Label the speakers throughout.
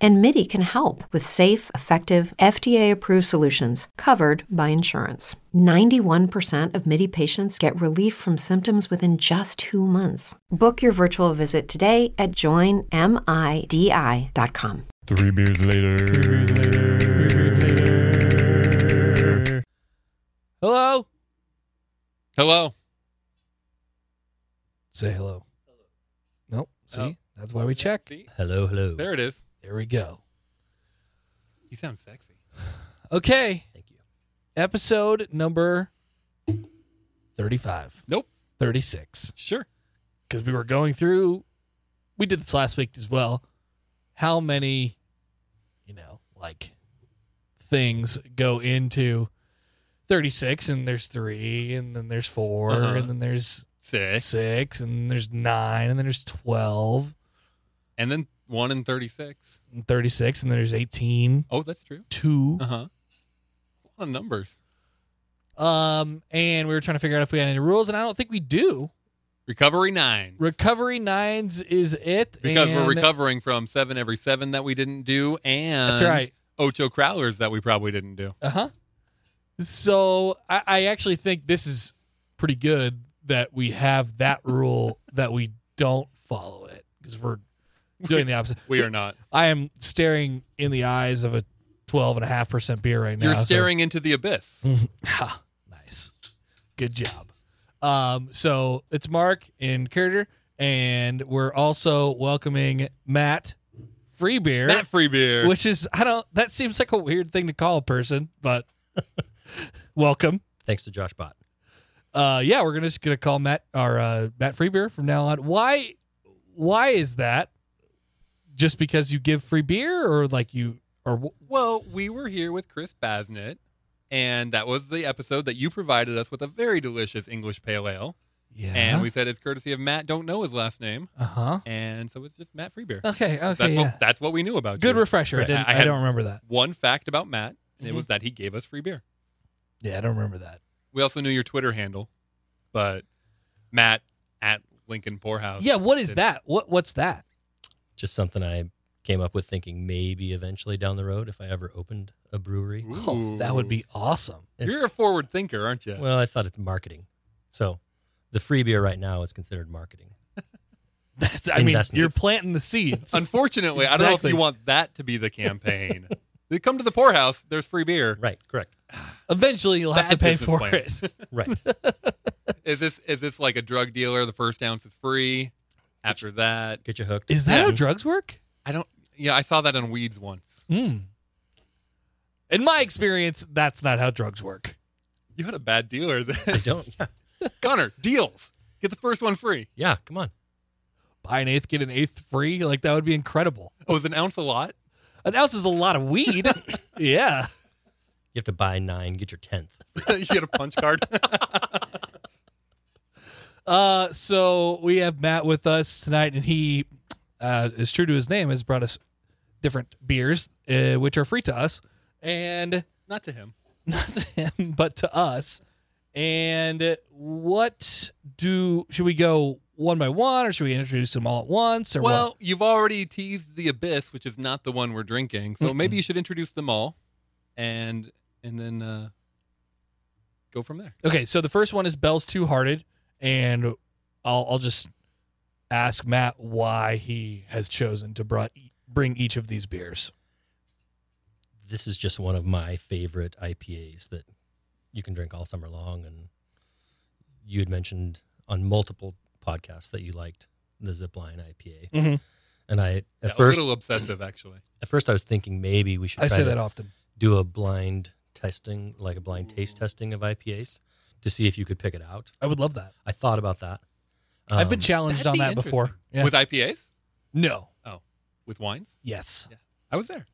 Speaker 1: and MIDI can help with safe, effective, FDA approved solutions covered by insurance. 91% of MIDI patients get relief from symptoms within just two months. Book your virtual visit today at joinmidi.com.
Speaker 2: Three beers later.
Speaker 3: Hello.
Speaker 4: Hello.
Speaker 3: Say hello. Nope. See,
Speaker 4: Oh.
Speaker 3: that's why we check.
Speaker 4: See?
Speaker 2: Hello, hello.
Speaker 4: There it is.
Speaker 3: There we go.
Speaker 4: You sound sexy.
Speaker 3: Okay.
Speaker 2: Thank you.
Speaker 3: Episode number 35,
Speaker 4: Nope.
Speaker 3: 36.
Speaker 4: Sure.
Speaker 3: Because we were going through, we did this last week as well. How many, you know, like things go into 36, and there's three, and then there's 4
Speaker 4: Uh-huh.
Speaker 3: and then there's
Speaker 4: Six.
Speaker 3: six, and then there's nine, and then there's 12,
Speaker 4: And then one in 36.
Speaker 3: and 36, and then there's 18,
Speaker 4: Oh, that's true.
Speaker 3: two.
Speaker 4: Uh huh. A lot of numbers. Uh-huh.
Speaker 3: Um, and we were trying to figure out if we had any rules, and I don't think we do.
Speaker 4: Recovery nines.
Speaker 3: Recovery nines is it
Speaker 4: because
Speaker 3: and-
Speaker 4: we're recovering from seven every seven that we didn't do and
Speaker 3: That's right.
Speaker 4: Ocho Crowlers that we probably didn't do.
Speaker 3: Uh huh. So I, I actually think this is pretty good that we have that rule that we don't follow it because we're doing the opposite.
Speaker 4: We are not.
Speaker 3: I am staring in the eyes of a twelve and a half percent beer right now.
Speaker 4: You're
Speaker 3: so- Mm-hmm.
Speaker 4: staring into the abyss.
Speaker 3: Ha, nice. Good job. Um, so it's Mark and Carter, and we're also welcoming Matt Freebeer,
Speaker 4: Matt Freebeer.
Speaker 3: which is I don't that seems like a weird thing to call a person, but welcome.
Speaker 2: Thanks to Josh Bot.
Speaker 3: Uh, yeah, we're gonna just gonna call Matt our uh, Matt Freebeer from now on. Why? Why is that? Just because you give free beer, or like you, or wh-
Speaker 4: Well, we were here with Chris Basnett, and that was the episode that you provided us with a very delicious English pale ale.
Speaker 3: yeah,
Speaker 4: And we said it's courtesy of Matt, don't know his last name.
Speaker 3: uh huh.
Speaker 4: And so it's just Matt Freebeer.
Speaker 3: Okay, Oh, okay,
Speaker 4: that's,
Speaker 3: yeah.
Speaker 4: what, that's what we knew about
Speaker 3: Good
Speaker 4: you.
Speaker 3: refresher. I
Speaker 4: Right,
Speaker 3: didn't.
Speaker 4: I
Speaker 3: I,
Speaker 4: had-
Speaker 3: don't remember that.
Speaker 4: One fact about Matt, and it
Speaker 3: Mhm.
Speaker 4: was that he gave us free beer.
Speaker 3: Yeah, I don't remember that.
Speaker 4: We also knew your Twitter handle, but Matt at Lincoln Poorhouse.
Speaker 3: Yeah, what is
Speaker 4: did-
Speaker 3: that? What what's that?
Speaker 2: Just something I came up with thinking maybe eventually down the road if I ever opened a brewery.
Speaker 3: Oh, that would
Speaker 4: Ooh.
Speaker 3: be awesome.
Speaker 2: It's-
Speaker 4: You're a forward thinker, aren't you?
Speaker 2: well, I thought it's marketing. So the free beer right now is considered marketing.
Speaker 3: That's, I mean,
Speaker 2: Investments.
Speaker 3: you're planting the seeds.
Speaker 4: Unfortunately, I don't know if
Speaker 3: Exactly.
Speaker 4: you want that to be the campaign. they come to the poorhouse, there's free beer.
Speaker 2: Right, correct.
Speaker 3: Eventually, you'll have to
Speaker 4: Bad
Speaker 3: pay
Speaker 4: business
Speaker 3: for
Speaker 4: plan.
Speaker 3: it.
Speaker 2: Right.
Speaker 4: Is this is this like a drug dealer? The first ounce is free. After that,
Speaker 2: Get you hooked.
Speaker 3: Is that how
Speaker 4: Yeah.
Speaker 3: drugs work?
Speaker 4: I don't. Yeah, I saw that on Weeds once.
Speaker 3: Hmm. In my experience, that's not how drugs work.
Speaker 4: You had a bad dealer.
Speaker 2: I
Speaker 4: Then.
Speaker 2: don't. Yeah.
Speaker 4: Gunner deals. Get the first one free.
Speaker 2: yeah, come on.
Speaker 3: Buy an eighth, get an eighth free. Like that would be incredible.
Speaker 4: Oh, is an ounce a lot?
Speaker 3: An ounce is a lot of weed. yeah.
Speaker 2: You have to buy nine, get your tenth.
Speaker 4: you get a punch card.
Speaker 3: Uh, so we have Matt with us tonight, and he uh, is true to his name. Has brought us different beers, uh, which are free to us, and
Speaker 4: Not to him.
Speaker 3: not to him, but to us. And what do should we go one by one, or should we introduce them all at once? Or what?
Speaker 4: Well, you've already teased the abyss, which is not the one we're drinking. So
Speaker 3: Mm-mm.
Speaker 4: maybe you should introduce them all, and and then uh, go from there.
Speaker 3: okay. So the first one is Bell's Two Hearted, and I'll I'll just ask Matt why he has chosen to brought, bring each of these beers.
Speaker 2: This is just one of my favorite IPAs that you can drink all summer long. And you had mentioned on multiple podcasts that you liked the Zipline IPA.
Speaker 3: Mhm.
Speaker 2: And I, at
Speaker 4: Mm-hmm. Yeah,
Speaker 2: first,
Speaker 4: a little obsessive, actually.
Speaker 2: at first I was thinking maybe we should
Speaker 3: I
Speaker 2: try
Speaker 3: say
Speaker 2: to
Speaker 3: that often.
Speaker 2: do a blind testing, like a blind taste testing of IPAs to see if you could pick it out.
Speaker 3: I would love that.
Speaker 2: I thought about that.
Speaker 3: I've been
Speaker 2: Um,
Speaker 3: challenged
Speaker 4: that'd
Speaker 3: on that
Speaker 4: be
Speaker 3: before.
Speaker 4: interesting.
Speaker 3: Yeah.
Speaker 4: With IPAs,
Speaker 3: no.
Speaker 4: Oh, with wines.
Speaker 3: Yes.
Speaker 4: I was there.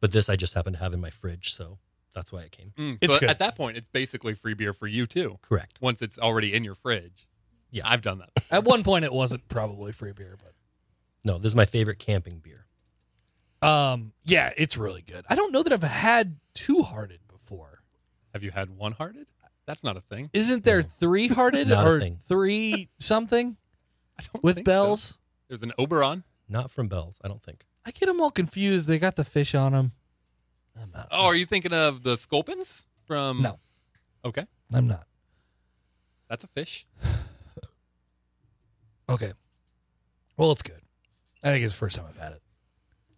Speaker 2: but this I just happened to have in my fridge, so that's why it came.
Speaker 4: Mm,
Speaker 3: It's
Speaker 4: so
Speaker 3: good.
Speaker 4: at that point, it's basically free beer for you too.
Speaker 2: Correct.
Speaker 4: Once it's already in your fridge.
Speaker 2: Yeah.
Speaker 4: I've done that.
Speaker 3: At one point, it wasn't probably free beer, but
Speaker 2: No, this is my favorite camping beer.
Speaker 3: Um, yeah, it's really good. I don't know that I've had two hearted before.
Speaker 4: Have you had one hearted? That's not a thing.
Speaker 3: Isn't there
Speaker 2: No.
Speaker 3: three hearted
Speaker 2: Not a
Speaker 3: or
Speaker 2: thing.
Speaker 3: three something
Speaker 4: I don't
Speaker 3: with
Speaker 4: think so.
Speaker 3: bells?
Speaker 4: There's an Oberon.
Speaker 2: Not from Bell's, I don't think.
Speaker 3: I get them all confused. They got the fish on them. I'm not.
Speaker 4: Oh, are you thinking of the Sculpins from?
Speaker 3: No.
Speaker 4: Okay,
Speaker 3: I'm not.
Speaker 4: that's a fish.
Speaker 3: Okay. Well, it's good. I think it's the first time I've had it.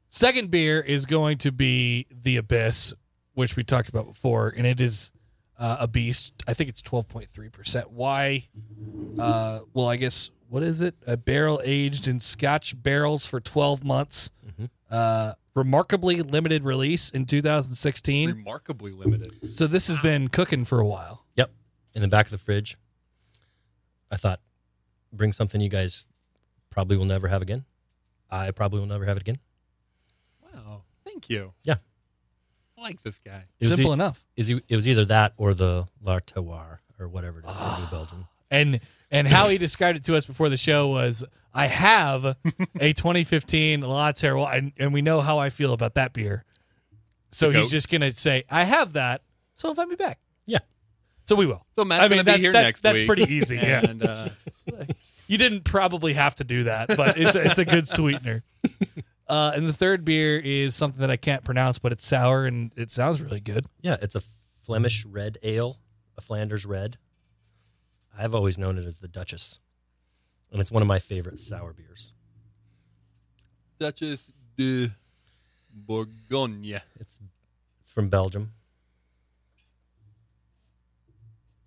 Speaker 3: Second beer is going to be the Abyss, which we talked about before, and it is uh, a beast. I think it's twelve point three percent. Why? Uh, well, I guess what is it? A barrel aged in Scotch barrels for twelve months.
Speaker 2: Mhm.
Speaker 3: Uh, remarkably limited release in 2016.
Speaker 4: Remarkably limited.
Speaker 3: So this has been cooking for a while.
Speaker 2: In the back of the fridge, I thought, bring something you guys probably will never have again. I probably will never have it again.
Speaker 4: Wow. Thank you.
Speaker 2: Yeah.
Speaker 4: I like this guy.
Speaker 2: It was
Speaker 3: Simple
Speaker 2: e-
Speaker 3: enough.
Speaker 2: is e- it was either that or the L'Artoir or whatever it is from New Belgium.
Speaker 3: and and how he described it to us before the show was I have a 2015 La Terroir, and, and we know how I feel about that beer. So
Speaker 4: The
Speaker 3: he's
Speaker 4: goat.
Speaker 3: just gonna say I have that, so invite me back.
Speaker 2: Yeah.
Speaker 3: So we will.
Speaker 4: So Matt's
Speaker 3: I mean,
Speaker 4: gonna be
Speaker 3: that-
Speaker 4: here
Speaker 3: that's-
Speaker 4: next
Speaker 3: that's
Speaker 4: week.
Speaker 3: pretty easy, yeah.
Speaker 4: And, uh,
Speaker 3: You didn't probably have to do that, but it's a, it's a good sweetener. Uh, and the third beer is something that I can't pronounce, but it's sour and it sounds really good.
Speaker 2: Yeah, it's a Flemish red ale, a Flanders red. I've always known it as the Duchess, and it's one of my favorite sour beers.
Speaker 4: Duchess de Bourgogne.
Speaker 2: It's it's from Belgium.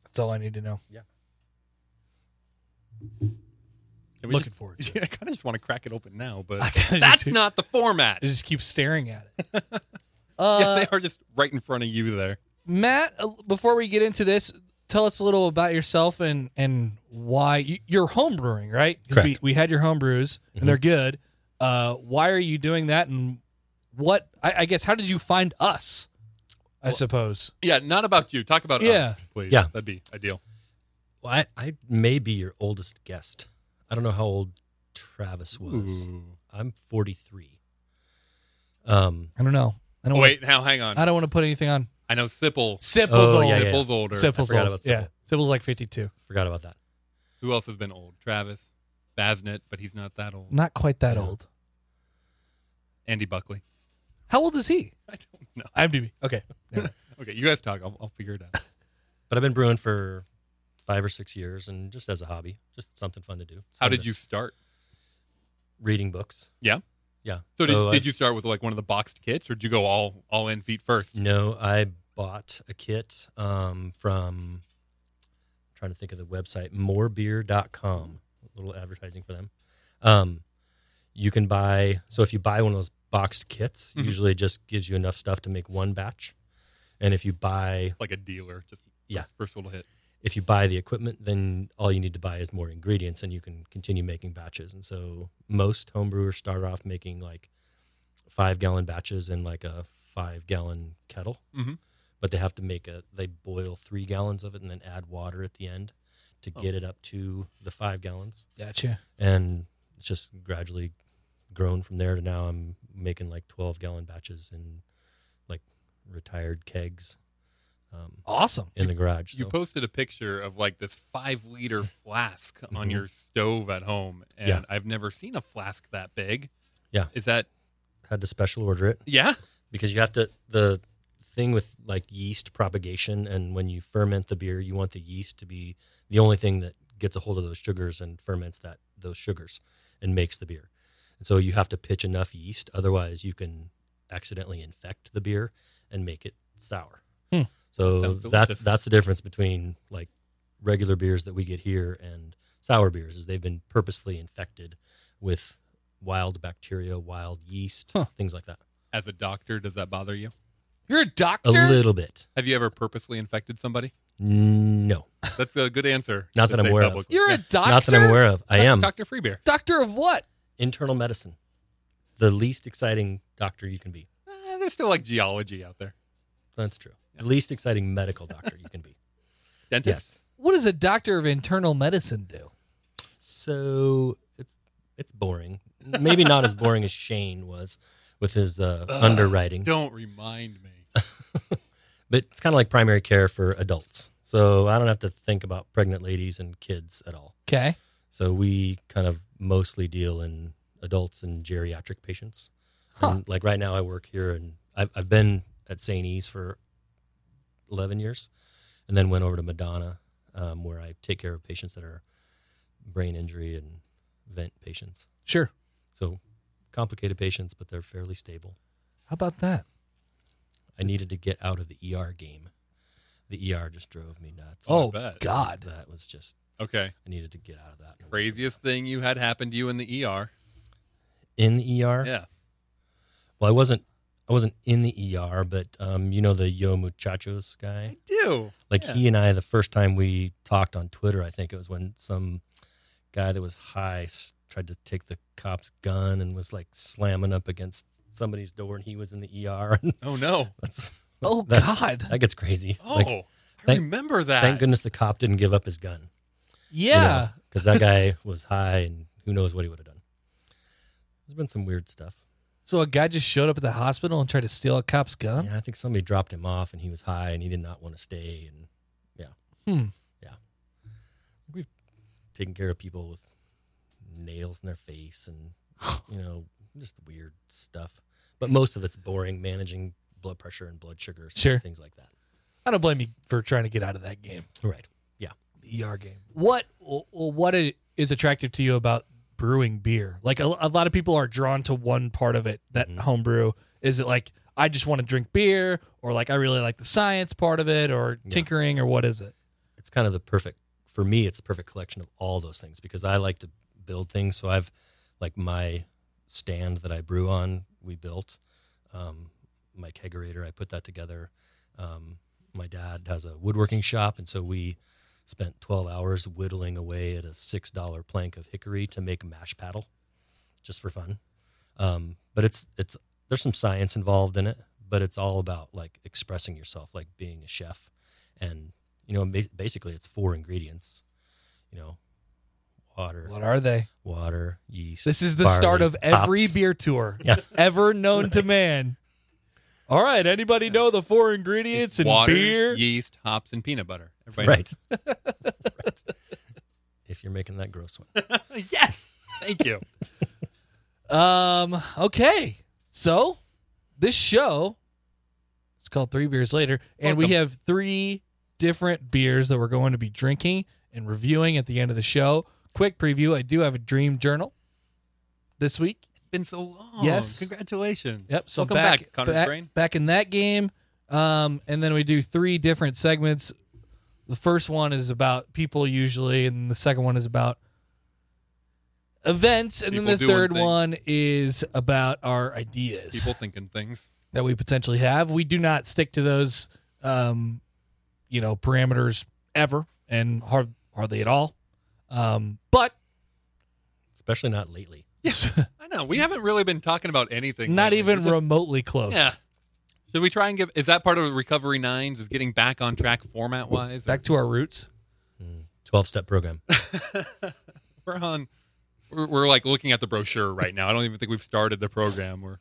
Speaker 3: That's all I need to know.
Speaker 4: Can we
Speaker 3: Looking
Speaker 4: just-
Speaker 3: forward to it.
Speaker 4: Yeah, I kind of just want to crack it open now,
Speaker 3: I
Speaker 4: but
Speaker 3: kinda do
Speaker 4: that's
Speaker 3: too.
Speaker 4: not the format.
Speaker 3: I just keep staring at it.
Speaker 4: yeah,
Speaker 3: Uh,
Speaker 4: they are just right in front of you there.
Speaker 3: Matt, uh, before we get into this, tell us a little about yourself and and why you, you're home brewing, right? 'Cause We,
Speaker 2: Correct. Mm-hmm.
Speaker 3: we had your home brews and they're good. Uh, why are you doing that? And what I, I guess how did you find us? I suppose.
Speaker 4: Yeah, not about you. Talk about
Speaker 3: Yeah.
Speaker 4: us, please.
Speaker 2: Yeah.
Speaker 4: that'd be ideal.
Speaker 2: Well, I, I may be your oldest guest. I don't know how old Travis was.
Speaker 4: Ooh.
Speaker 2: I'm 43. Um,
Speaker 3: I don't know. I don't
Speaker 4: Oh, Wait, now hang on.
Speaker 3: Wanna, I don't want to put anything on.
Speaker 4: I know Sipple.
Speaker 3: Sipple's
Speaker 2: Oh,
Speaker 3: old.
Speaker 2: yeah, yeah.
Speaker 4: Sipple's older.
Speaker 3: Sipple's
Speaker 2: I forgot
Speaker 3: old.
Speaker 2: about
Speaker 3: Yeah, Sipple's like fifty-two.
Speaker 2: forgot about that.
Speaker 4: Who else has been old? Travis, Basnet, but he's not that old.
Speaker 3: Not quite that
Speaker 2: Yeah.
Speaker 3: old.
Speaker 4: Andy Buckley.
Speaker 3: How old is he?
Speaker 4: I don't know.
Speaker 3: IMDb. Okay. Never mind.
Speaker 4: Okay, you guys talk. I'll, I'll figure it out.
Speaker 2: But I've been brewing for five or six years, and just as a hobby, just something fun to do. It's
Speaker 4: How
Speaker 2: fun
Speaker 4: did
Speaker 2: to-
Speaker 4: you start?
Speaker 2: reading books?
Speaker 4: Yeah?
Speaker 2: yeah.
Speaker 4: So, did,
Speaker 2: I-
Speaker 4: did you start with like one of the boxed kits, or did you go all all in feet first?
Speaker 2: No, I bought a kit um, from I'm trying to think of the website morebeer.com. A little advertising for them. Um, you can buy so if you buy one of those boxed kits,
Speaker 4: Mhm.
Speaker 2: usually it just gives you enough stuff to make one batch. And if you buy
Speaker 4: Like a dealer, just
Speaker 2: Yeah.
Speaker 4: first, first little hit.
Speaker 2: if you buy the equipment, then all you need to buy is more ingredients and you can continue making batches. And so most homebrewers start off making like five gallon batches in like a five gallon kettle.
Speaker 4: Mhm.
Speaker 2: But they have to make a, they boil three gallons of it and then add water at the end to
Speaker 4: Oh.
Speaker 2: get it up to the five gallons.
Speaker 3: Gotcha.
Speaker 2: And it's just gradually grown from there to now I'm making like 12 gallon batches in like retired kegs um,
Speaker 3: Awesome.
Speaker 2: in the garage.
Speaker 4: You
Speaker 2: So-
Speaker 4: posted a picture of like this five liter flask on
Speaker 2: Mhm.
Speaker 4: your stove at home, and
Speaker 2: Yeah.
Speaker 4: I've never seen a flask that big.
Speaker 2: Yeah.
Speaker 4: is that
Speaker 2: had to special order it.
Speaker 4: yeah?
Speaker 2: because you have to the thing with like yeast propagation and when you ferment the beer you want the yeast to be the only thing that gets a hold of those sugars and ferments that those sugars and makes the beer and so you have to pitch enough yeast otherwise you can accidentally infect the beer and make it sour
Speaker 3: Hmm.
Speaker 2: so
Speaker 4: Sounds
Speaker 2: that's
Speaker 4: delicious.
Speaker 2: that's the difference between like regular beers that we get here and sour beers is they've been purposely infected with wild bacteria wild yeast
Speaker 3: Huh.
Speaker 2: things like that
Speaker 4: As a doctor, does that bother you?
Speaker 3: You're a doctor.
Speaker 2: a little bit
Speaker 4: Have you ever purposely infected somebody?
Speaker 2: No,
Speaker 4: That's a good answer.
Speaker 2: Not
Speaker 4: to
Speaker 2: that I'm
Speaker 4: say
Speaker 2: aware of.
Speaker 4: publicly.
Speaker 3: You're
Speaker 4: Yeah.
Speaker 3: a doctor.
Speaker 2: not that I'm aware of. I
Speaker 4: Doc-
Speaker 2: am
Speaker 4: Dr. Freebeer.
Speaker 3: Doctor of what?
Speaker 2: internal medicine, the least exciting doctor you can be.
Speaker 4: Eh, there's still like geology out there.
Speaker 2: That's true. The least exciting medical doctor you can be.
Speaker 4: Dentists.
Speaker 3: What does a doctor of internal medicine do?
Speaker 2: So it's it's boring. Maybe not as boring as Shane was with his uh,
Speaker 4: Ugh,
Speaker 2: underwriting.
Speaker 4: Don't remind me.
Speaker 2: but it's kind of like primary care for adults. So I don't have to think about pregnant ladies and kids at all.
Speaker 3: Okay.
Speaker 2: So we kind of mostly deal in adults and geriatric patients.
Speaker 3: Huh.
Speaker 2: And like right now, I work here, and I've, I've been at St. E's for eleven years, and then went over to Madonna, um, where I take care of patients that are brain injury and vent patients.
Speaker 3: Sure.
Speaker 2: So complicated patients, but they're fairly stable.
Speaker 3: How about that?
Speaker 2: I needed to get out of the ER game. The ER just drove me nuts.
Speaker 3: Oh
Speaker 4: bet.
Speaker 3: God.
Speaker 2: that was just
Speaker 4: Okay.
Speaker 2: I needed to get out of that.
Speaker 4: Craziest thing you had happen to you in the ER.
Speaker 2: in the ER.
Speaker 4: Yeah.
Speaker 2: Well, I wasn't. I wasn't in the ER, but um, you know the Yo Muchachos guy.
Speaker 4: I do.
Speaker 2: Like
Speaker 4: yeah.
Speaker 2: he and I, the first time we talked on Twitter, I think it was when some guy that was high s- tried to take the cop's gun and was like slamming up against somebody's door, and he was in the ER. And
Speaker 4: Oh no.
Speaker 2: that's
Speaker 3: Oh
Speaker 2: that,
Speaker 3: God.
Speaker 2: that gets crazy.
Speaker 4: Oh,
Speaker 2: Like,
Speaker 4: I
Speaker 2: thank-
Speaker 4: remember that.
Speaker 2: thank goodness the cop didn't give up his gun.
Speaker 3: Yeah.
Speaker 2: because that guy was high and who knows what he would have done. There's been some weird stuff.
Speaker 3: So a guy just showed up at the hospital and tried to steal a cop's gun.
Speaker 2: Yeah, I think somebody dropped him off and he was high and he did not want to stay. And yeah,
Speaker 3: Hmm.
Speaker 2: yeah, we've taken care of people with nails in their face and you know just weird stuff. But most of it's boring, managing blood pressure and blood sugars, and
Speaker 3: Sure.
Speaker 2: things like that.
Speaker 3: I don't blame you for trying to get out of that game,
Speaker 2: Right.
Speaker 3: the ER game. What well, what i- is attractive to you about brewing beer? Like a, a lot of people are drawn to one part of it, that
Speaker 2: Mhm.
Speaker 3: homebrew. Is it like I just want to drink beer, or like I really like the science part of it, or
Speaker 2: Yeah.
Speaker 3: tinkering, or what is it?
Speaker 2: it's kind of the perfect for me it's the perfect collection of all those things because i like to build things so i've like my stand that i brew on we built um, my kegerator i put that together um, my dad has a woodworking shop and so we spent 12 hours whittling away at a six dollar plank of hickory to make a mash paddle just for fun um, but it's it's there's some science involved in it but it's all about like expressing yourself like being a chef and you know ba- basically it's four ingredients you know water
Speaker 3: What are they?
Speaker 2: water yeast
Speaker 3: This is the
Speaker 2: barley,
Speaker 3: start of every
Speaker 2: hops.
Speaker 3: beer tour
Speaker 2: Yeah.
Speaker 3: ever known to man. All right, anybody know the four ingredients
Speaker 4: It's
Speaker 3: in
Speaker 4: water,
Speaker 3: beer?
Speaker 4: yeast, hops, and peanut butter. Everybody
Speaker 2: right. Right. if you're making that gross one
Speaker 4: knows. yes. Thank you.
Speaker 3: Um. Okay. So, this show, it's called Three Beers Later, and we
Speaker 4: Welcome.
Speaker 3: have three different beers that we're going to be drinking and reviewing at the end of the show. Quick preview: I do have a dream journal this week.
Speaker 4: It's been so long.
Speaker 3: Yes.
Speaker 4: Congratulations.
Speaker 3: Yep. So
Speaker 4: Welcome
Speaker 3: back,
Speaker 4: back, Connor's
Speaker 3: back,
Speaker 4: brain.
Speaker 3: back in that game. Um, and then we do three different segments. The first one is about people usually, and the second one is about events, and
Speaker 4: People
Speaker 3: then the
Speaker 4: doing
Speaker 3: third
Speaker 4: things.
Speaker 3: one is about our ideas
Speaker 4: People thinking things.
Speaker 3: that we potentially have. We do not stick to those, um, you know, parameters ever, and hard, hardly at all. Um, but
Speaker 2: especially not lately
Speaker 4: I know. We haven't really been talking about anything.
Speaker 3: not
Speaker 4: lately.
Speaker 3: even
Speaker 4: We just-
Speaker 3: remotely close.
Speaker 4: Yeah. Should we try and give? Is that part of the recovery nines? Is getting back on track format wise?
Speaker 3: Back to our roots.
Speaker 2: 12 step program
Speaker 4: we're on. We're, we're like looking at the brochure right now. I don't even think we've started the program. We're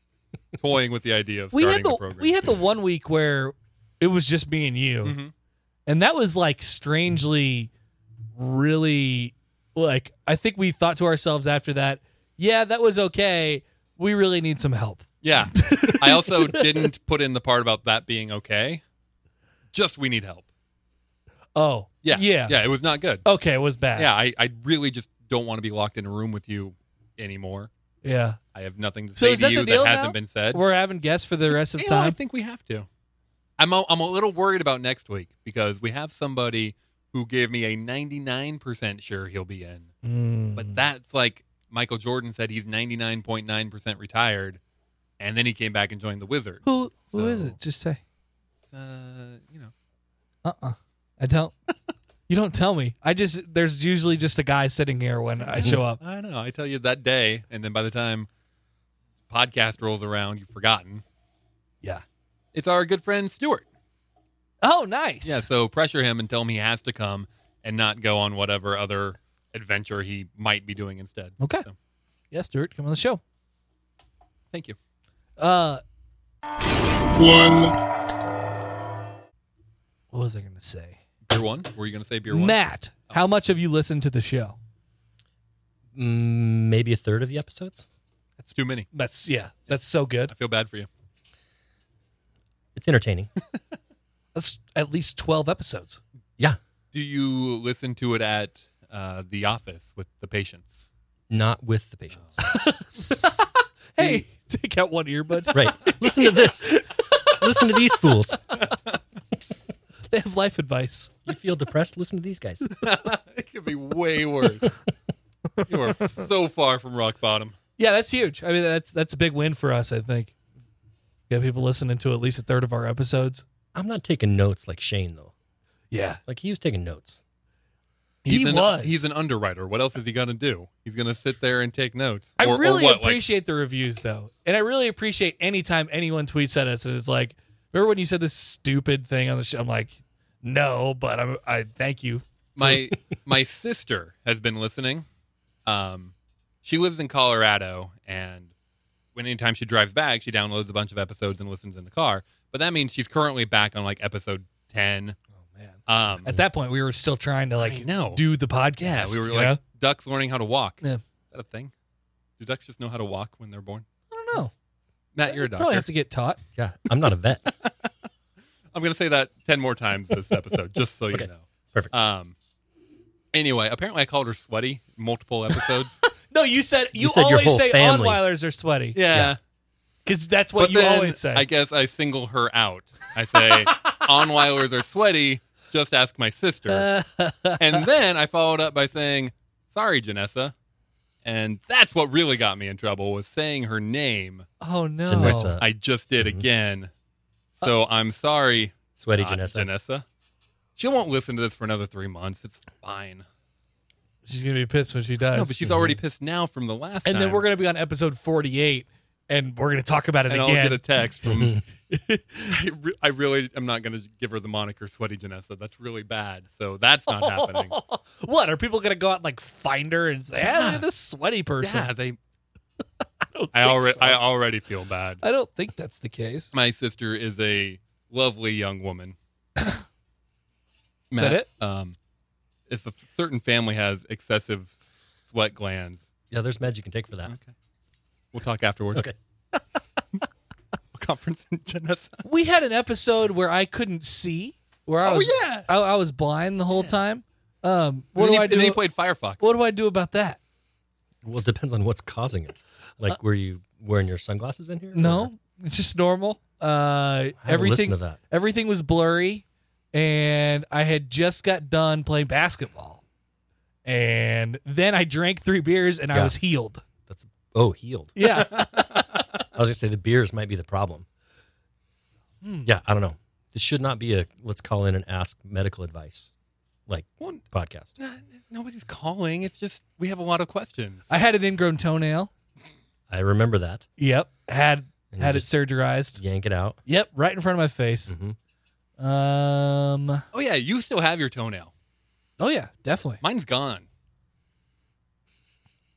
Speaker 4: toying with the idea of
Speaker 3: we
Speaker 4: starting
Speaker 3: had the,
Speaker 4: the, program.
Speaker 3: we had the one week where it was just me and you,
Speaker 4: Mhm.
Speaker 3: and that was like strangely, really, like I think we thought to ourselves after that, yeah, that was okay. We really need some help.
Speaker 4: Yeah. I also didn't put in the part about that being okay. Just we need help.
Speaker 3: Oh,
Speaker 4: Yeah.
Speaker 3: yeah,
Speaker 4: Yeah. It was not good.
Speaker 3: Okay, it was bad.
Speaker 4: Yeah. I, I really just don't want to be locked in a room with you anymore.
Speaker 3: yeah.
Speaker 4: I have nothing to
Speaker 3: So
Speaker 4: say
Speaker 3: is
Speaker 4: to
Speaker 3: that
Speaker 4: you
Speaker 3: the deal
Speaker 4: that hasn't
Speaker 3: now?
Speaker 4: been said.
Speaker 3: We're having guests for the rest of
Speaker 4: Yeah, I
Speaker 3: time.
Speaker 4: think we have to. I'm a, I'm a little worried about next week because we have somebody who gave me a 99% sure he'll be in. But that's like Michael Jordan said he's 99.9% retired and then he came back and joined the Wizards.
Speaker 3: who who is
Speaker 4: So-
Speaker 3: it? Just say.
Speaker 4: Uh, you know.
Speaker 3: Uh uh I don't. you don't tell me. I just there's usually just a guy sitting here when I show up.
Speaker 4: I know. I tell you that day and then by the time podcast rolls around you've forgotten.
Speaker 3: Yeah.
Speaker 4: It's our good friend Stuart.
Speaker 3: Oh, nice.
Speaker 4: Yeah, so pressure him and tell him he has to come and not go on whatever other adventure he might be doing instead.
Speaker 3: Okay.
Speaker 4: So,
Speaker 3: Yes, Stuart, come on the show.
Speaker 4: thank you.
Speaker 3: Uh,
Speaker 5: One.
Speaker 3: what was I going to say?
Speaker 4: Beer one? Were you going to say beer one?
Speaker 3: Matt, how much have you listened to the show?
Speaker 2: Mm, maybe a third of the episodes.
Speaker 4: That's too many.
Speaker 3: That's yeah, that's so good.
Speaker 4: I feel bad for you.
Speaker 2: It's entertaining.
Speaker 3: That's at least twelve episodes.
Speaker 2: yeah,
Speaker 4: Do you listen to it at uh, the office with the patients?
Speaker 2: not with the patients.
Speaker 3: Hey, take out one earbud.
Speaker 2: right. Listen to this. Listen to these fools.
Speaker 3: they have life advice.
Speaker 2: You feel depressed? Listen to these guys.
Speaker 4: it could be way worse. you are so far from rock bottom.
Speaker 3: Yeah, that's huge. I mean, that's that's a big win for us. I think. Yeah, people listening to at least a third of our episodes.
Speaker 2: I'm not taking notes like Shane though.
Speaker 3: Yeah,
Speaker 2: Like he was taking notes.
Speaker 3: he
Speaker 4: an,
Speaker 3: was.
Speaker 4: He's an underwriter. What else is he going to do? He's going to sit there and take notes.
Speaker 3: I
Speaker 4: Or- or
Speaker 3: really
Speaker 4: what, like-
Speaker 3: appreciate the reviews though, and I really appreciate any time anyone tweets at us and it's like, "Remember when you said this stupid thing on the show?" I'm like, "No, but I'm, I thank you."
Speaker 4: my my sister has been listening. Um, she lives in Colorado, and when anytime she drives back, she downloads a bunch of episodes and listens in the car. But that means she's currently back on like episode ten.
Speaker 3: Oh man!
Speaker 4: Um,
Speaker 3: At that point, we were still trying to like
Speaker 4: know.
Speaker 3: do the podcast.
Speaker 4: yeah, we were
Speaker 3: you
Speaker 4: like
Speaker 3: know?
Speaker 4: ducks learning how to walk.
Speaker 3: Yeah.
Speaker 4: Is that a thing? Do ducks just know how to walk when they're born?
Speaker 3: I don't know.
Speaker 4: Matt, you're a doctor.
Speaker 3: Eh, Probably have to get taught.
Speaker 2: Yeah, I'm not a vet.
Speaker 4: I'm gonna say that ten more times this episode, just so
Speaker 2: Okay.
Speaker 4: you know.
Speaker 2: Perfect.
Speaker 4: Um. Anyway, apparently I called her sweaty multiple episodes.
Speaker 3: No, you said you,
Speaker 2: You said your
Speaker 3: always
Speaker 2: whole
Speaker 3: say
Speaker 2: family.
Speaker 3: Onweilers are sweaty
Speaker 4: yeah.
Speaker 3: because that's what
Speaker 4: but
Speaker 3: you
Speaker 4: then
Speaker 3: always say.
Speaker 4: I guess I single her out. I say, Onweilers are sweaty. Just ask my sister. and then I followed up by saying, sorry, Janessa. And that's what really got me in trouble was saying her name.
Speaker 3: oh no!
Speaker 2: Janessa.
Speaker 4: I just did
Speaker 2: Mhm.
Speaker 3: Mm-hmm.
Speaker 4: again.
Speaker 3: Uh,
Speaker 4: So I'm sorry,
Speaker 2: Sweaty
Speaker 4: not
Speaker 2: Janessa.
Speaker 4: Janessa. She won't listen to this for another three months. It's fine.
Speaker 3: She's gonna be pissed when she does.
Speaker 4: No, but she's already pissed now from the last
Speaker 3: mm-hmm. and
Speaker 4: time.
Speaker 3: then we're gonna be on episode 48, and we're gonna talk about it
Speaker 4: and I'll
Speaker 3: again.
Speaker 4: get a text from. I, re- I really am not going to give her the moniker Sweaty Janessa. That's really bad. So that's not happening.
Speaker 3: what are people gonna go out and like find her and say, "Ah, look at this sweaty person"?
Speaker 4: Yeah, they.
Speaker 3: I, don't
Speaker 4: I
Speaker 3: think
Speaker 4: already,
Speaker 3: so.
Speaker 4: I already feel bad.
Speaker 3: I don't think that's the case.
Speaker 4: My sister is a lovely young woman.
Speaker 3: that
Speaker 4: Matt,
Speaker 3: it?
Speaker 4: Um, if a certain family has excessive sweat glands,
Speaker 2: Yeah, there's meds you can take for that.
Speaker 4: okay, we'll talk afterwards.
Speaker 2: Okay.
Speaker 4: Conference in Janessa.
Speaker 3: We had an episode where I couldn't see, where I was,
Speaker 4: Oh, yeah.
Speaker 3: I, I was blind the whole time. Um, what do
Speaker 4: and then he,
Speaker 3: I
Speaker 4: and then
Speaker 3: do?
Speaker 4: he played Firefox.
Speaker 3: what do I do about that?
Speaker 2: Well, it depends on what's causing it. Like, were you wearing your sunglasses in here? Or-
Speaker 3: No, it's just normal. Uh,
Speaker 2: I haven't listened
Speaker 3: everything,
Speaker 2: to that.
Speaker 3: everything was blurry, and I had just got done playing basketball, and then I drank three beers and I
Speaker 2: Yeah.
Speaker 3: was healed.
Speaker 2: That's oh healed.
Speaker 3: Yeah.
Speaker 2: I was gonna say the beers might be the problem.
Speaker 3: Hmm.
Speaker 2: Yeah, I don't know. This should not be a let's call in and ask medical advice like
Speaker 4: Well,
Speaker 2: podcast.
Speaker 4: Nah, nobody's calling. It's just we have a lot of questions.
Speaker 3: I had an ingrown toenail.
Speaker 2: I remember that.
Speaker 3: Yep. Had
Speaker 2: And
Speaker 3: had
Speaker 2: you
Speaker 3: it
Speaker 2: just
Speaker 3: surgerized.
Speaker 2: yank it out.
Speaker 3: Yep, right in front of my face.
Speaker 2: hmm
Speaker 4: Mm-hmm.
Speaker 3: Um
Speaker 4: oh yeah, you still have your toenail.
Speaker 3: Oh yeah, definitely.
Speaker 4: Mine's gone.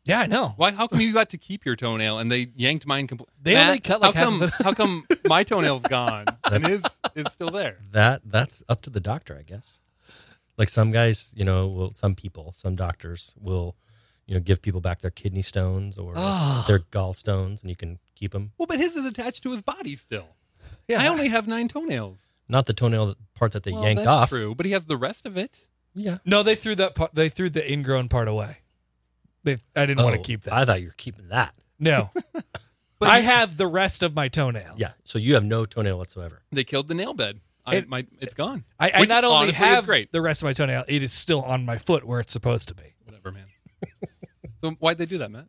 Speaker 3: Yeah, I know.
Speaker 4: Why? How come you got to keep your toenail and they yanked mine completely?
Speaker 3: They only cut, like,
Speaker 4: how
Speaker 3: half
Speaker 4: come?
Speaker 3: of it.
Speaker 4: How come my toenail's gone and his is still there?
Speaker 2: That that's up to the doctor, I guess. Like some guys, you know, will some people, some doctors will, you know, give people back their kidney stones or
Speaker 3: Ah.
Speaker 2: their gallstones, and you can keep them.
Speaker 4: Well, but his is attached to his body still.
Speaker 3: Yeah.
Speaker 4: I only have nine toenails.
Speaker 2: Not the toenail part that they
Speaker 4: well,
Speaker 2: yanked
Speaker 4: that's
Speaker 2: off.
Speaker 4: True, but he has the rest of it.
Speaker 2: Yeah,
Speaker 3: No, they threw that part they threw the ingrown part away. They I didn't want to
Speaker 2: Oh,
Speaker 3: keep that.
Speaker 2: I thought you were keeping that.
Speaker 3: no.
Speaker 4: But
Speaker 3: I
Speaker 4: you-
Speaker 3: have the rest of my
Speaker 4: Oh.
Speaker 3: toenail.
Speaker 2: Yeah. So you have no toenail whatsoever.
Speaker 4: They killed the nail bed. I,
Speaker 3: It-
Speaker 4: my, it's gone.
Speaker 3: I, I
Speaker 4: Which
Speaker 3: not only
Speaker 4: honestly is
Speaker 3: have
Speaker 4: great.
Speaker 3: the rest of my toenail, it is still on my foot where it's supposed to be.
Speaker 4: Whatever, man. so why'd they do that, Matt?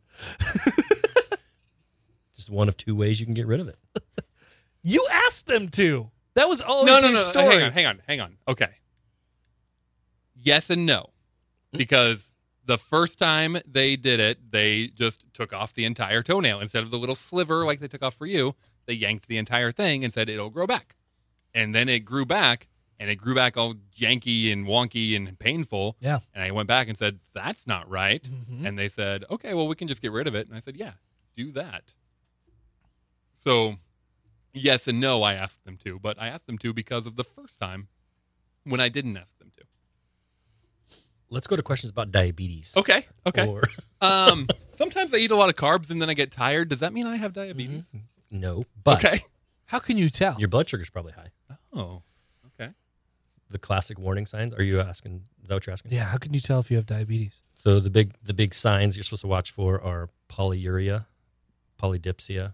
Speaker 2: Just one of two ways you can get rid of it.
Speaker 3: You asked them to. That was always
Speaker 4: no, no,
Speaker 3: Oh, your
Speaker 4: no.
Speaker 3: story.
Speaker 4: Hang on, hang on, hang on. Okay. Yes and no,
Speaker 3: Hmm?
Speaker 4: because the first time they did it, they just took off the entire toenail instead of the little sliver like they took off for you. They yanked the entire thing and said it'll grow back, and then it grew back, and it grew back all janky and wonky and painful.
Speaker 3: Yeah.
Speaker 4: And I went back and said that's not right,
Speaker 3: Mhm.
Speaker 2: Mm-hmm.
Speaker 4: and they said, okay, well we can just get rid of it. And I said, yeah, do that. So, yes and no, I asked them to, but I asked them to because of the first time when I didn't ask them to.
Speaker 2: Let's go to questions about diabetes.
Speaker 4: Okay. Oh, Okay.
Speaker 2: Or,
Speaker 4: um, sometimes I eat a lot of carbs and then I get tired. Does that mean I have diabetes?
Speaker 2: no, Mm-hmm. but
Speaker 4: Okay.
Speaker 3: How can you tell?
Speaker 2: your blood sugar's probably high.
Speaker 4: Oh, okay.
Speaker 2: The classic warning signs. Are you asking? Is that what you're asking?
Speaker 3: yeah, how can you tell if you have diabetes?
Speaker 2: So the big the big signs you're supposed to watch for are polyuria, polydipsia,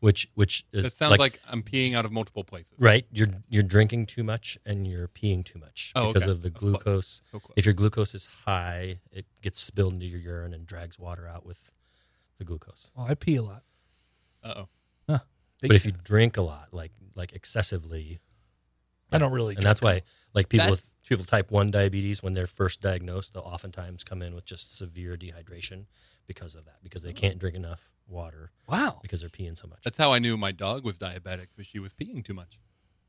Speaker 2: which which is
Speaker 4: That sounds like, I'm peeing out of multiple places.
Speaker 2: right. You're you're drinking too much and you're peeing too much
Speaker 4: Oh,
Speaker 2: because
Speaker 4: okay.
Speaker 2: of the
Speaker 4: That's close.
Speaker 2: glucose.
Speaker 4: So close.
Speaker 2: If your glucose is high, it gets spilled into your urine and drags water out with the glucose.
Speaker 3: Oh, I pee a lot.
Speaker 4: Uh oh.
Speaker 3: Big
Speaker 2: but if you
Speaker 3: time.
Speaker 2: drink a lot, like like excessively,
Speaker 3: I don't really.
Speaker 2: and that's why like people with
Speaker 4: That's-
Speaker 2: people with type 1 diabetes when they're first diagnosed they'll oftentimes come in with just severe dehydration because of that because they can't drink enough water
Speaker 3: Wow.
Speaker 2: because they're peeing so much
Speaker 4: That's how I knew my dog was diabetic because she was peeing too much.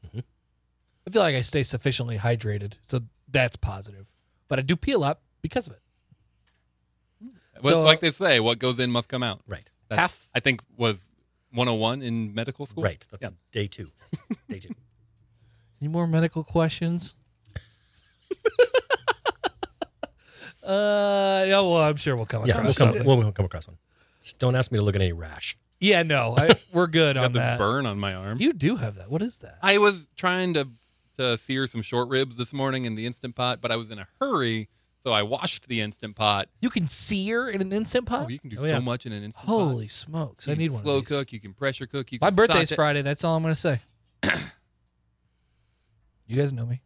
Speaker 3: I feel like I stay sufficiently hydrated, so that's positive. But I do pee a lot because of it.
Speaker 4: What,
Speaker 3: So-
Speaker 4: like they say, what goes in must come out.
Speaker 2: right
Speaker 3: Half-
Speaker 4: I think, was 101 in medical school.
Speaker 2: right that's
Speaker 4: Yeah.
Speaker 2: day two day two
Speaker 3: Any more medical questions? uh, yeah. Well, I'm sure we'll come
Speaker 2: yeah we'll
Speaker 3: across
Speaker 2: come,
Speaker 3: something.
Speaker 2: we'll, we'll come across one just don't ask me to look at any rash
Speaker 3: yeah, no, I, we're good
Speaker 4: I
Speaker 3: on
Speaker 4: got this
Speaker 3: that.
Speaker 4: burn on my arm.
Speaker 3: You do have that. What is that?
Speaker 4: I was trying to to sear some short ribs this morning in the instant pot, but I was in a hurry, so I washed the instant pot.
Speaker 3: You can sear in an instant pot.
Speaker 4: Oh, you can do
Speaker 2: Oh,
Speaker 4: so
Speaker 2: yeah.
Speaker 4: much in an instant pot.
Speaker 3: Holy smokes!
Speaker 4: You
Speaker 3: I
Speaker 4: can
Speaker 3: need one.
Speaker 4: Slow
Speaker 3: of these.
Speaker 4: cook. You can pressure cook. You
Speaker 3: My
Speaker 4: can
Speaker 3: birthday's
Speaker 4: saute-
Speaker 3: Friday. That's all I'm gonna say. you guys know me.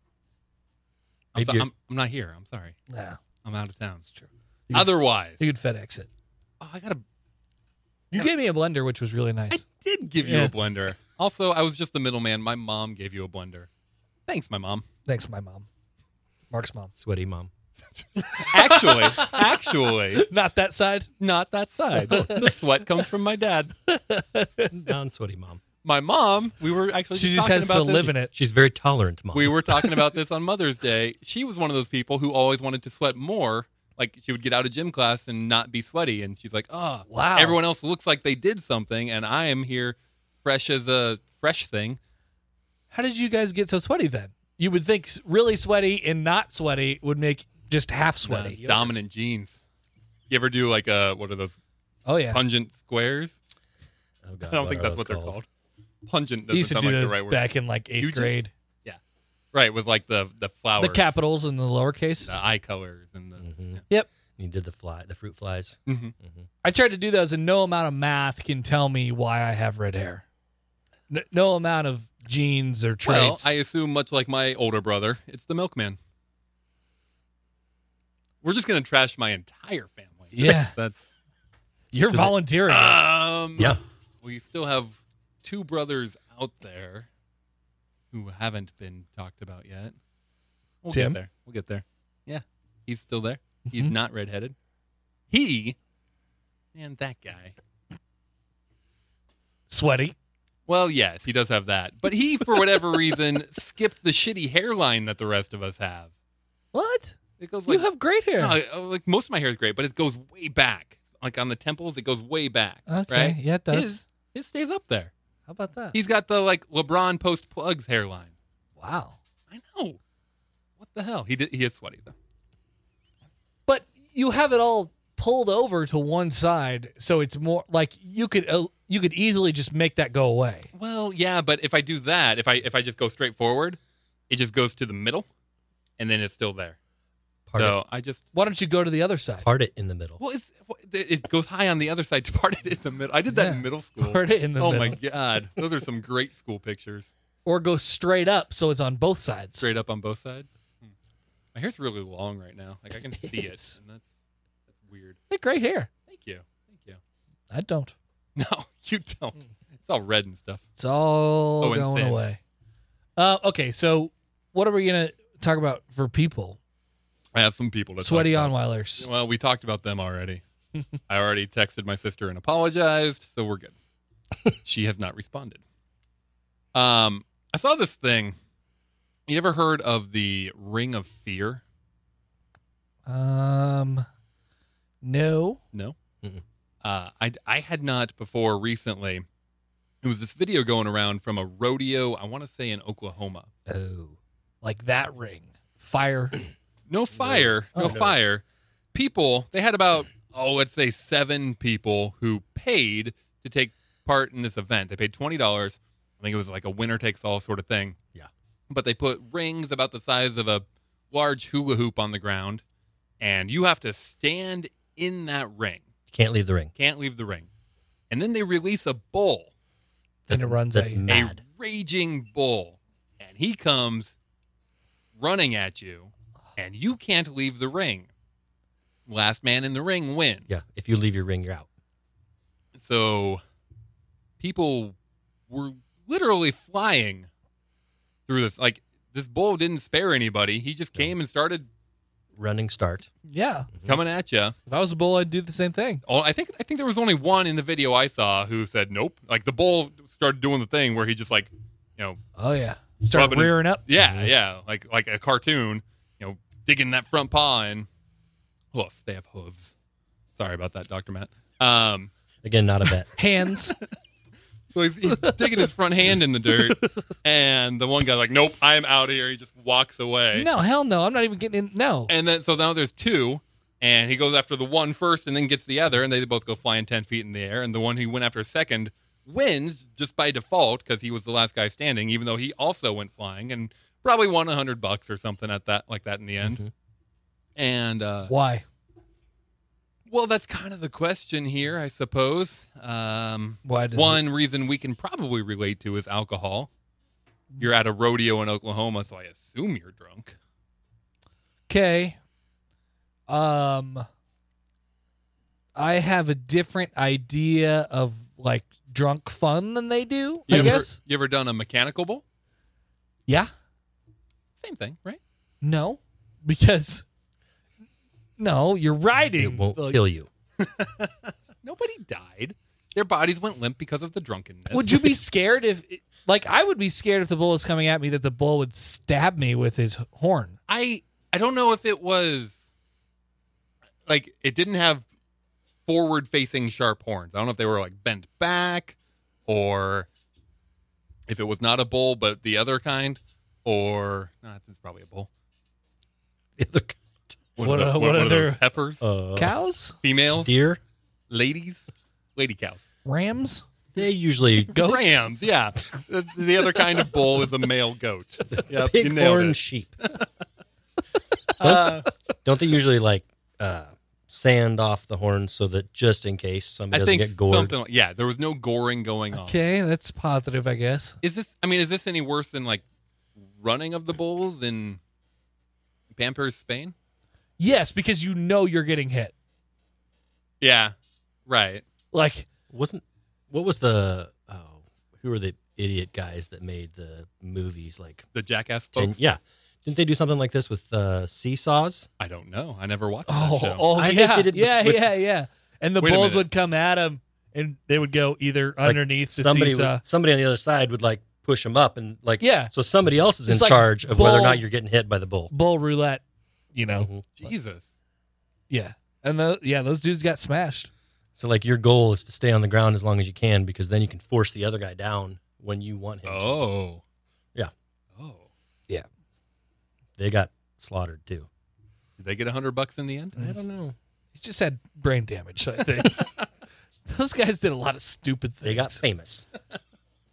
Speaker 4: I'm, so-
Speaker 2: Maybe you're-
Speaker 4: I'm, I'm not here. I'm sorry.
Speaker 3: Yeah,
Speaker 4: I'm out of town.
Speaker 3: it's true. You could-
Speaker 4: Otherwise,
Speaker 3: You could FedEx it.
Speaker 4: oh, I gotta.
Speaker 3: You gave me a blender, which was really
Speaker 4: I
Speaker 3: nice.
Speaker 4: did give you
Speaker 3: Yeah.
Speaker 4: a blender. Also, I was just the middleman. My mom gave you a blender. Thanks, my mom.
Speaker 3: Thanks, my mom, Mark's mom.
Speaker 2: sweaty mom
Speaker 4: Actually, actually,
Speaker 3: Not that side.
Speaker 4: not that side. The sweat comes from my dad.
Speaker 2: non-sweaty mom
Speaker 4: My mom. We were actually
Speaker 3: She
Speaker 4: just
Speaker 3: just
Speaker 4: talking
Speaker 3: has
Speaker 4: about
Speaker 3: to
Speaker 4: this.
Speaker 3: live in it.
Speaker 2: she's very tolerant mom
Speaker 4: We were talking about this on Mother's Day. She was one of those people who always wanted to sweat more. Like she would get out of gym class and not be sweaty, and she's like, "Oh,
Speaker 3: Wow.
Speaker 4: everyone else looks like they did something, and I am here, fresh as a fresh thing."
Speaker 3: How did you guys get so sweaty then? You would think s- really sweaty and not sweaty would make just half sweaty.
Speaker 4: Uh, dominant genes. You ever do like uh what are those
Speaker 3: Oh yeah.
Speaker 4: pungent squares?
Speaker 2: oh god
Speaker 4: I don't
Speaker 2: what
Speaker 4: think
Speaker 2: are
Speaker 4: that's
Speaker 2: those
Speaker 4: what they're called. Pungent
Speaker 3: You
Speaker 4: doesn't
Speaker 3: used to
Speaker 4: sound
Speaker 3: do
Speaker 4: like
Speaker 3: those
Speaker 4: the right word.
Speaker 3: back in like eighth
Speaker 4: You just-
Speaker 3: grade.
Speaker 4: Right, with like the the flowers,
Speaker 3: The capitals and the lowercase.
Speaker 4: the eye colors, and the
Speaker 3: Mm-hmm.
Speaker 2: Mhm.
Speaker 4: yeah.
Speaker 2: you did the fly the fruit flies
Speaker 4: Mhm.
Speaker 3: I tried to do those, and no amount of math can tell me why I have red hair. No, no amount of genes or
Speaker 4: Well,
Speaker 3: traits.
Speaker 4: I assume much like my older brother, it's the milkman. We're just gonna trash my entire family.
Speaker 3: Yeah.
Speaker 4: that's,
Speaker 3: You're volunteering.
Speaker 4: that's um.
Speaker 2: yeah
Speaker 4: we still have two brothers out there who haven't been talked about yet. We'll
Speaker 3: Tim? Mm-hmm.
Speaker 4: get there. We'll get there. Yeah, he's still there. He's not redheaded. He and that guy.
Speaker 3: Sweaty.
Speaker 4: Well, yes, he does have that, but he, for whatever reason, skipped the shitty hairline that the rest of us have.
Speaker 3: What?
Speaker 4: It goes
Speaker 3: You
Speaker 4: like
Speaker 3: have great hair.
Speaker 4: No, I- like most of my hair is great, but it goes way back. Like on the temples, it goes way back.
Speaker 3: Okay,
Speaker 4: right?
Speaker 3: yeah, it does.
Speaker 4: His, his stays up there.
Speaker 3: How about that?
Speaker 4: He's got the like LeBron post plugs hairline.
Speaker 3: wow.
Speaker 4: I know. What the hell? He did, he is sweaty though.
Speaker 3: But you have it all pulled over to one side, so it's more like you could uh, you could easily just make that go away.
Speaker 4: Well, yeah, but if I do that, if I if I just go straight forward, it just goes to the middle, and then it's still there.
Speaker 2: part,
Speaker 4: so
Speaker 2: it,
Speaker 4: I just
Speaker 3: Why don't you go to the other side?
Speaker 2: part it in the middle
Speaker 4: well, it's it goes high on the other side to part it in the middle. I did that
Speaker 3: Yeah.
Speaker 4: in middle school.
Speaker 3: Part it in the
Speaker 4: oh
Speaker 3: middle,
Speaker 4: my god, those are some great school pictures.
Speaker 3: or go straight up so it's on both sides.
Speaker 4: Straight up on both sides. Hmm. My hair's really long right now. Like I can see it,
Speaker 3: It's-
Speaker 4: and that's that's weird.
Speaker 3: Hey, great hair.
Speaker 4: Thank you, thank you.
Speaker 3: I don't.
Speaker 4: No, you don't. It's all red and stuff.
Speaker 3: It's all
Speaker 4: Oh, and
Speaker 3: going
Speaker 4: thin.
Speaker 3: away. Uh, okay, so what are we gonna talk about for people?
Speaker 4: I have some people to talk
Speaker 3: Sweaty
Speaker 4: about.
Speaker 3: onweilers.
Speaker 4: Well, we talked about them already. I already texted my sister and apologized, so we're good. she has not responded. Um, I saw this thing. You ever heard of the Ring of Fear?
Speaker 3: Um, no.
Speaker 4: No.
Speaker 2: Mm-mm.
Speaker 4: Uh, I I had not before recently. It was this video going around from a rodeo, I want to say in Oklahoma.
Speaker 2: Oh.
Speaker 3: Like that ring. Fire.
Speaker 4: No fire, no
Speaker 2: Oh.
Speaker 4: fire. People, they had about, oh, let's say seven people who paid to take part in this event. They paid $20. I think it was like a winner takes all sort of thing.
Speaker 2: Yeah.
Speaker 4: But they put rings about the size of a large hula hoop on the ground, and you have to stand in that ring.
Speaker 2: Can't leave the ring.
Speaker 4: Can't leave the ring. And then they release a bull.
Speaker 3: And it runs
Speaker 2: that's
Speaker 3: at you.
Speaker 2: mad.
Speaker 4: a raging bull, and he comes running at you, and you can't leave the ring. Last man in the ring wins.
Speaker 2: Yeah. If you leave your ring, you're out.
Speaker 4: So people were literally flying through this. Like this bull didn't spare anybody. He just came and started
Speaker 2: Running start.
Speaker 3: Yeah.
Speaker 2: Mm-hmm.
Speaker 4: coming at you.
Speaker 3: If I was a bull, I'd do the same thing.
Speaker 4: Oh, I think I think there was only one in the video I saw who said nope. Like the bull started doing the thing where he just like, you know,
Speaker 3: Oh yeah. Start
Speaker 4: Rubbing his-
Speaker 3: rearing up.
Speaker 4: Yeah, yeah, like like a cartoon, you know, digging that front paw in. Hoof, they have hooves. Sorry about that, Doctor Matt. Um,
Speaker 2: Again, not a bet.
Speaker 3: Hands.
Speaker 4: so he's, he's digging his front hand in the dirt, and the one guy's like, "Nope, I'm out of here." He just walks away,
Speaker 3: no, hell no. I'm not even getting in. No.
Speaker 4: and then so now there's two, and he goes after the one first, and then gets the other, and they both go flying ten feet in the air, and the one who went after second wins just by default because he was the last guy standing, even though he also went flying and probably won a hundred bucks or something at that like that in the
Speaker 3: Mm-hmm.
Speaker 4: end. And uh,
Speaker 3: Why?
Speaker 4: well, that's kind of the question here, I suppose. Um,
Speaker 3: Why does
Speaker 4: one reason we can probably relate to is alcohol. You're at a rodeo in Oklahoma, so I assume you're drunk.
Speaker 3: Okay. Um I have a different idea of like drunk fun than they do, I
Speaker 4: You ever,
Speaker 3: guess.
Speaker 4: You ever done a mechanical bull?
Speaker 3: Yeah.
Speaker 4: Same thing, right?
Speaker 3: No. Because no, you're riding.
Speaker 2: It won't
Speaker 3: Like,
Speaker 2: kill you.
Speaker 4: Nobody died. Their bodies went limp because of the drunkenness.
Speaker 3: Would you be scared if like I would be scared if the bull was coming at me that the bull would stab me with his horn.
Speaker 4: I I don't know if it was like it didn't have forward facing sharp horns. I don't know if they were like bent back or if it was not a bull but the other kind or no, I think it's probably a bull.
Speaker 2: The other guy-
Speaker 3: What
Speaker 4: are
Speaker 3: are-
Speaker 4: tho-
Speaker 3: what are
Speaker 4: are those
Speaker 3: their-
Speaker 4: heifers?
Speaker 2: Uh,
Speaker 3: Cows?
Speaker 4: Females,
Speaker 2: Steer.
Speaker 4: ladies, lady cows,
Speaker 3: Rams?
Speaker 2: They usually goats.
Speaker 4: rams. Yeah, the, the other kind of bull is a male goat. Yep, you
Speaker 2: Big
Speaker 4: nailed
Speaker 2: horn
Speaker 4: it. Uh,
Speaker 2: sheep. don't, don't they usually like uh, sand off the horn so that just in case somebody
Speaker 4: I
Speaker 2: doesn't
Speaker 4: think
Speaker 2: get gored?
Speaker 4: something. Like, yeah, there was no goring going on.
Speaker 3: Okay, that's positive, I guess.
Speaker 4: Is this? I mean, is this any worse than like running of the bulls in Pampers, Spain?
Speaker 3: Yes, because you know you're getting hit.
Speaker 4: Yeah, right.
Speaker 3: Like
Speaker 2: Wasn't what was the oh who were the idiot guys that made the movies like
Speaker 4: The jackass
Speaker 2: ten-
Speaker 4: folks.
Speaker 2: yeah didn't they do something like this with uh, seesaws?
Speaker 4: I don't know. I never watched
Speaker 3: Oh,
Speaker 4: that show.
Speaker 3: oh
Speaker 2: I think
Speaker 3: yeah,
Speaker 2: they did
Speaker 3: yeah,
Speaker 2: with-
Speaker 3: yeah, yeah. And the
Speaker 4: Wait a
Speaker 3: bulls
Speaker 4: minute.
Speaker 3: would come at him, and they would go either
Speaker 2: Like,
Speaker 3: underneath uh, the
Speaker 2: somebody
Speaker 3: seesaw.
Speaker 2: would- somebody on the other side would like push them up and like
Speaker 3: Yeah.
Speaker 2: so somebody else is
Speaker 3: It's
Speaker 2: in
Speaker 3: like
Speaker 2: charge of whether or
Speaker 3: bull-
Speaker 2: not you're getting hit by the bull.
Speaker 3: Bull roulette, you know.
Speaker 2: Mhm.
Speaker 4: Jesus.
Speaker 3: Yeah, and the, yeah, those dudes got smashed.
Speaker 2: So like your goal is to stay on the ground as long as you can because then you can force the other guy down when you want him. to.
Speaker 4: Oh,
Speaker 2: Yeah.
Speaker 4: Oh,
Speaker 2: They got slaughtered too.
Speaker 4: did they get a hundred bucks in the end?
Speaker 3: I
Speaker 2: don't know.
Speaker 3: He just had brain damage. I think those guys did a lot of stupid things.
Speaker 2: They got famous.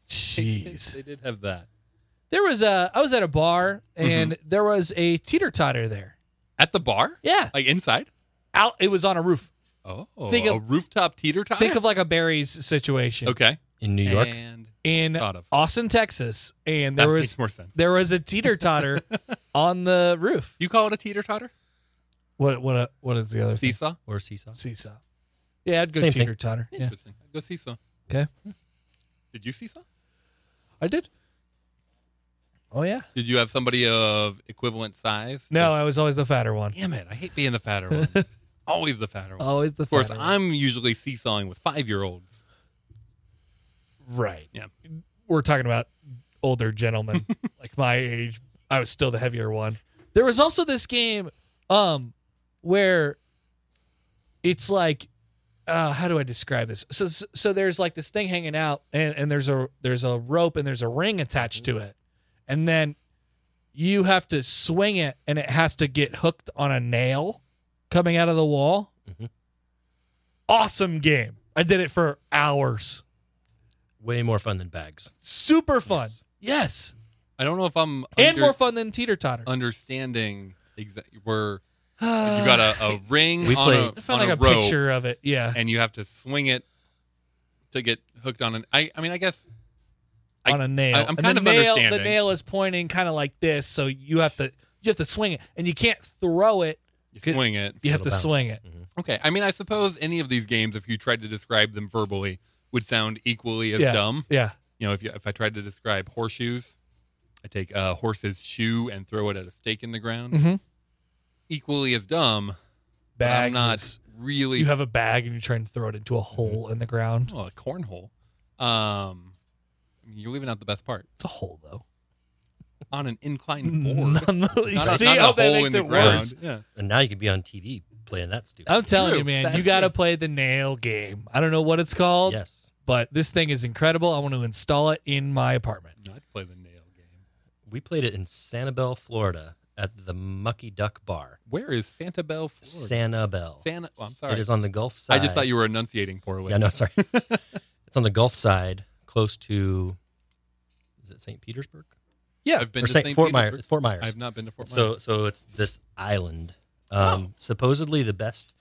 Speaker 3: jeez.
Speaker 4: they did have that
Speaker 3: There was a. I was at a bar, and there was a teeter totter there.
Speaker 4: at the bar,
Speaker 3: Yeah,
Speaker 4: like inside.
Speaker 3: out. It was on a roof.
Speaker 4: Oh,
Speaker 3: Think
Speaker 4: a
Speaker 3: of-
Speaker 4: rooftop teeter totter.
Speaker 3: Think of like a Barry's situation
Speaker 4: okay,
Speaker 2: In New York,
Speaker 4: And
Speaker 3: in
Speaker 4: thought of.
Speaker 3: Austin, Texas, and
Speaker 4: That
Speaker 3: there
Speaker 4: makes
Speaker 3: was
Speaker 4: more sense.
Speaker 3: there was a teeter totter on the roof.
Speaker 4: you call it a teeter totter?
Speaker 3: What what what is the other thing?
Speaker 4: Seesaw.
Speaker 2: or seesaw.
Speaker 3: seesaw? Yeah, I'd go
Speaker 2: Same thing.
Speaker 3: teeter totter. Yeah,
Speaker 4: Interesting. Go seesaw.
Speaker 3: Okay.
Speaker 4: Did you seesaw?
Speaker 3: I did. Oh yeah.
Speaker 4: Did you have somebody of equivalent size?
Speaker 3: No, I was always the fatter one.
Speaker 4: Damn it. I hate being the fatter one. Always the fatter one.
Speaker 3: Always the
Speaker 4: of course,
Speaker 3: fatter one.
Speaker 4: I'm usually seesawing with five year olds.
Speaker 3: right.
Speaker 4: Yeah.
Speaker 3: We're talking about older gentlemen like my age. I was still the heavier one. There was also this game um where it's like uh, how do I describe this? So so there's like this thing hanging out, and, and there's a there's a rope and there's a ring attached to it, and then you have to swing it, and it has to get hooked on a nail coming out of the wall.
Speaker 2: Mhm.
Speaker 3: Awesome game. I did it for hours.
Speaker 2: Way more fun than bags.
Speaker 3: Super fun. Yes.
Speaker 2: Yes.
Speaker 4: I don't know if I'm
Speaker 3: And
Speaker 4: under-
Speaker 3: more fun than teeter totter.
Speaker 4: understanding exactly where
Speaker 3: Uh,
Speaker 4: you got a, a ring
Speaker 2: We
Speaker 4: on
Speaker 2: played-
Speaker 3: I
Speaker 4: a,
Speaker 3: found
Speaker 4: on
Speaker 3: like a,
Speaker 4: a rope,
Speaker 3: picture of it. Yeah.
Speaker 4: and you have to swing it to get hooked on an. I I mean I guess I-
Speaker 3: on a nail.
Speaker 4: I- I'm
Speaker 3: And
Speaker 4: kind
Speaker 3: the
Speaker 4: of
Speaker 3: nail, The
Speaker 4: understanding.
Speaker 3: nail is pointing kind of like this, so you have to you have to swing it, and you can't throw it.
Speaker 4: you
Speaker 3: Good.
Speaker 4: swing it.
Speaker 3: You have to
Speaker 2: It'll bounce.
Speaker 3: swing it.
Speaker 2: Mhm.
Speaker 4: Okay, I mean I suppose any of these games, if you tried to describe them verbally, would sound equally as
Speaker 3: Yeah.
Speaker 4: dumb.
Speaker 3: Yeah,
Speaker 4: You know, if you, if I tried to describe horseshoes, I take a horse's shoe and throw it at a stake in the ground.
Speaker 3: Mhm.
Speaker 4: Equally as dumb. but
Speaker 3: bags.
Speaker 4: I'm not
Speaker 3: is-
Speaker 4: really
Speaker 3: you have a bag, and you're trying to throw it into a hole in the ground.
Speaker 4: oh, a cornhole. Um, I mean, you're leaving out the best part.
Speaker 3: It's a hole, though.
Speaker 4: On an inclined board.
Speaker 3: None the, you
Speaker 4: Not a-
Speaker 3: see
Speaker 4: not a
Speaker 3: how that
Speaker 4: hole
Speaker 3: makes
Speaker 4: in
Speaker 3: it
Speaker 4: the ground.
Speaker 3: worse.
Speaker 4: Yeah.
Speaker 2: And now you can be on TV playing that stupid.
Speaker 3: I'm telling
Speaker 4: True.
Speaker 3: you, man,
Speaker 4: That's
Speaker 3: you got to
Speaker 4: true.
Speaker 3: play the nail game. I don't know what it's called,
Speaker 2: yes.
Speaker 3: but this thing is incredible. I want to install it in my apartment.
Speaker 4: No, I'd play the nail game.
Speaker 2: We played it in Sanibel, Florida at the Mucky Duck Bar.
Speaker 4: Where is Santa Bell, Florida?
Speaker 2: Sanibel.
Speaker 4: Santa. oh, I'm sorry.
Speaker 2: It is on the Gulf side.
Speaker 4: I just thought you were enunciating poorly.
Speaker 2: Yeah, no, sorry. it's on the Gulf side, close to. Is it St. Petersburg?
Speaker 3: Yeah,
Speaker 4: I've been
Speaker 2: or
Speaker 4: to
Speaker 2: St.
Speaker 4: St.
Speaker 2: Fort Myers?
Speaker 4: Petersburg.
Speaker 2: It's Fort Myers.
Speaker 4: I've not been to Fort Myers. Oh.
Speaker 2: so, so it's this island. Um, Supposedly the best.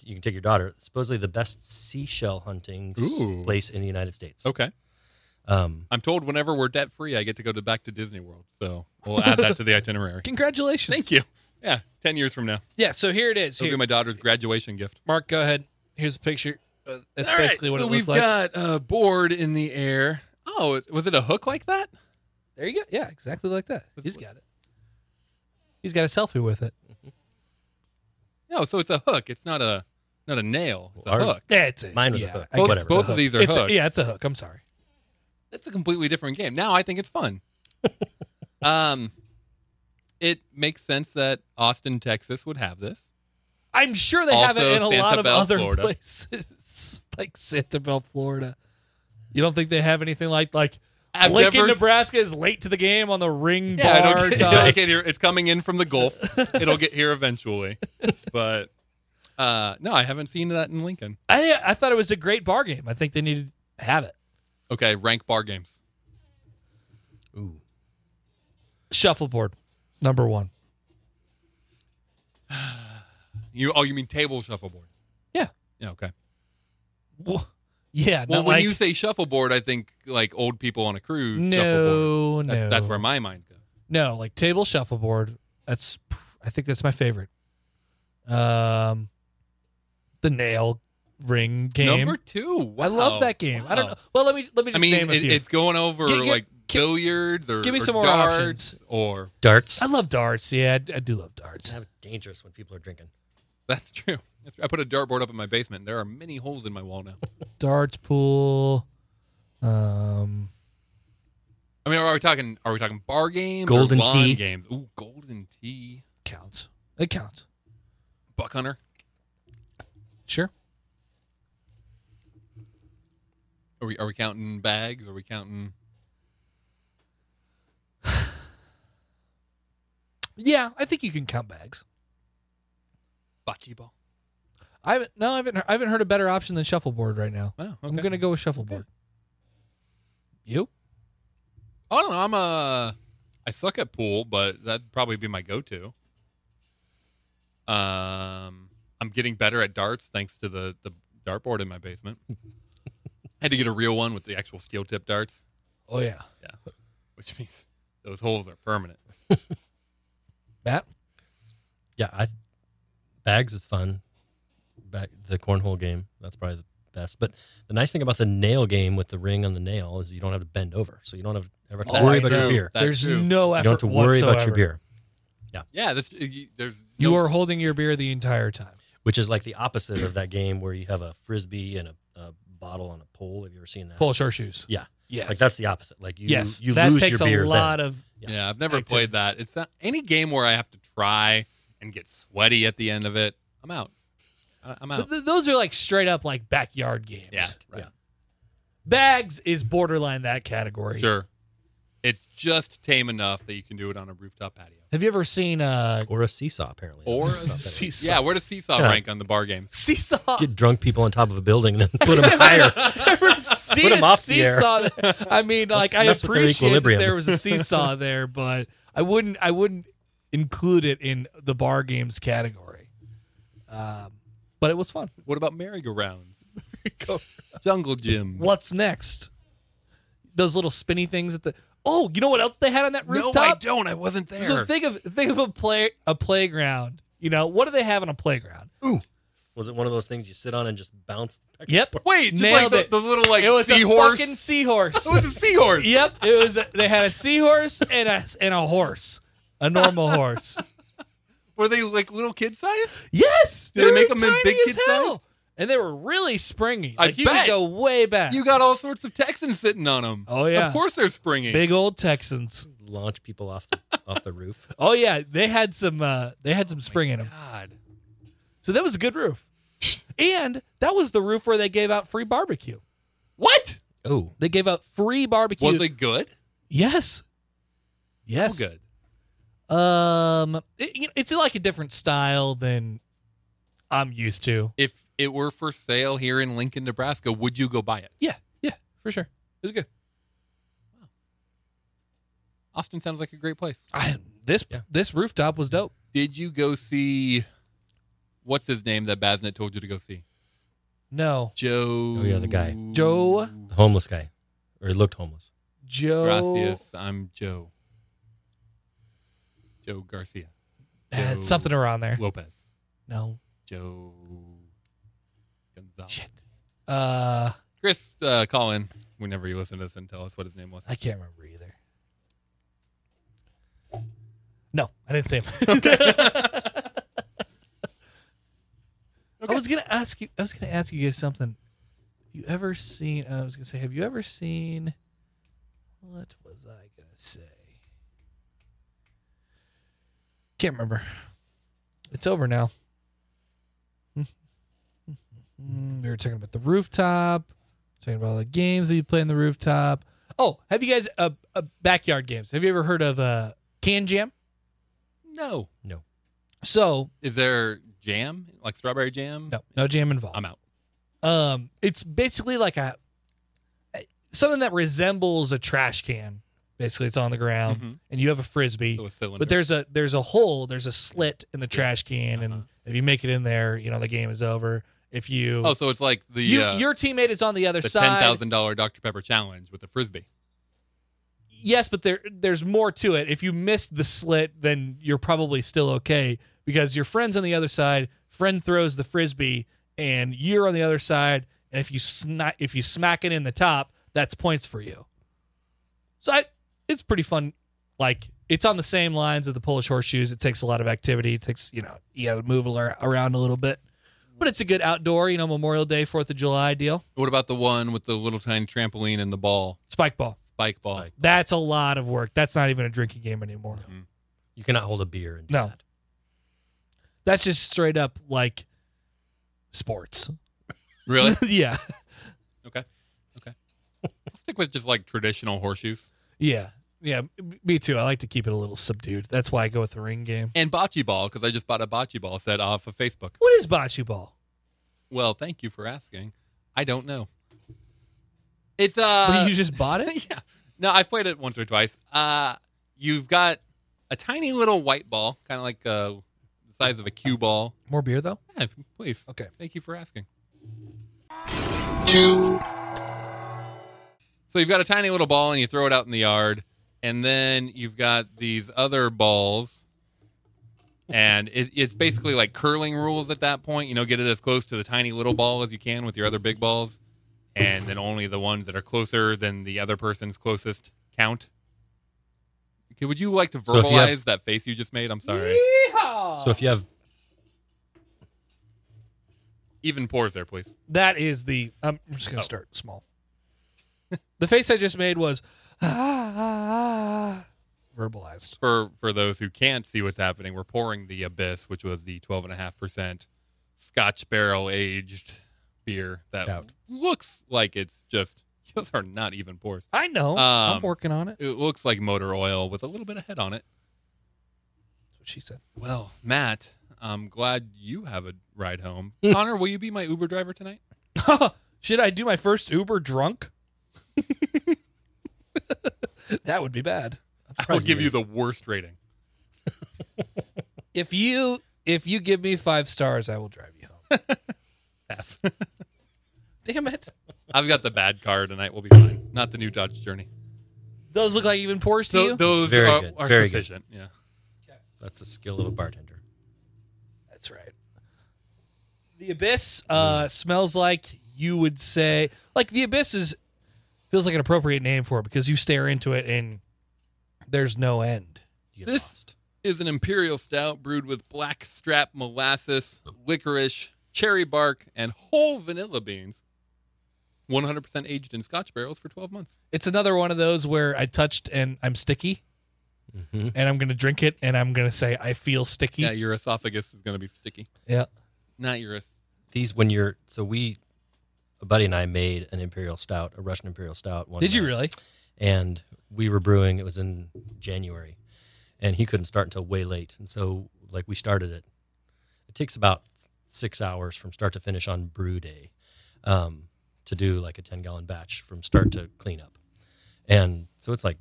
Speaker 2: You can take your daughter. Supposedly the best seashell hunting s-
Speaker 4: Ooh. Oh.
Speaker 2: place in the United States.
Speaker 4: okay.
Speaker 2: Um,
Speaker 4: I'm told whenever we're debt free, I get to go to back to Disney World. So we'll add that to the itinerary.
Speaker 3: congratulations.
Speaker 4: Thank you. Yeah, ten years from now,
Speaker 3: Yeah, so here it is.
Speaker 4: it'll be
Speaker 3: Here,
Speaker 4: my daughter's graduation gift.
Speaker 3: Mark, go ahead. Here's a picture. Uh, that's
Speaker 4: All right,
Speaker 3: basically what
Speaker 4: so
Speaker 3: it
Speaker 4: we've
Speaker 3: looked like.
Speaker 4: got a board in the air. Oh, it- was it a hook like that?
Speaker 3: There you go. Yeah, exactly like that.
Speaker 4: That's
Speaker 3: He's
Speaker 4: what-
Speaker 3: got it. He's got a selfie with it.
Speaker 4: No, so it's a hook. It's not a not a nail. It's a
Speaker 2: Ours-
Speaker 4: hook.
Speaker 3: Yeah, it's a,
Speaker 2: Mine was a
Speaker 3: yeah,
Speaker 2: hook.
Speaker 3: I guess
Speaker 2: Both-
Speaker 3: it's a
Speaker 4: both of
Speaker 3: hook.
Speaker 4: these are
Speaker 3: It's a-
Speaker 4: hooks.
Speaker 3: yeah, it's a hook. I'm sorry.
Speaker 4: That's a completely different game. Now I think it's fun. um, it makes sense that Austin, Texas, would have this.
Speaker 3: I'm sure they have it
Speaker 4: Also,
Speaker 3: in a lot of
Speaker 4: Sanibel,
Speaker 3: other
Speaker 4: Florida.
Speaker 3: places, like Sanibel, Florida. You don't think they have anything like like
Speaker 4: I've
Speaker 3: Lincoln,
Speaker 4: never s-
Speaker 3: Nebraska is late to the game on the ring
Speaker 4: Yeah,
Speaker 3: bar
Speaker 4: it'll get, it'll
Speaker 3: toss.
Speaker 4: get here. It's coming in from the Gulf. it'll get here eventually. But uh, no, I haven't seen that in Lincoln.
Speaker 3: I I thought it was a great bar game. I think they needed to have it.
Speaker 4: Okay, rank bar games.
Speaker 2: ooh,
Speaker 3: Shuffleboard, number one.
Speaker 4: You oh, you mean table shuffleboard?
Speaker 3: Yeah.
Speaker 4: Yeah. Okay.
Speaker 3: Wha- Yeah.
Speaker 4: Well,
Speaker 3: not
Speaker 4: when
Speaker 3: like-
Speaker 4: you say shuffleboard, I think like old people on a cruise.
Speaker 3: no,
Speaker 4: shuffleboard.
Speaker 3: no,
Speaker 4: That's, that's where my mind goes.
Speaker 3: No, like table shuffleboard. That's I think that's my favorite. Um, the nail ring game.
Speaker 4: Number two.
Speaker 3: I love
Speaker 4: Wow.
Speaker 3: that game. I don't
Speaker 4: Wow.
Speaker 3: know. Well, let me let me
Speaker 4: I
Speaker 3: just
Speaker 4: mean,
Speaker 3: name a
Speaker 4: it,
Speaker 3: few.
Speaker 4: it's going over
Speaker 3: Gi- gi-
Speaker 4: like
Speaker 3: gi-
Speaker 4: billiards or
Speaker 3: give me
Speaker 4: or
Speaker 3: some more
Speaker 4: darts
Speaker 3: options.
Speaker 4: Or
Speaker 2: darts.
Speaker 3: I love darts. Yeah, I, I do love darts.
Speaker 2: That was dangerous when people are drinking.
Speaker 4: that's true. That's- I put a dartboard up in my basement. There are many holes in my wall now.
Speaker 3: Darts pool. Um,
Speaker 4: I mean, are we talking? Are we talking bar games?
Speaker 2: Golden
Speaker 4: or lawn
Speaker 2: tee.
Speaker 4: games. Ooh, golden tee.
Speaker 3: counts. It counts.
Speaker 4: Buck hunter.
Speaker 3: Sure.
Speaker 4: Are we? Are we counting bags? Are we counting?
Speaker 3: Yeah, I think you can count bags.
Speaker 4: Bocce ball.
Speaker 3: I haven't. No, I haven't. I haven't heard a better option than shuffleboard right now.
Speaker 4: Wow.
Speaker 3: I'm gonna go with shuffleboard. You?
Speaker 4: I don't know. I'm a. I suck at pool, but that'd probably be my go-to. Um, I'm getting better at darts thanks to the the dartboard in my basement. Had to get a real one with the actual steel tip darts,
Speaker 3: Oh yeah,
Speaker 4: which means those holes are permanent.
Speaker 3: Matt.
Speaker 2: Yeah, I bags is fun. Back the cornhole game, that's probably the best. But the nice thing about the nail game with the ring on the nail is you don't have to bend over, so you don't have ever have to
Speaker 4: Oh,
Speaker 2: worry
Speaker 4: that's
Speaker 2: about your
Speaker 4: true.
Speaker 2: beer.
Speaker 4: That's
Speaker 3: There's
Speaker 4: true.
Speaker 3: no
Speaker 2: You
Speaker 3: effort
Speaker 2: don't have to worry about your
Speaker 3: whatsoever.
Speaker 2: beer,
Speaker 4: Yeah, that's you, there's
Speaker 3: You
Speaker 4: no-
Speaker 3: are holding your beer the entire time.
Speaker 2: which is like the opposite of that game where you have a frisbee and a, a bottle on a pole. Have you ever seen that?
Speaker 3: Pull shoeshoes.
Speaker 2: Yeah.
Speaker 3: Yes.
Speaker 2: Like that's the opposite. Like you,
Speaker 3: yes.
Speaker 2: you
Speaker 3: that
Speaker 2: lose
Speaker 3: takes
Speaker 2: your beer.
Speaker 3: a
Speaker 2: then.
Speaker 3: lot of.
Speaker 4: Yeah, I've never
Speaker 3: Active.
Speaker 4: played that. It's not any game where I have to try and get sweaty at the end of it. I'm out. I- I'm
Speaker 3: Th-
Speaker 4: out.
Speaker 3: th- those are like straight up like backyard games.
Speaker 4: Yeah, right.
Speaker 3: Bags is borderline that category.
Speaker 4: Sure. It's just tame enough that you can do it on a rooftop patio.
Speaker 3: Have you ever seen uh
Speaker 2: or a seesaw apparently.
Speaker 4: Or
Speaker 2: Not
Speaker 4: a
Speaker 2: that-
Speaker 3: seesaw?
Speaker 4: Yeah, where does Seesaw
Speaker 2: Yeah.
Speaker 4: rank on the bar games?
Speaker 3: seesaw.
Speaker 2: Get drunk people on top of a building and then put them higher.
Speaker 3: ever seen
Speaker 2: Put 'em
Speaker 3: a
Speaker 2: off the air.
Speaker 3: seesaw? that- I mean, like
Speaker 2: Let's
Speaker 3: I
Speaker 2: mess with their
Speaker 3: appreciate that
Speaker 2: equilibrium.
Speaker 3: there was a seesaw there, but I wouldn't. I wouldn't include it in the bar games category. Um, but it was fun.
Speaker 4: What about merry-go-rounds? Jungle gyms?
Speaker 3: What's next? Those little spinny things at the. Oh, you know what else they had on that
Speaker 4: No,
Speaker 3: rooftop?
Speaker 4: I don't. I wasn't there.
Speaker 3: So think of think of a play a playground. You know what do they have on a playground?
Speaker 2: Was it one of those things you sit on and just bounce? back and
Speaker 3: Yep.
Speaker 2: forth?
Speaker 4: Wait, just
Speaker 3: Nailed
Speaker 4: like
Speaker 3: it.
Speaker 4: the, those little like
Speaker 3: it was
Speaker 4: seahorse.
Speaker 3: a fucking
Speaker 4: It
Speaker 3: seahorse.
Speaker 4: was a seahorse.
Speaker 3: yep, it was. A, they had a seahorse and a and a horse, a normal horse.
Speaker 4: Were they like little kid size?
Speaker 3: Yes,
Speaker 4: Did they make
Speaker 3: were
Speaker 4: 'em in
Speaker 3: tiny
Speaker 4: big
Speaker 3: as
Speaker 4: kid
Speaker 3: hell.
Speaker 4: size?
Speaker 3: And they were really springy.
Speaker 4: I
Speaker 3: Like you
Speaker 4: bet.
Speaker 3: could go way back.
Speaker 4: You got all sorts of Texans sitting on them.
Speaker 3: Oh, yeah.
Speaker 4: Of course they're springy.
Speaker 3: big old Texans.
Speaker 2: Launch people off the, off the roof.
Speaker 3: Oh yeah, they had some. Uh, they had some spring in them.
Speaker 4: God.
Speaker 3: So that was a good roof. and that was the roof where they gave out free barbecue.
Speaker 4: What?
Speaker 2: Oh,
Speaker 3: They gave out free barbecue.
Speaker 4: Was it good?
Speaker 3: Yes. Yes.
Speaker 4: Oh, good.
Speaker 3: Um, it, you know, it's like a different style than I'm used to.
Speaker 4: If it were for sale here in Lincoln, Nebraska, would you go buy it?
Speaker 3: Yeah, yeah, for sure. It was good.
Speaker 4: Austin sounds like a great place.
Speaker 3: I, this
Speaker 2: Yeah.
Speaker 3: this rooftop was dope.
Speaker 4: Did you go see what's his name that Basnet told you to go see?
Speaker 3: No,
Speaker 4: Joe.
Speaker 2: Oh, yeah, the guy.
Speaker 3: Joe
Speaker 2: the homeless guy, or he looked homeless.
Speaker 3: Joe.
Speaker 4: Gracias. I'm Joe. Joe Garcia.
Speaker 3: Ah, it's something around there.
Speaker 4: Lopez.
Speaker 3: No.
Speaker 4: Joe Gonzalez.
Speaker 3: Shit. Uh,
Speaker 4: Chris, uh, call in whenever you listen to this and tell us what his name was.
Speaker 3: I can't remember either. No, I didn't say him. I was gonna ask you. I was gonna ask you guys something. You ever seen? I was gonna say, have you ever seen? What was I gonna say? Can't remember. It's over now. Mm, we were talking about the rooftop. Talking about all the games that you play on the rooftop. Oh, have you guys uh, uh backyard games? Have you ever heard of uh can jam?
Speaker 4: No.
Speaker 3: So
Speaker 4: Is there jam? Like strawberry jam?
Speaker 3: no, no jam involved.
Speaker 4: I'm out.
Speaker 3: Um, it's basically like a something that resembles a trash can. Basically, it's on the ground,
Speaker 4: Mhm.
Speaker 3: and you have a frisbee.
Speaker 4: So a cylinder.
Speaker 3: But there's a there's a hole, there's a slit in the trash can, and
Speaker 4: Uh-huh.
Speaker 3: if you make it in there, you know the game is over. If you
Speaker 4: oh, so it's like the,
Speaker 3: you
Speaker 4: uh,
Speaker 3: your teammate is on the other
Speaker 4: the
Speaker 3: side,
Speaker 4: $10,000 Dr. Pepper challenge with the frisbee.
Speaker 3: yes, but there there's more to it. If you missed the slit, then you're probably still okay because your friend's on the other side. Friend throws the frisbee, and you're on the other side. And if you sni- if you smack it in the top, that's points for you. So I, it's pretty fun. Like it's on the same lines of the Polish horseshoes. It takes a lot of activity. It takes you know you got to move alar- around a little bit, but it's a good outdoor you know Memorial Day Fourth of July deal.
Speaker 4: What about the one with the little tiny trampoline and the ball?
Speaker 3: Spike ball.
Speaker 4: Spike ball.
Speaker 2: Spike.
Speaker 3: That's a lot of work. That's not even a drinking game anymore.
Speaker 2: You cannot hold a beer and do
Speaker 3: No.
Speaker 2: that.
Speaker 3: That's just straight up like sports.
Speaker 4: Really?
Speaker 3: yeah.
Speaker 4: I'll stick with just like traditional horseshoes.
Speaker 3: Yeah. Yeah. m- Me too. I like to keep it a little subdued. That's why I go with the ring game.
Speaker 4: And bocce ball, because I just bought a bocce ball set off of Facebook.
Speaker 3: What is bocce ball?
Speaker 4: Well, thank you for asking. I don't know. It's uh
Speaker 3: But you just bought it?
Speaker 4: yeah. No, I've played it once or twice. Uh, you've got a tiny little white ball, kind of like uh, the size of a cue ball.
Speaker 3: More beer though?
Speaker 4: Yeah, please.
Speaker 3: Okay.
Speaker 4: Thank you for asking.
Speaker 5: two,
Speaker 4: So you've got a tiny little ball and you throw it out in the yard, and then you've got these other balls, and it, it's basically like curling rules at that point. You know, get it as close to the tiny little ball as you can with your other big balls, and then only the ones that are closer than the other person's closest count. Okay, would you like to
Speaker 2: So if
Speaker 4: verbalize
Speaker 2: you have-
Speaker 4: that face you just made? I'm sorry.
Speaker 2: So if you have
Speaker 4: Even pause there, please.
Speaker 3: That is the I'm I'm just gonna
Speaker 4: Oh.
Speaker 3: start small. the face I just made was "Ah, verbalized.
Speaker 4: For for those who can't see what's happening, we're pouring the abyss, which was the 12.5% Scotch barrel aged beer that
Speaker 2: Stout.
Speaker 4: looks like it's just those are not even pours.
Speaker 3: I know. I'm
Speaker 4: Um,
Speaker 3: working on it.
Speaker 4: It looks like motor oil with a little bit of head on it.
Speaker 3: That's what she said.
Speaker 4: Well, Matt, I'm glad you have a ride home. Connor, will you be my Uber driver tonight?
Speaker 3: Should I do my first Uber drunk? that would be bad.
Speaker 4: I will give you the worst rating.
Speaker 3: If you if you give me five stars, I will drive you home.
Speaker 4: Pass.
Speaker 3: Damn it!
Speaker 4: I've got the bad car tonight. We'll be fine. Not the new Dodge Journey.
Speaker 3: Those look like even pours to
Speaker 4: So
Speaker 3: you.
Speaker 4: those
Speaker 2: Very
Speaker 4: are,
Speaker 2: good.
Speaker 4: are
Speaker 2: Very good.
Speaker 4: sufficient. Yeah.
Speaker 2: That's the skill of a bartender.
Speaker 3: That's right. The abyss uh, smells like you would say like the abyss is feels like an appropriate name for it because you stare into it and there's no end.
Speaker 2: You get
Speaker 4: This-
Speaker 2: lost.
Speaker 4: is an imperial stout brewed with blackstrap molasses, licorice, cherry bark, and whole vanilla beans. 100% aged in Scotch barrels for 12 months.
Speaker 3: It's another one of those where I touched and I'm sticky
Speaker 2: Mm-hmm.
Speaker 3: and I'm gonna drink it and I'm gonna say I feel sticky.
Speaker 4: Yeah, your esophagus is going to be sticky.
Speaker 3: yeah.
Speaker 4: Not your es-
Speaker 2: These when you're so we, a buddy and I made an imperial stout, a Russian imperial stout. One
Speaker 3: Did you
Speaker 2: night.
Speaker 3: really?
Speaker 2: and we were brewing. It was in January, and he couldn't start until way late. And so, like, we started it. It takes about six hours from start to finish on brew day um, to do like a 10 gallon batch from start to clean up. And so it's like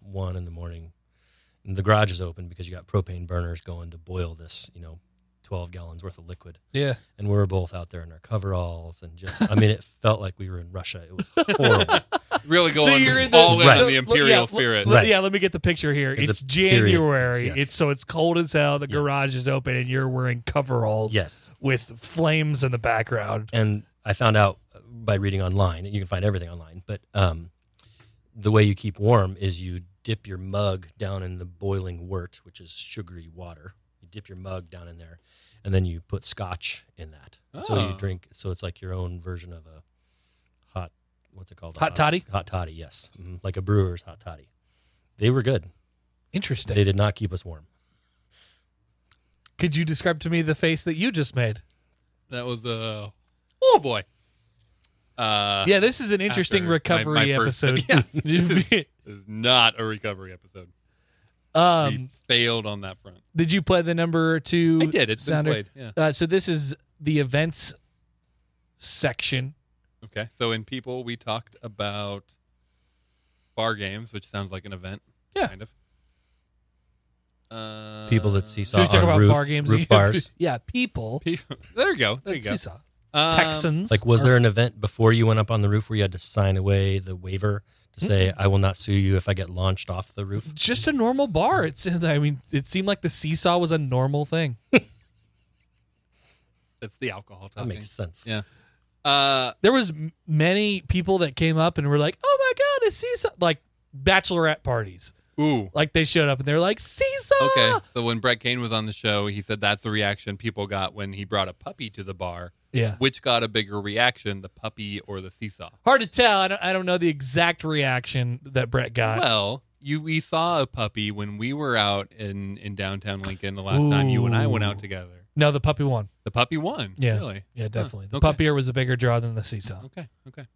Speaker 2: one in the morning. And the garage is open because you got propane burners going to boil this, you know, 12 gallons worth of liquid
Speaker 3: Yeah.
Speaker 2: and we were both out there in our coveralls and just I mean it felt like we were in Russia. It was horrible.
Speaker 4: Really going
Speaker 3: you're in the-
Speaker 4: all in
Speaker 2: Right.
Speaker 4: on the imperial
Speaker 3: yeah,
Speaker 4: spirit.
Speaker 3: Let-
Speaker 2: Right.
Speaker 3: Yeah, let me get the picture here.
Speaker 2: It's a
Speaker 3: It's,
Speaker 2: period piece,
Speaker 3: January.
Speaker 2: yes.
Speaker 3: It's so it's cold as hell. The
Speaker 2: Yes.
Speaker 3: garage is open and you're wearing coveralls
Speaker 2: yes.
Speaker 3: with flames in the background.
Speaker 2: And I found out by reading online, and you can find everything online, but um, the way you keep warm is you dip your mug down in the boiling wort, which is sugary water. You dip your mug down in there and then you put scotch in that. So you
Speaker 4: Oh.
Speaker 2: drink so it's like your own version of a hot what's it called? A
Speaker 3: Hot toddy?
Speaker 2: Hot toddy, yes. Mhm. Like a brewer's hot toddy. They were good.
Speaker 3: Interesting.
Speaker 2: They did not keep us warm.
Speaker 3: Could you describe to me the face that you just made?
Speaker 4: That was uh, oh boy. Uh,
Speaker 3: yeah, this is an interesting
Speaker 4: after my-
Speaker 3: recovery
Speaker 4: my first-
Speaker 3: episode. Yeah.
Speaker 4: This is not a recovery episode. we
Speaker 3: um,
Speaker 4: failed on that front.
Speaker 3: did you play the number two?
Speaker 4: I did. It's been
Speaker 3: sounder?
Speaker 4: played. Yeah.
Speaker 3: Uh, so this is the events section.
Speaker 4: Okay. So in people, we talked about bar games, which sounds like an event.
Speaker 3: Yeah.
Speaker 4: Kind of. Uh,
Speaker 2: people that see
Speaker 3: So
Speaker 2: saw
Speaker 3: we talk
Speaker 2: on
Speaker 3: about
Speaker 2: roof,
Speaker 3: bar games.
Speaker 2: roof bars.
Speaker 3: yeah, people.
Speaker 4: People, there you go. There you go.
Speaker 3: Let's see, saw.
Speaker 4: Um,
Speaker 3: Texans.
Speaker 2: Like, was
Speaker 3: are-
Speaker 2: there an event before you went up on the roof where you had to sign away the waiver to say,
Speaker 3: Mm-hmm.
Speaker 2: "I will not sue you if I get launched off the roof"?
Speaker 3: just a normal bar? It's. I mean, it seemed like the seesaw was a normal thing.
Speaker 4: That's the alcohol
Speaker 2: That
Speaker 4: talking.
Speaker 2: makes sense.
Speaker 4: Yeah. Uh,
Speaker 3: There was m- many people that came up and were like, "Oh my god, a seesaw!" Like bachelorette parties.
Speaker 4: ooh.
Speaker 3: Like they showed up and they were like, "Seesaw."
Speaker 4: Okay.
Speaker 2: Ah!
Speaker 4: So when Brett Kane was on the show, he said that's the reaction people got when he brought a puppy to the bar.
Speaker 3: Yeah.
Speaker 4: Which got a bigger reaction, the puppy or the seesaw?
Speaker 3: Hard to tell. I don't, I don't know the exact reaction that Brett
Speaker 2: Uh,
Speaker 3: got.
Speaker 4: Well, you we saw a puppy when we were out in in downtown Lincoln the last time you and I went out
Speaker 3: Ooh.
Speaker 4: together.
Speaker 3: no, the puppy won.
Speaker 4: The puppy won.
Speaker 3: Yeah.
Speaker 4: Really?
Speaker 3: Yeah, definitely. The
Speaker 4: okay.
Speaker 3: puppy ear was a bigger draw than the seesaw.
Speaker 4: Okay. Okay.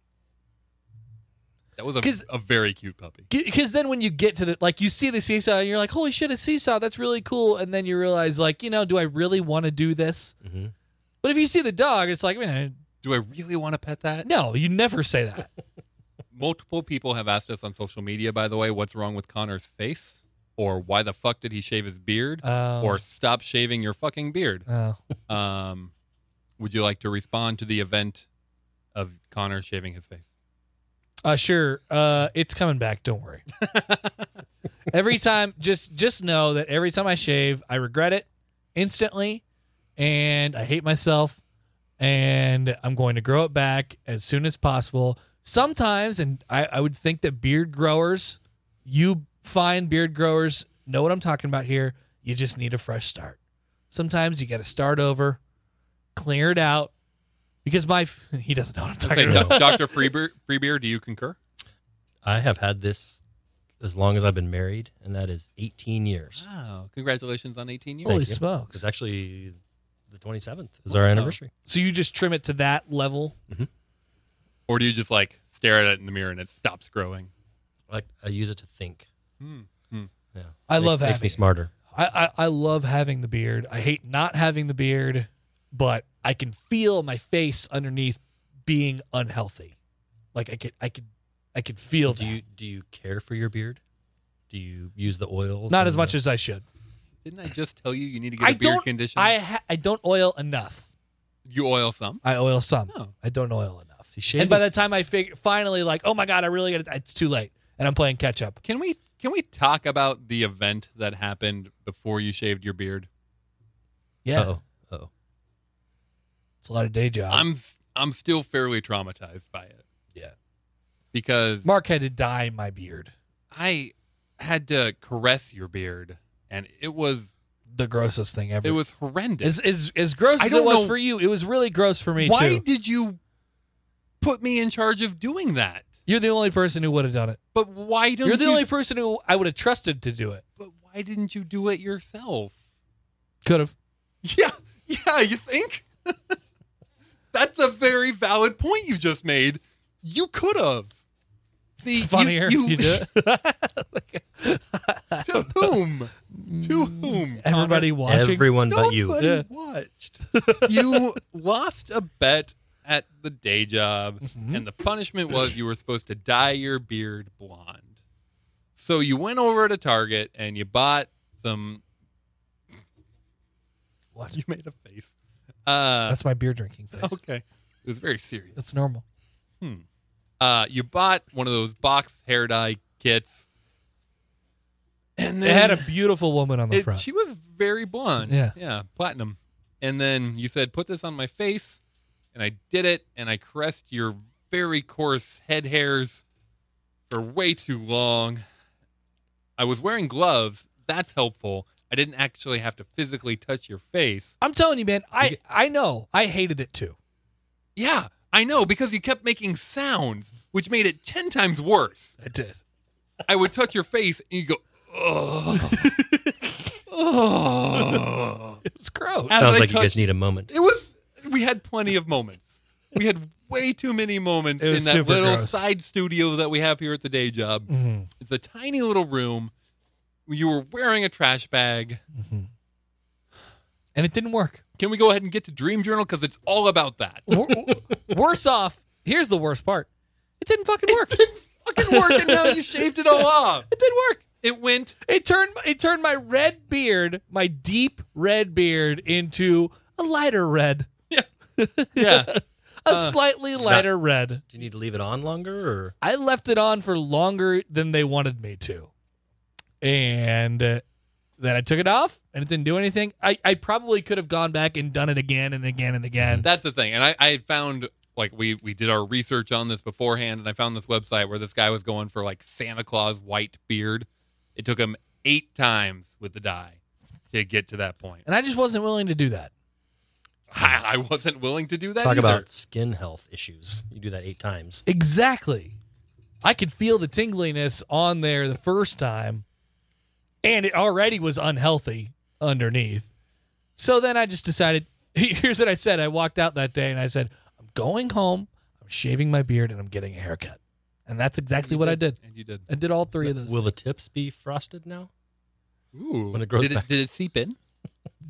Speaker 4: That was a,
Speaker 3: 'Cause-
Speaker 4: a very cute puppy.
Speaker 3: Because then when you get to the, like, you see the seesaw and you're like, holy shit, a seesaw. That's really cool. And then you realize, like, you know, do I really want to do this?
Speaker 2: hmm
Speaker 3: But if you see the dog, it's like, man,
Speaker 4: Do I really want to pet that?
Speaker 3: no, you never say that.
Speaker 4: Multiple people have asked us on social media, by the way, what's wrong with Connor's face? Or why the fuck did he shave his beard?
Speaker 3: Uh,
Speaker 4: or stop shaving your fucking beard.
Speaker 3: uh,
Speaker 4: Um, would you like to respond to the event of Connor shaving his face?
Speaker 3: uh, sure. Uh, it's coming back. Don't worry. every time, just just know that every time I shave, I regret it instantly, and I hate myself, and I'm going to grow it back as soon as possible. Sometimes, and I, I would think that beard growers, you fine beard growers know what I'm talking about here. You just need a fresh start. Sometimes you got to start over, clear it out, because my f- he doesn't know what I'm
Speaker 4: Let's say,
Speaker 3: talking about.
Speaker 4: Do- Dr. Freebeer, Freebeer, do you concur?
Speaker 2: I have had this as long as I've been married, and that is 18 years.
Speaker 4: Wow. Congratulations on 18 years.
Speaker 3: Holy
Speaker 2: Thank you.
Speaker 3: smokes!
Speaker 2: It's actually the 27th is our anniversary.
Speaker 3: Oh. So you just trim it to that level.
Speaker 4: Or do you just like stare at it in the mirror and it stops growing?
Speaker 2: Like I use it to think.
Speaker 4: Hmm.
Speaker 2: Yeah,
Speaker 3: I
Speaker 2: Makes-
Speaker 3: love
Speaker 2: makes
Speaker 3: having
Speaker 2: me
Speaker 3: it.
Speaker 2: smarter.
Speaker 3: I, I I love having the beard. I hate not having the beard, but I can feel my face underneath being unhealthy. Like I could I could I could feel
Speaker 2: Do
Speaker 3: that.
Speaker 2: you do you care for your beard? Do you use the oils?
Speaker 3: not
Speaker 2: and
Speaker 3: as
Speaker 2: the-
Speaker 3: much as I should.
Speaker 4: Didn't I just tell you you need to get a
Speaker 3: I
Speaker 4: beard
Speaker 3: don't.
Speaker 4: condition?
Speaker 3: I ha- I don't oil enough.
Speaker 4: you oil some.
Speaker 3: I oil some.
Speaker 4: Oh.
Speaker 3: I don't oil enough.
Speaker 2: See, shaving,
Speaker 3: And by the time I fig- finally like, oh my god, I really got it's too late, and I'm playing catch up.
Speaker 4: Can we can we talk about the event that happened before you shaved your beard?
Speaker 3: Yeah,
Speaker 2: Uh-oh. Uh-oh.
Speaker 3: it's a lot of day job.
Speaker 4: I'm s- I'm still fairly traumatized by it
Speaker 3: yeah.
Speaker 4: because
Speaker 3: Mark had to dye my beard.
Speaker 4: I had to caress your beard and it was
Speaker 3: The grossest thing ever.
Speaker 4: it was horrendous.
Speaker 3: as as, as gross
Speaker 4: I
Speaker 3: as it
Speaker 4: don't
Speaker 3: was
Speaker 4: know-
Speaker 3: for you. It was really gross for me
Speaker 4: Why
Speaker 3: too.
Speaker 4: did you put me in charge of doing that?
Speaker 3: You're the only person who would have done it.
Speaker 4: But why don't
Speaker 3: You're the
Speaker 4: you,
Speaker 3: only person who I would have trusted to do it.
Speaker 4: But why didn't you do it yourself?
Speaker 3: Could have.
Speaker 4: Yeah, yeah, you think? That's a very valid point you just made. You could have. See,
Speaker 3: It's funnier
Speaker 4: you,
Speaker 3: if you do it.
Speaker 4: to whom? To whom?
Speaker 3: Everybody watching.
Speaker 2: Everyone but
Speaker 4: Nobody
Speaker 2: you.
Speaker 3: Yeah.
Speaker 4: watched. you lost a bet at the day job,
Speaker 3: Mhm.
Speaker 4: and the punishment was you were supposed to dye your beard blonde. So you went over to Target and you bought some.
Speaker 3: What?
Speaker 4: You made a face. Uh,
Speaker 3: That's my beer drinking face.
Speaker 4: okay. It was very serious.
Speaker 3: That's normal.
Speaker 4: Uh, you bought one of those box hair dye kits, and
Speaker 3: It had a beautiful woman on the
Speaker 4: it-
Speaker 3: front.
Speaker 4: She was very blonde.
Speaker 3: Yeah.
Speaker 4: yeah, platinum. And then you said, "Put this on my face," and I did it, and I caressed your very coarse head hairs for way too long. I was wearing gloves. That's helpful. I didn't actually have to physically touch your face.
Speaker 3: I'm telling you, man. I I know. I hated it too.
Speaker 4: Yeah, I know because you kept making sounds, which made it ten times worse.
Speaker 3: I did.
Speaker 4: I would touch your face and you go, oh, oh.
Speaker 3: It was gross.
Speaker 4: As
Speaker 2: Sounds
Speaker 4: I
Speaker 2: like you guys
Speaker 4: touched-
Speaker 2: need a moment.
Speaker 4: It was. We had plenty of moments. We had way too many moments
Speaker 3: It
Speaker 4: in
Speaker 3: was
Speaker 4: that
Speaker 3: super
Speaker 4: little
Speaker 3: gross.
Speaker 4: side studio that we have here at the day job.
Speaker 3: Mhm.
Speaker 4: It's a tiny little room. You were wearing a trash bag.
Speaker 3: And it didn't work.
Speaker 4: Can we go ahead and get to Dream Journal because it's all about that.
Speaker 3: Wor- worse off. Here's the worst part. It didn't fucking work. It
Speaker 4: It fucking worked, and now you shaved it all off.
Speaker 3: didn't work.
Speaker 4: It went
Speaker 3: It turned it turned my red beard, my deep red beard, into a lighter red.
Speaker 4: Yeah. Yeah. Uh,
Speaker 3: a slightly lighter red.
Speaker 2: Do you need to leave it on longer or
Speaker 3: I left it on for longer than they wanted me to, and uh, then I took it off, and it didn't do anything. I I probably could have gone back and done it again and again and again.
Speaker 4: That's the thing. And I, I had found like we we did our research on this beforehand, and I found this website where this guy was going for like Santa Claus white beard. It took him eight times with the dye to get to that point.
Speaker 3: and I just wasn't willing to do that.
Speaker 4: I, I wasn't willing to do that.
Speaker 2: talk
Speaker 4: either.
Speaker 2: about skin health issues? You do that eight times.
Speaker 3: Exactly. I could feel the tingliness on there the first time, and it already was unhealthy underneath. So then I just decided here's what I said. I walked out that day and I said, I'm going home, I'm shaving my beard, and I'm getting a haircut. And that's exactly
Speaker 4: You
Speaker 3: what I did.
Speaker 4: And you did.
Speaker 3: I did all three of those.
Speaker 2: Will the tips be frosted now?
Speaker 4: Ooh.
Speaker 2: When it grows
Speaker 4: did,
Speaker 2: back.
Speaker 4: it, did it seep in?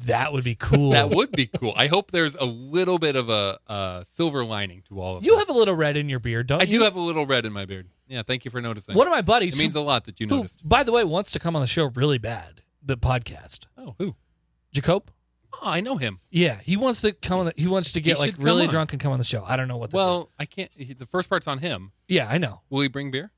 Speaker 3: that would be cool.
Speaker 4: That would be cool. I hope there's a little bit of a uh, silver lining to all of
Speaker 3: you
Speaker 4: this.
Speaker 3: have a little red in your beard, don't
Speaker 4: I
Speaker 3: you?
Speaker 4: do have a little red in my beard. Yeah, thank you for noticing.
Speaker 3: One of my buddies
Speaker 4: it
Speaker 3: who-
Speaker 4: means a lot that you
Speaker 3: who,
Speaker 4: noticed.
Speaker 3: by the way, wants to come on the show really bad, the podcast.
Speaker 4: Oh, who?
Speaker 3: Jacob?
Speaker 4: Oh, I know him.
Speaker 3: Yeah, he wants to come. On the, he wants to get
Speaker 4: should
Speaker 3: like
Speaker 4: come
Speaker 3: really
Speaker 4: on.
Speaker 3: drunk and come on the show. I don't know what. the-
Speaker 4: Well, I can't. he- The first part's on him.
Speaker 3: yeah, I know.
Speaker 4: Will he bring beer?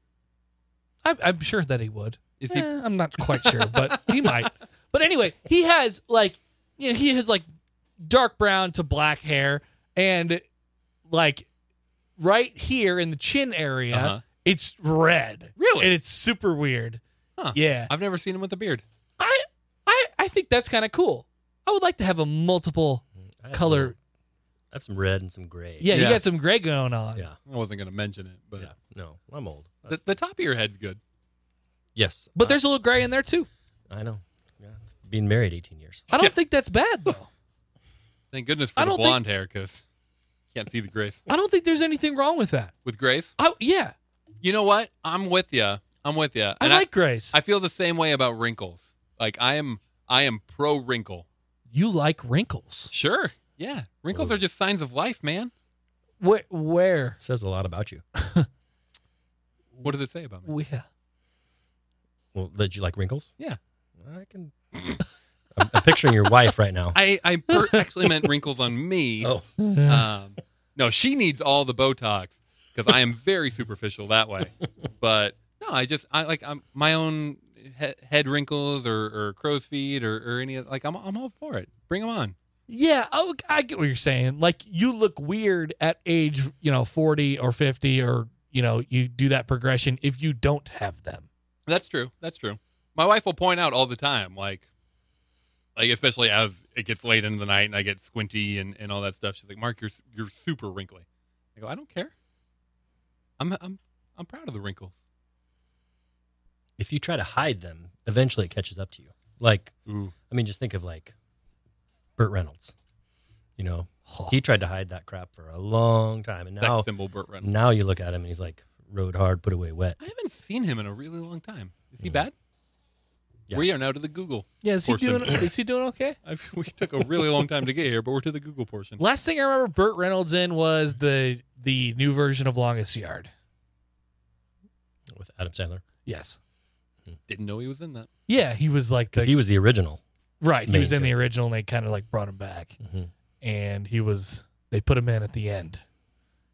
Speaker 3: I, I'm sure that he would.
Speaker 4: Is he-
Speaker 3: Eh, I'm not quite sure, but he might. But anyway, he has like, you know, he has like dark brown to black hair, and like right here in the chin area,
Speaker 4: Uh-huh.
Speaker 3: it's red.
Speaker 4: Really?
Speaker 3: and it's super weird.
Speaker 4: Huh.
Speaker 3: Yeah,
Speaker 4: I've never seen him with a beard.
Speaker 3: I, I, I think that's kind of cool. I would like to have a multiple
Speaker 2: I have a
Speaker 3: color.
Speaker 2: little- I have some red and some gray.
Speaker 3: Yeah, you
Speaker 4: Yeah.
Speaker 3: got some gray going on.
Speaker 2: Yeah.
Speaker 4: I wasn't going to mention it, but
Speaker 2: Yeah. No, I'm old. Uh,
Speaker 4: the, the top of your head's good.
Speaker 2: yes.
Speaker 3: But
Speaker 2: I-
Speaker 3: there's a little gray in there too.
Speaker 2: I know. Yeah, it's being married 18 years.
Speaker 3: I don't think that's bad though.
Speaker 4: Thank goodness
Speaker 3: I
Speaker 4: for the
Speaker 3: don't think-
Speaker 4: blonde hair, hair because can't see the grace.
Speaker 3: I don't think there's anything wrong with that.
Speaker 4: With grace,
Speaker 3: I, yeah,
Speaker 4: you know what? I'm with you. I'm with you.
Speaker 3: I like Grace.
Speaker 4: I feel the same way about wrinkles. Like I am, I am pro wrinkle.
Speaker 3: you like wrinkles.
Speaker 4: Sure. Yeah. Wrinkles
Speaker 2: Ooh.
Speaker 4: are just signs of life, man.
Speaker 3: Where? Where?
Speaker 2: It says a lot about you.
Speaker 4: What does it say about me?
Speaker 3: Yeah.
Speaker 2: Well, did you like wrinkles?
Speaker 4: Yeah.
Speaker 2: I can. I'm, I'm picturing your wife right now.
Speaker 4: I, I per- actually meant wrinkles on me.
Speaker 2: Oh,
Speaker 4: Um, no, she needs all the Botox because I am very superficial that way. But no, I just I like I'm, my own he- head wrinkles or, or crow's feet or, or any of like I'm I'm all for it. Bring them on.
Speaker 3: Yeah, I, I get what you're saying. Like you look weird at age, you know, 40 or 50 or, you know, you do that progression if you don't have them.
Speaker 4: That's true. That's true. My wife will point out all the time, like, like especially as it gets late into the night and I get squinty and, and all that stuff. She's like, "Mark, you're s- you're super wrinkly." I go, "I don't care. I'm I'm I'm proud of the wrinkles."
Speaker 2: if you try to hide them, eventually it catches up to you. Like,
Speaker 4: Ooh,
Speaker 2: I mean, just think of like Burt Reynolds. You know,
Speaker 3: Oh,
Speaker 2: he tried to hide that crap for a long time, and
Speaker 4: sex
Speaker 2: now
Speaker 4: symbol Burt Reynolds.
Speaker 2: now you look at him and he's like, "Rode hard, put away wet."
Speaker 4: I haven't seen him in a really long time. Is he
Speaker 2: Mm.
Speaker 4: bad?
Speaker 2: Yeah.
Speaker 4: We are now to the Google.
Speaker 3: yeah, is he
Speaker 4: portion.
Speaker 3: doing is he doing okay?
Speaker 4: I've, we took a really long time to get here, but we're to the Google portion.
Speaker 3: Last thing I remember Burt Reynolds in was the the new version of Longest Yard.
Speaker 2: with Adam Sandler
Speaker 3: Yes.
Speaker 4: Didn't know he was in that.
Speaker 3: Yeah, he was like the
Speaker 2: because he was the original.
Speaker 3: right. He was
Speaker 2: main
Speaker 3: in the
Speaker 2: character.
Speaker 3: original, and they kind of like brought him back,
Speaker 2: Mhm.
Speaker 3: and he was they put him in at the end.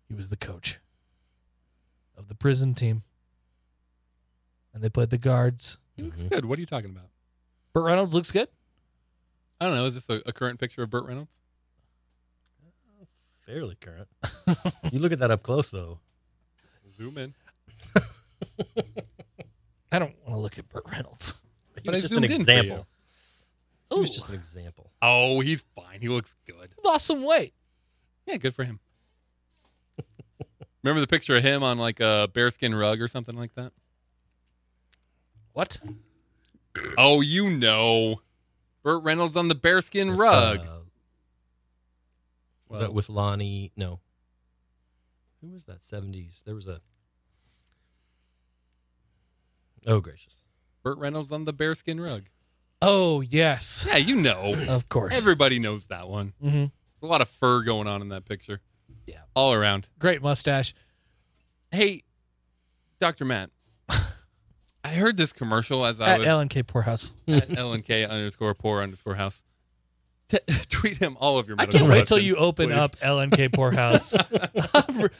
Speaker 3: He was the coach of the prison team, and they played the guards.
Speaker 4: He looks
Speaker 2: Mhm.
Speaker 4: good. What are you talking about?
Speaker 3: Burt Reynolds looks good.
Speaker 4: I don't know. Is this a, a current picture of Burt Reynolds?
Speaker 2: Fairly current. you look at that up close though.
Speaker 4: Zoom in.
Speaker 3: I don't want to look at Burt Reynolds.
Speaker 2: He
Speaker 4: But
Speaker 2: was
Speaker 4: I
Speaker 2: just an
Speaker 4: zoomed in for
Speaker 2: example. He
Speaker 3: Oh,
Speaker 2: was just an example.
Speaker 4: Oh, he's fine. He looks good.
Speaker 3: lost some weight.
Speaker 4: Yeah, good for him. Remember the picture of him on like a bearskin rug or something like that?
Speaker 3: What?
Speaker 4: Oh, you know. Burt Reynolds on the bearskin rug.
Speaker 2: With, uh, was
Speaker 4: Well,
Speaker 2: that with Lonnie? No. Who was that? Seventies. There was a. Oh gracious!
Speaker 4: Burt Reynolds on the bearskin rug.
Speaker 3: Oh yes,
Speaker 4: Yeah, you know.
Speaker 3: of course.
Speaker 4: Everybody knows that one.
Speaker 3: Mhm.
Speaker 4: A lot of fur going on in that picture.
Speaker 3: Yeah.
Speaker 4: All around.
Speaker 3: Great mustache.
Speaker 4: Hey, Dr. Matt, I heard this commercial as I
Speaker 3: At
Speaker 4: was
Speaker 3: Ellen K. Poorhouse.
Speaker 4: at LNK underscore poor underscore house. T- tweet him all of your
Speaker 3: I
Speaker 4: medical
Speaker 3: can't wait till
Speaker 4: questions,
Speaker 3: you open
Speaker 4: please.
Speaker 3: up LNK Poorhouse,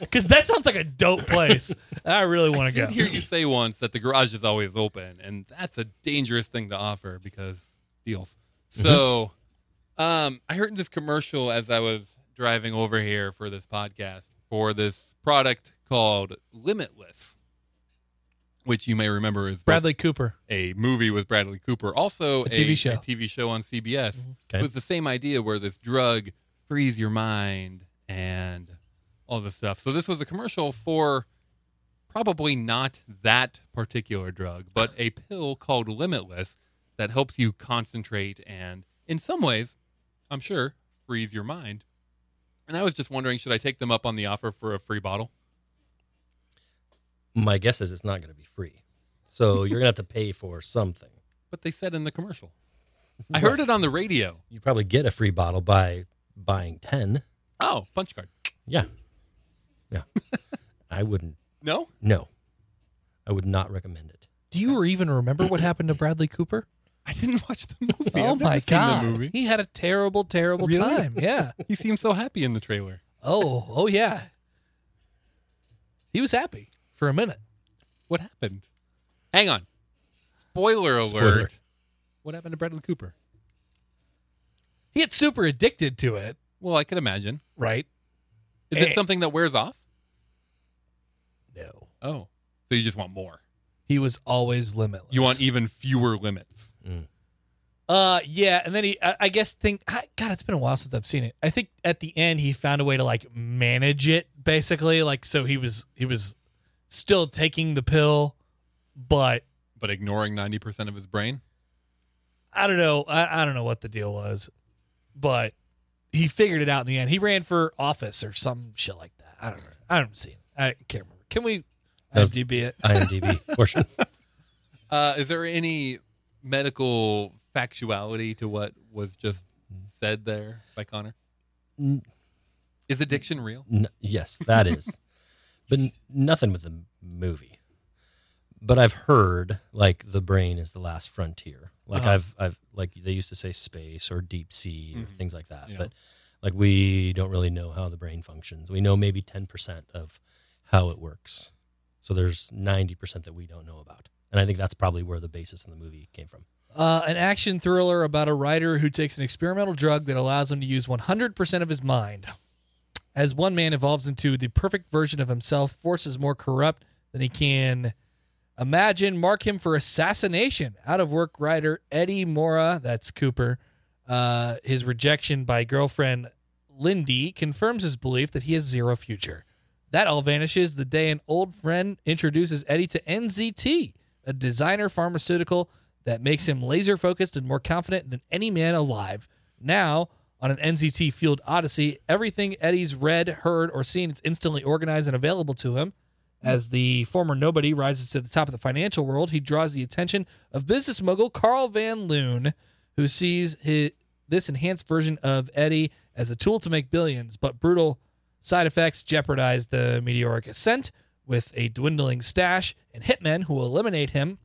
Speaker 3: because that sounds like a dope place. I really
Speaker 4: I
Speaker 3: want to
Speaker 4: did
Speaker 3: go.
Speaker 4: hear you say once that the garage is always open, and that's a dangerous thing to offer because deals.
Speaker 3: Mm-hmm.
Speaker 4: So, um, I heard this commercial as I was driving over here for this podcast for this product called Limitless, which you may remember is
Speaker 3: Bradley Cooper.
Speaker 4: a movie with Bradley Cooper, also
Speaker 3: A TV show. Mm-hmm.
Speaker 4: a TV show on CBS.
Speaker 2: Okay.
Speaker 4: It was the same idea where this drug frees your mind and all this stuff. So this was a commercial for probably not that particular drug, but a pill called Limitless that helps you concentrate and in some ways, I'm sure, frees your mind. And I was just wondering, should I take them up on the offer for a free bottle?
Speaker 2: My guess is it's not going to be free, so you're going to have to pay for something.
Speaker 4: But they said in the commercial. I heard it on the radio.
Speaker 2: You probably get a free bottle by buying ten.
Speaker 4: Oh, punch card.
Speaker 2: Yeah, yeah. I wouldn't.
Speaker 4: No?
Speaker 2: No, I would not recommend it.
Speaker 3: Do you even remember what happened to Bradley Cooper?
Speaker 4: I didn't watch the movie.
Speaker 3: oh
Speaker 4: I've never
Speaker 3: my
Speaker 4: seen
Speaker 3: god,
Speaker 4: The movie.
Speaker 3: he had a terrible, terrible
Speaker 4: Really?
Speaker 3: time. Yeah.
Speaker 4: He seemed so happy in the trailer.
Speaker 3: Oh, oh yeah. He was happy for a minute.
Speaker 4: What happened? Hang on. Spoiler alert.
Speaker 2: Spoiler.
Speaker 4: What happened to Bradley Cooper?
Speaker 3: He gets super addicted to it,
Speaker 4: Well, I could imagine.
Speaker 3: right?
Speaker 4: Is
Speaker 3: Eh.
Speaker 4: it something that wears off?
Speaker 3: No.
Speaker 4: Oh. So you just want more.
Speaker 3: He was always limitless.
Speaker 4: You want even fewer limits.
Speaker 3: Uh, yeah, and then he, I, I guess, think. I, God, it's been a while since I've seen it. I think at the end he found a way to like manage it, basically. Like, so he was he was still taking the pill, but
Speaker 4: But ignoring 90% of his brain?
Speaker 3: I don't know. I, I don't know what the deal was, but he figured it out in the end. He ran for office or some shit like that. I don't know. I don't see. It. I can't remember. Can we
Speaker 2: That's-
Speaker 3: IMDb it?
Speaker 2: IMDb portion.
Speaker 4: Uh, is there any medical factuality to what was just said there by Connor?
Speaker 2: N-
Speaker 4: Is addiction real?
Speaker 2: N- yes, that is. but n- nothing with the m- movie. But I've heard like the brain is the last frontier. Like
Speaker 3: Uh-huh.
Speaker 2: I've I've like they used to say space or deep sea or
Speaker 4: Mhm.
Speaker 2: things like that.
Speaker 4: Yeah.
Speaker 2: But like we don't really know how the brain functions. We know maybe 10% of how it works. So there's 90% that we don't know about. And I think that's probably where the basis in the movie came from.
Speaker 3: Uh, an action thriller about a writer who takes an experimental drug that allows him to use 100% of his mind. As one man evolves into the perfect version of himself, forces more corrupt than he can imagine mark him for assassination. Out of work writer Eddie Mora, that's Cooper, uh, his rejection by girlfriend Lindy confirms his belief that he has zero future. That all vanishes the day an old friend introduces Eddie to NZT, a designer pharmaceutical that makes him laser focused and more confident than any man alive. Now, on an NZT field odyssey, everything Eddie's read, heard, or seen is instantly organized and available to him. As the former nobody rises to the top of the financial world, he draws the attention of business mogul Carl Van Loon, who sees his, this enhanced version of Eddie as a tool to make billions, but brutal side effects jeopardize the meteoric ascent with a dwindling stash and hitmen who will eliminate him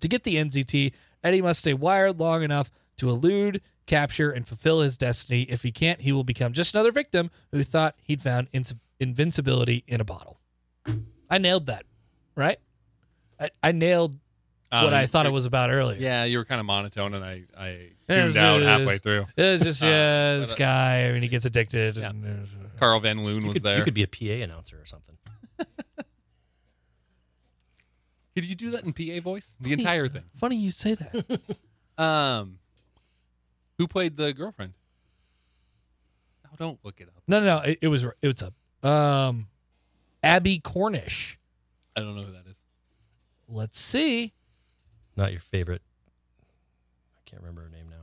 Speaker 3: to get the NZT, Eddie must stay wired long enough to elude, capture, and fulfill his destiny. If he can't, he will become just another victim who thought he'd found ins- invincibility in a bottle. I nailed that, right? I, I nailed what
Speaker 4: Um,
Speaker 3: I thought it was about earlier.
Speaker 4: Yeah, you were kind of monotone, and I I
Speaker 3: It was-
Speaker 4: tuned out
Speaker 3: it
Speaker 4: halfway
Speaker 3: was-
Speaker 4: through.
Speaker 3: It was just
Speaker 4: Uh,
Speaker 3: yeah, this
Speaker 4: but, uh,
Speaker 3: guy and he gets addicted.
Speaker 4: Yeah.
Speaker 3: And, uh,
Speaker 4: Carl Van Loon
Speaker 2: You
Speaker 4: was
Speaker 2: could,
Speaker 4: there.
Speaker 2: you could be a PA announcer or something.
Speaker 4: Did you do that in PA voice? The entire thing.
Speaker 3: Funny you say that.
Speaker 4: Um, who played the girlfriend? No, don't look it up.
Speaker 3: no, no, no. It, it was it was up. Um, Abby Cornish.
Speaker 4: I don't know who that is.
Speaker 3: Let's see.
Speaker 2: Not your favorite. I can't remember her name now.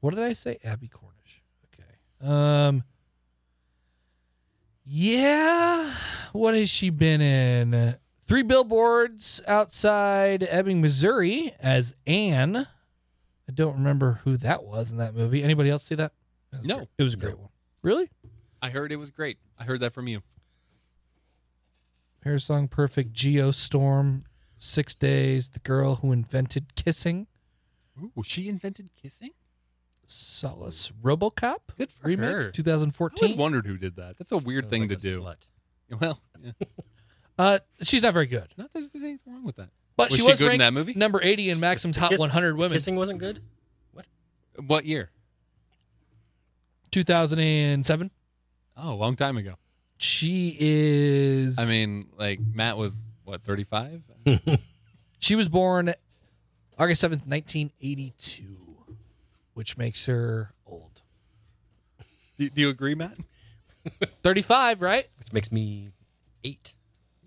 Speaker 3: What did I say? Abby Cornish. Okay. Um. Yeah. What has she been in? Three billboards outside Ebbing, Missouri, as Anne. I don't remember who that was in that movie. Anybody else see that? It was
Speaker 4: No.
Speaker 3: great. It was a great one. Really?
Speaker 4: I heard it was great. I heard that from you.
Speaker 3: Parasong Perfect, Geostorm, Six Days, The Girl Who Invented Kissing,
Speaker 4: Ooh, she invented kissing.
Speaker 3: Solace, Robocop,
Speaker 4: Good for
Speaker 3: remake,
Speaker 4: her. I
Speaker 3: 2014.
Speaker 4: always wondered who did that. That's a weird
Speaker 2: Sounds
Speaker 4: thing
Speaker 2: like
Speaker 4: to
Speaker 2: a
Speaker 4: do.
Speaker 2: slut.
Speaker 4: Well, yeah.
Speaker 3: Uh, she's not very good,
Speaker 4: not that there's anything wrong with that.
Speaker 3: but
Speaker 4: Was
Speaker 3: she
Speaker 4: she
Speaker 3: was
Speaker 4: good in
Speaker 3: ranked
Speaker 4: that movie?
Speaker 3: number 80 in Maxim's Hot
Speaker 2: Kiss-
Speaker 3: 100 Women.
Speaker 2: Kissing wasn't good.
Speaker 4: What year?
Speaker 3: 2007.
Speaker 4: Oh, a long time ago.
Speaker 3: She is.
Speaker 4: I mean, like Matt was what 35?
Speaker 3: she was born August 7th, 1982, which makes her old.
Speaker 4: Do, do you agree, Matt?
Speaker 3: 35, right?
Speaker 2: which makes me eight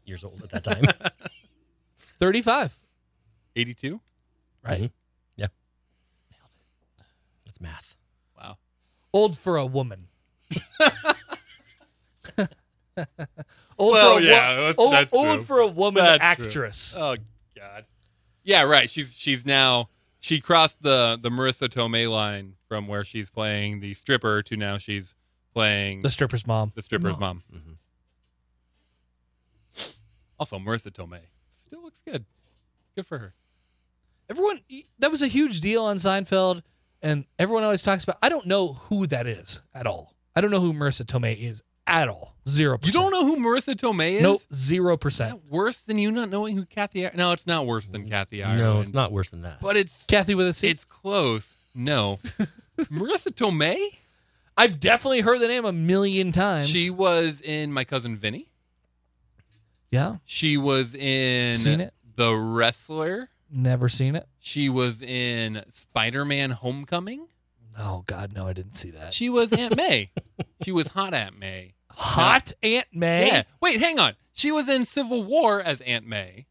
Speaker 2: years old at that time.
Speaker 3: 35,
Speaker 4: 82?
Speaker 3: right?
Speaker 2: Mhm. Yeah. That's math.
Speaker 4: Wow.
Speaker 3: Old for a woman. old
Speaker 4: Well,
Speaker 3: for a wo-
Speaker 4: yeah, that's-
Speaker 3: old,
Speaker 4: that's
Speaker 3: old
Speaker 4: true.
Speaker 3: for a woman
Speaker 4: That's true.
Speaker 3: actress.
Speaker 4: Oh God. Yeah, right. She's she's now she crossed the the Marissa Tomei line from where she's playing the stripper to now she's playing
Speaker 3: The
Speaker 4: the,
Speaker 3: stripper's mom.
Speaker 4: stripper's mom. Also, Marissa Tomei still looks good. Good for her.
Speaker 3: Everyone, that was a huge deal on Seinfeld, and everyone always talks about. I don't know who that is at all. I don't know who Marissa Tomei is at all. Zero.
Speaker 4: You
Speaker 3: percent.
Speaker 4: don't know who Marissa Tomei is?
Speaker 3: Nope. Zero
Speaker 4: Is
Speaker 3: percent.
Speaker 4: that worse than you not knowing who Kathy? Ir- no, it's not worse than Kathy Ireland.
Speaker 2: No, it's not worse than that.
Speaker 4: But it's
Speaker 3: Kathy with a C.
Speaker 4: it's close. No, Marissa Tomei.
Speaker 3: I've definitely heard the name a million times.
Speaker 4: She was in My Cousin Vinny.
Speaker 3: Yeah.
Speaker 4: She was in
Speaker 3: Seen it?
Speaker 4: The Wrestler.
Speaker 3: Never seen it.
Speaker 4: She was in Spider Man Homecoming.
Speaker 3: Oh God, no, I didn't see that.
Speaker 4: She was Aunt May. She was hot Aunt May.
Speaker 3: Hot Aunt May.
Speaker 4: Yeah. Wait, hang on. She was in Civil War as Aunt May.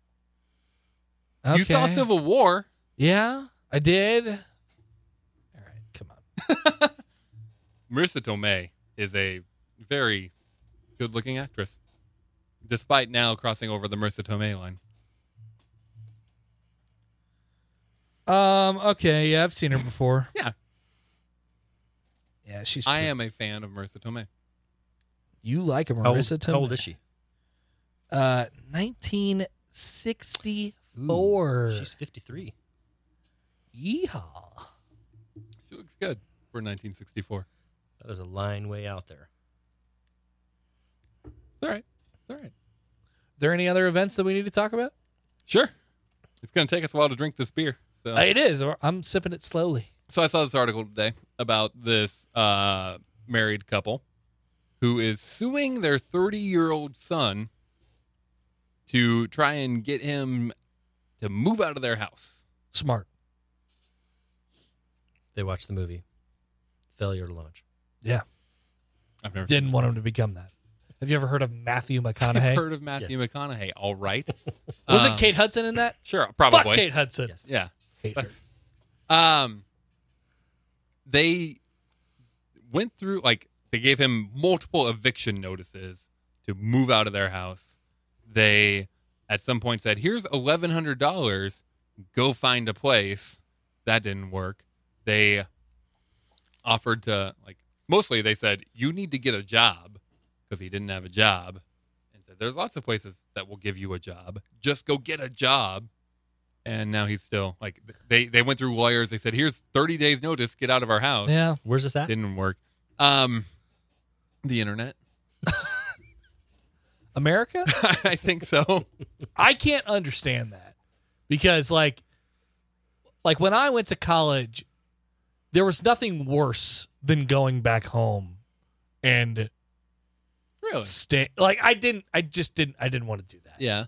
Speaker 3: Okay.
Speaker 4: You saw Civil War.
Speaker 3: Yeah, I did. All right.
Speaker 4: Marissa Tomei is a very good looking actress, despite now crossing over the Marissa Tomei line.
Speaker 3: Um. Okay. Yeah, I've seen her before.
Speaker 4: Yeah.
Speaker 3: Yeah, she's.
Speaker 4: I
Speaker 3: pretty-
Speaker 4: am a fan of Marissa Tomei.
Speaker 3: You like her,
Speaker 2: How old,
Speaker 3: Marissa Tomei?
Speaker 2: how old is she?
Speaker 3: Uh, nineteen sixty-four.
Speaker 2: She's 53.
Speaker 3: Yeehaw.
Speaker 4: She looks good for 1964.
Speaker 2: That is a line way out there.
Speaker 4: It's all right. It's all right.
Speaker 3: there any other events that we need to talk about?
Speaker 4: Sure. It's going to take us a while to drink this beer. So.
Speaker 3: Uh, it is. or I'm sipping it slowly.
Speaker 4: So I saw this article today about this uh, married couple who is suing their 30 year old son to try and get him to move out of their house.
Speaker 3: Smart.
Speaker 2: They watched the movie Failure to Launch.
Speaker 3: Yeah.
Speaker 4: I've never
Speaker 3: Didn't want him to become that. Have you ever heard of Matthew McConaughey?
Speaker 4: heard of Matthew
Speaker 2: Yes.
Speaker 4: McConaughey. All right.
Speaker 3: Was
Speaker 4: Um,
Speaker 3: it Kate Hudson in that?
Speaker 4: Sure, probably.
Speaker 3: Fuck Kate Hudson.
Speaker 2: Yes.
Speaker 4: Yeah.
Speaker 3: Hate her.
Speaker 4: That's- um, they went through like they gave him multiple eviction notices to move out of their house. They at some point said, "Here's eleven hundred dollars. Go find a place." That didn't work. They offered to like mostly they said you need to get a job because he didn't have a job and said there's lots of places that will give you a job just go get a job and now he's still like they they went through lawyers they said here's 30 days notice get out of our house
Speaker 3: Yeah.
Speaker 2: Where's this at?
Speaker 4: didn't work um the internet
Speaker 3: America?
Speaker 4: i think so
Speaker 3: I can't understand that because like like when I went to college there was nothing worse than going back home and
Speaker 4: really
Speaker 3: stay like I didn't I just didn't I didn't want to do that.
Speaker 4: yeah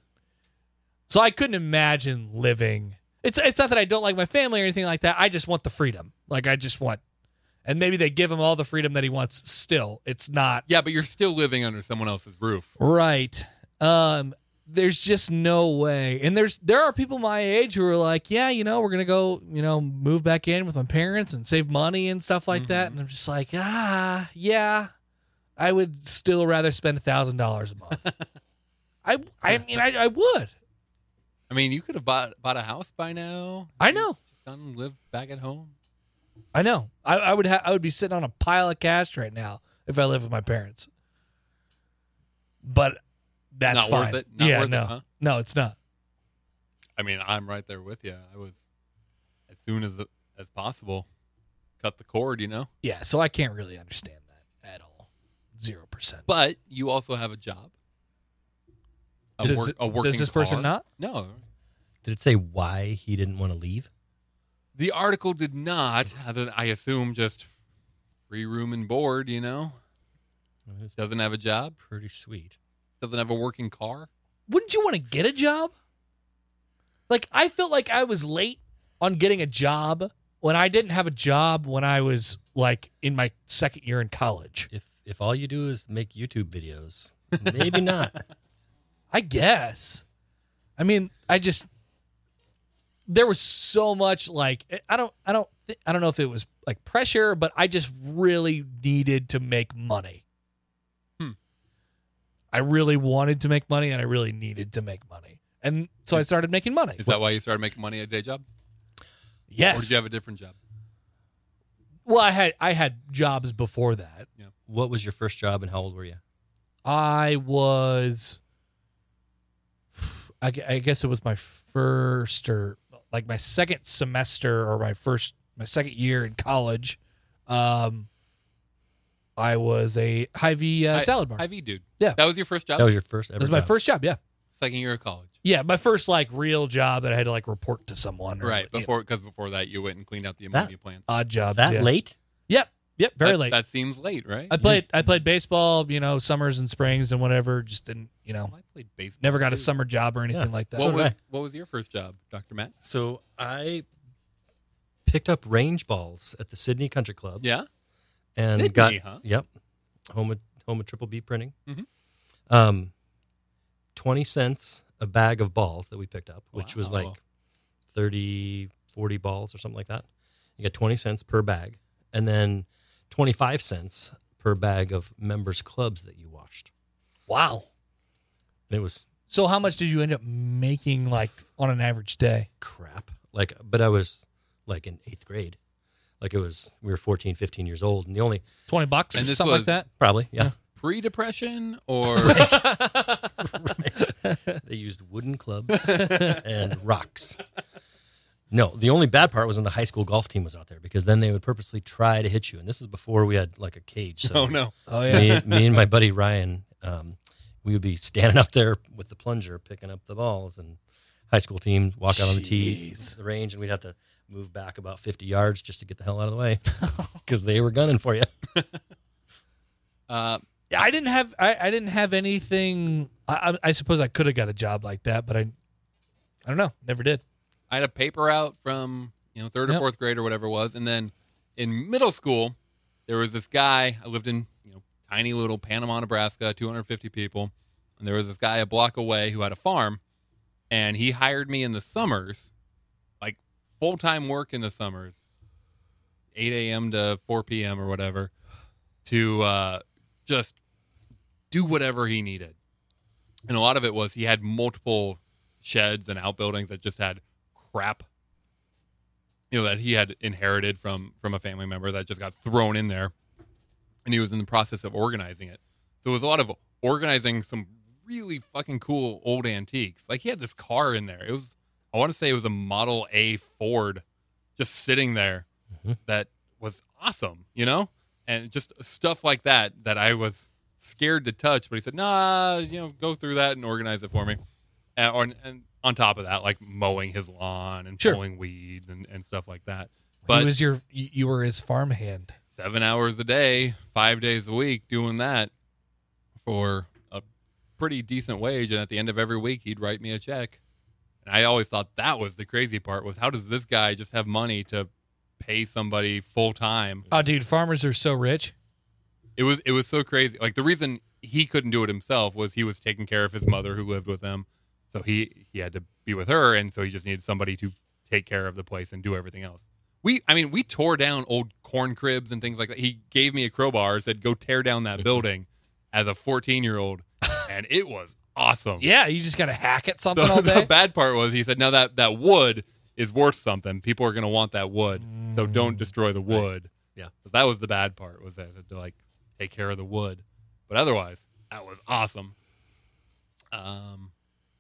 Speaker 3: So I couldn't imagine living it's it's not that I don't like my family or anything like that. I just want the freedom. Like I just want and maybe they give him all the freedom that he wants still. It's not
Speaker 4: yeah but you're still living under someone else's roof
Speaker 3: Right. Um there's just no way. And there's there are people my age who are like, "Yeah, you know, we're going to go, you know, move back in with my parents and save money and stuff like that."
Speaker 4: Mhm.
Speaker 3: And I'm just like, "Ah, yeah. I would still rather spend $1,000 a month." I I mean, I, I would.
Speaker 4: i mean you could have bought bought a house by now
Speaker 3: I know.
Speaker 4: just gone and lived back at home
Speaker 3: I know. I, I would ha- I would be sitting on a pile of cash right now if I lived with my parents. But that's
Speaker 4: Not worth
Speaker 3: fine.
Speaker 4: it? Not
Speaker 3: yeah,
Speaker 4: worth it,
Speaker 3: no.
Speaker 4: huh?
Speaker 3: No, it's not.
Speaker 4: I mean, I'm right there with you. I was as soon as as possible, cut the cord, you know.
Speaker 3: Yeah, so I can't really understand that at all. Zero percent.
Speaker 4: But you also have a job. A,
Speaker 3: does,
Speaker 4: work, a working
Speaker 3: does this person
Speaker 4: car.
Speaker 3: not?
Speaker 4: No,
Speaker 2: Did it say why he didn't want to leave?
Speaker 4: the article did not. Other than- I assume just free room and board. You know,
Speaker 2: Well, It's
Speaker 4: doesn't have a job,
Speaker 2: pretty sweet.
Speaker 4: doesn't have a working car.
Speaker 3: Wouldn't you want to get a job? Like I felt like I was late on getting a job when I didn't have a job when I was like in my second year in college.
Speaker 2: If if all you do is make YouTube videos, maybe not.
Speaker 3: I guess. I mean, I just there was so much like eh, I don't I don't thi- I don't know if it was like pressure, but I just really needed to make money.
Speaker 4: Hmm.
Speaker 3: I really wanted to make money and I really needed to make money. And so I started making money.
Speaker 4: Is that why you started making money at a day job,
Speaker 3: yes.
Speaker 4: or did you have a different job?
Speaker 3: well, I had I had jobs before that.
Speaker 2: What was your first job and how old were you?
Speaker 3: I was, I, gu- I guess it was my first or like my second semester or my first my second year in college. Um, I was a high V uh,
Speaker 4: Hy-
Speaker 3: salad bar.
Speaker 4: Ivy dude.
Speaker 3: Yeah.
Speaker 4: that was your first job.
Speaker 2: That was your first ever.
Speaker 3: That was my
Speaker 2: job.
Speaker 3: first job. Yeah,
Speaker 4: second year of college.
Speaker 3: yeah, my first like real job that I had to like report to someone. Or,
Speaker 4: Right
Speaker 3: you know,
Speaker 4: before, because before that you went and cleaned out the
Speaker 2: That-
Speaker 4: ammonia plants.
Speaker 3: odd jobs.
Speaker 2: That
Speaker 3: yeah.
Speaker 2: late?
Speaker 3: Yep, yep, Uh, very
Speaker 4: That-
Speaker 3: late.
Speaker 4: That seems late, right?
Speaker 3: I played I played baseball, you know, summers and springs and whatever. Just didn't, you know,
Speaker 4: Well, I played baseball.
Speaker 3: never got a
Speaker 4: too.
Speaker 3: summer job or anything
Speaker 2: Yeah.
Speaker 3: like that.
Speaker 4: What
Speaker 2: So
Speaker 4: was
Speaker 2: did
Speaker 4: what was your first job, Doctor Matt?
Speaker 2: So I picked up range balls at the Sydney Country Club
Speaker 4: Yeah,
Speaker 2: and
Speaker 4: Sydney,
Speaker 2: got
Speaker 4: huh?
Speaker 2: yep home of home of Triple B Printing.
Speaker 4: Mhm.
Speaker 2: Um, twenty cents a bag of balls that we picked up, which was
Speaker 4: Wow.
Speaker 2: like 30, 40 balls or something like that. You got twenty cents per bag, and then 25 cents per bag of members clubs that you washed.
Speaker 3: Wow.
Speaker 2: And it was
Speaker 3: So how much did you end up making like on an average day?
Speaker 2: crap. Like but I was like in 8th grade. Like it was we were 14, 15 years old and the only
Speaker 3: 20 bucks
Speaker 4: And
Speaker 3: or
Speaker 4: this
Speaker 3: something
Speaker 4: was-
Speaker 3: like
Speaker 2: probably, yeah.
Speaker 4: Pre depression or
Speaker 3: that?
Speaker 2: they used wooden clubs and rocks. No, the only bad part was when the high school golf team was out there because then they would purposely try to hit you. And this is before we had like a cage. So
Speaker 4: oh no.
Speaker 3: oh yeah.
Speaker 2: me, me and my buddy Ryan, um, we would be standing up there with the plunger, picking up the balls, and high school team walk out on the tee,
Speaker 3: Jeez.
Speaker 2: the range, and we'd have to move back about 50 yards just to get the hell out of the way because they were gunning for you.
Speaker 4: Uh,
Speaker 3: I didn't have I, I didn't have anything. I, I I suppose I could have got a job like that, but I I don't know, never did.
Speaker 4: I had a paper out from you know third or
Speaker 3: Yep.
Speaker 4: fourth grade or whatever it was, and then in middle school there was this guy. I lived in you know tiny little Panama, Nebraska, 250 people, and there was this guy a block away who had a farm, and he hired me in the summers, like full time work in the summers, 8 a.m. to 4 p.m. or whatever, to uh, just do whatever he needed. And a lot of it was he had multiple sheds and outbuildings that just had crap you know that he had inherited from from a family member that just got thrown in there and he was in the process of organizing it so it was a lot of organizing some really fucking cool old antiques like he had this car in there it was i want to say it was a model a ford just sitting there
Speaker 3: Mm-hmm.
Speaker 2: Mhm.
Speaker 4: that was awesome you know and just stuff like that that i was scared to touch but he said nah you know go through that and organize it for me and, or, and on top of that like mowing his lawn and
Speaker 3: Sure.
Speaker 4: pulling weeds and, and stuff like that
Speaker 3: But
Speaker 4: but
Speaker 3: he was your you you were his farmhand.
Speaker 4: seven hours a day, five days a week, doing that for a pretty decent wage. And at the end of every week, he'd write me a check. And I always thought that was the crazy part was how does this guy just have money to pay somebody full time?
Speaker 3: Oh, dude, farmers are so rich.
Speaker 4: It was it was so crazy. Like the reason he couldn't do it himself was he was taking care of his mother who lived with him, so he he had to be with her, and so he just needed somebody to take care of the place and do everything else. We I mean we tore down old corn cribs and things like that. He gave me a crowbar, said go tear down that building, as a fourteen year old, and it was awesome.
Speaker 3: Yeah, you just gotta hack at something
Speaker 4: The,
Speaker 3: all
Speaker 4: the
Speaker 3: day.
Speaker 4: bad part was he said now that that wood is worth something. People are going to want that wood, so don't destroy the wood.
Speaker 2: Mm, Yeah.
Speaker 4: So that was the bad part was that I had to like take care of the wood, but otherwise that was awesome. Um,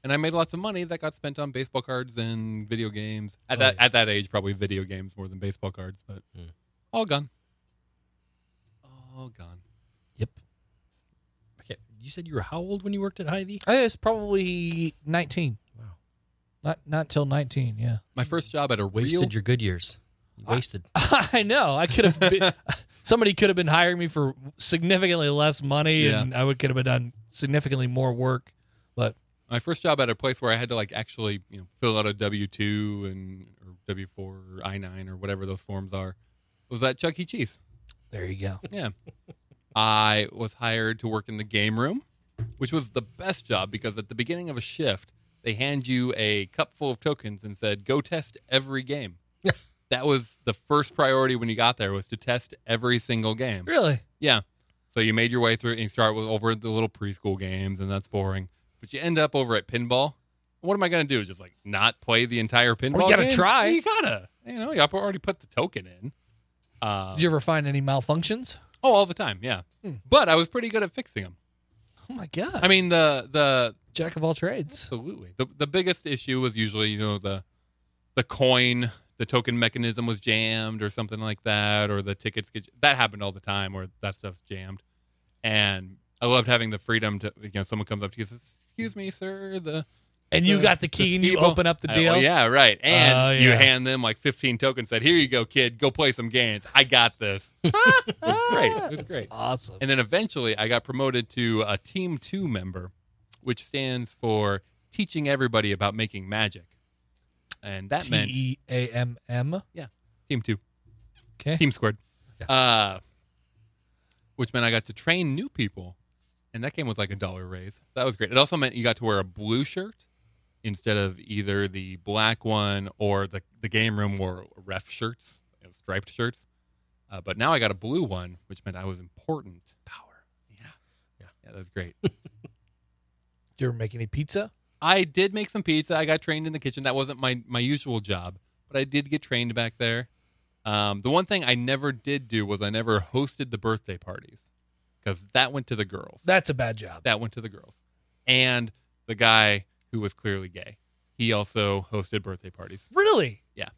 Speaker 4: and I made lots of money that got spent on baseball cards and video games. At
Speaker 3: Oh,
Speaker 4: that
Speaker 3: yeah.
Speaker 4: at that age, probably video games more than baseball cards, but
Speaker 2: Hmm.
Speaker 4: all gone. All gone.
Speaker 3: Yep.
Speaker 2: Okay. You said you were how old when you worked at Hy-Vee?
Speaker 3: I was probably nineteen. Wow. Not not till nineteen, yeah.
Speaker 4: My first job at a
Speaker 2: Wasted
Speaker 4: real
Speaker 2: your good years. You
Speaker 3: I-
Speaker 2: wasted.
Speaker 3: I know. I could have been, somebody could have been hiring me for significantly less money
Speaker 4: Yeah.
Speaker 3: and I would could have been done significantly more work. But
Speaker 4: my first job at a place where I had to like actually you know fill out a W two and or W four or I nine or whatever those forms are was at Chuck E. Cheese.
Speaker 3: there you go.
Speaker 4: Yeah, I was hired to work in the game room, which was the best job because at the beginning of a shift they hand you a cup full of tokens and said go test every game.
Speaker 2: Yeah.
Speaker 4: that was the first priority when you got there was to test every single game.
Speaker 3: Really?
Speaker 4: Yeah. So you made your way through and you start with over the little preschool games and that's boring. But you end up over at pinball. What am I gonna do? Just like not play the entire pinball?
Speaker 3: gotta
Speaker 4: game?
Speaker 3: try.
Speaker 4: You gotta. You know, you already put the token in. Uh,
Speaker 3: Did you ever find any malfunctions?
Speaker 4: oh, all the time, yeah.
Speaker 3: Hmm.
Speaker 4: But I was pretty good at fixing them.
Speaker 3: Oh my god.
Speaker 4: I mean, the the
Speaker 3: Jack of all trades.
Speaker 4: absolutely the the biggest issue was usually you know the the coin, the token mechanism was jammed or something like that, or the tickets get that happened all the time where that stuff's jammed. And I loved having the freedom to you know someone comes up to you and says, "Excuse me, sir," the
Speaker 3: And you
Speaker 4: the-
Speaker 3: got uh, the E key and you
Speaker 4: speedball."
Speaker 3: open up the
Speaker 4: I-
Speaker 3: deal.
Speaker 4: oh, yeah, right. And
Speaker 3: Oh,
Speaker 4: you
Speaker 3: yeah.
Speaker 4: hand them like 15 tokens. Said, "Here you go, kid. Go play some games. I got this." it was great. It was
Speaker 3: That's
Speaker 4: great.
Speaker 3: Awesome.
Speaker 4: And then eventually I got promoted to a Team Two member, which stands for teaching everybody about making magic. And that
Speaker 3: T
Speaker 4: meant
Speaker 3: E A M M.
Speaker 4: Team Two,
Speaker 3: Okay.
Speaker 4: Team Squared. Uh, which meant I got to train new people. And that came with like a dollar raise. So that was great. It also meant you got to wear a blue shirt instead of either the black one or the, the game room wore ref shirts, you know, striped shirts. Uh, but now I got a blue one, which meant I was important. Power. Yeah. Yeah. Yeah, that was great.
Speaker 3: Do you ever make any pizza?
Speaker 4: I did make some pizza. I got trained in the kitchen. That wasn't my, my usual job, but I did get trained back there. Um, the one thing I never did do was I never hosted the birthday parties because that went to the girls.
Speaker 3: That's a bad job.
Speaker 4: that went to the girls. And the guy who was clearly gay, he also hosted birthday parties.
Speaker 3: Really?
Speaker 4: Yeah.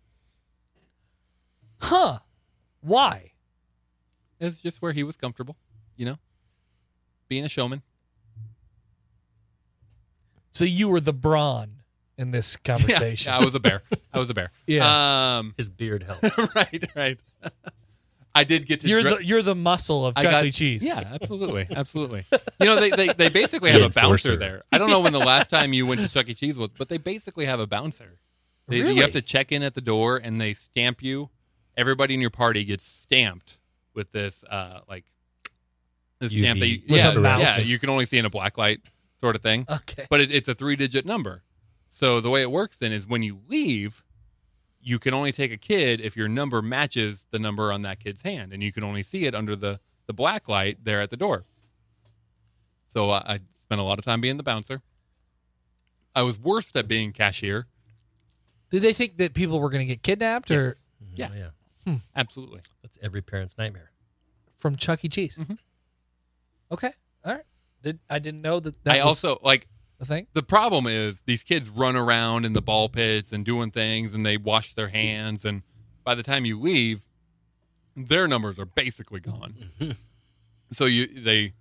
Speaker 3: Huh. Why?
Speaker 4: It's just where he was comfortable, you know, being a showman.
Speaker 3: So you were the brawn in this
Speaker 4: Yeah,
Speaker 3: conversation.
Speaker 4: yeah, I was a bear. I was a bear. Um,
Speaker 2: His beard helped.
Speaker 4: right, right. I did get to.
Speaker 3: you're
Speaker 4: dre-
Speaker 3: the you're the muscle of
Speaker 4: I got-
Speaker 3: Chuck E. Cheese.
Speaker 4: Yeah, absolutely, absolutely. You know, they, they, they basically have
Speaker 2: The
Speaker 4: a bouncer
Speaker 2: enforcer.
Speaker 4: there. I don't know when the last time you went to Chuck E. Cheese was, but they basically have a bouncer. They,
Speaker 3: Really?
Speaker 4: You have to check in at the door, and they stamp you. Everybody in your party gets stamped with this, uh, like this
Speaker 2: UV.
Speaker 4: stamp that you,
Speaker 2: With
Speaker 4: yeah,
Speaker 3: a mouse.
Speaker 4: yeah, you can only see in a black light sort of thing.
Speaker 3: Okay.
Speaker 4: But it, it's a three-digit number. So the way it works then is when you leave, you can only take a kid if your number matches the number on that kid's hand, and you can only see it under the the black light there at the door. So I, I spent a lot of time being the bouncer. I was worst at being cashier.
Speaker 3: Did they think that people were going to get kidnapped or
Speaker 4: Yes. Yeah.
Speaker 2: Oh, yeah.
Speaker 4: Absolutely.
Speaker 2: That's every parent's nightmare.
Speaker 3: from Chuck E. Cheese?
Speaker 4: Mhm.
Speaker 3: Okay. All right. Did I didn't know that. that
Speaker 4: I
Speaker 3: was
Speaker 4: also like
Speaker 3: a thing.
Speaker 4: the problem is these kids run around in the ball pits and doing things and they wash their hands and by the time you leave their numbers are basically gone so you they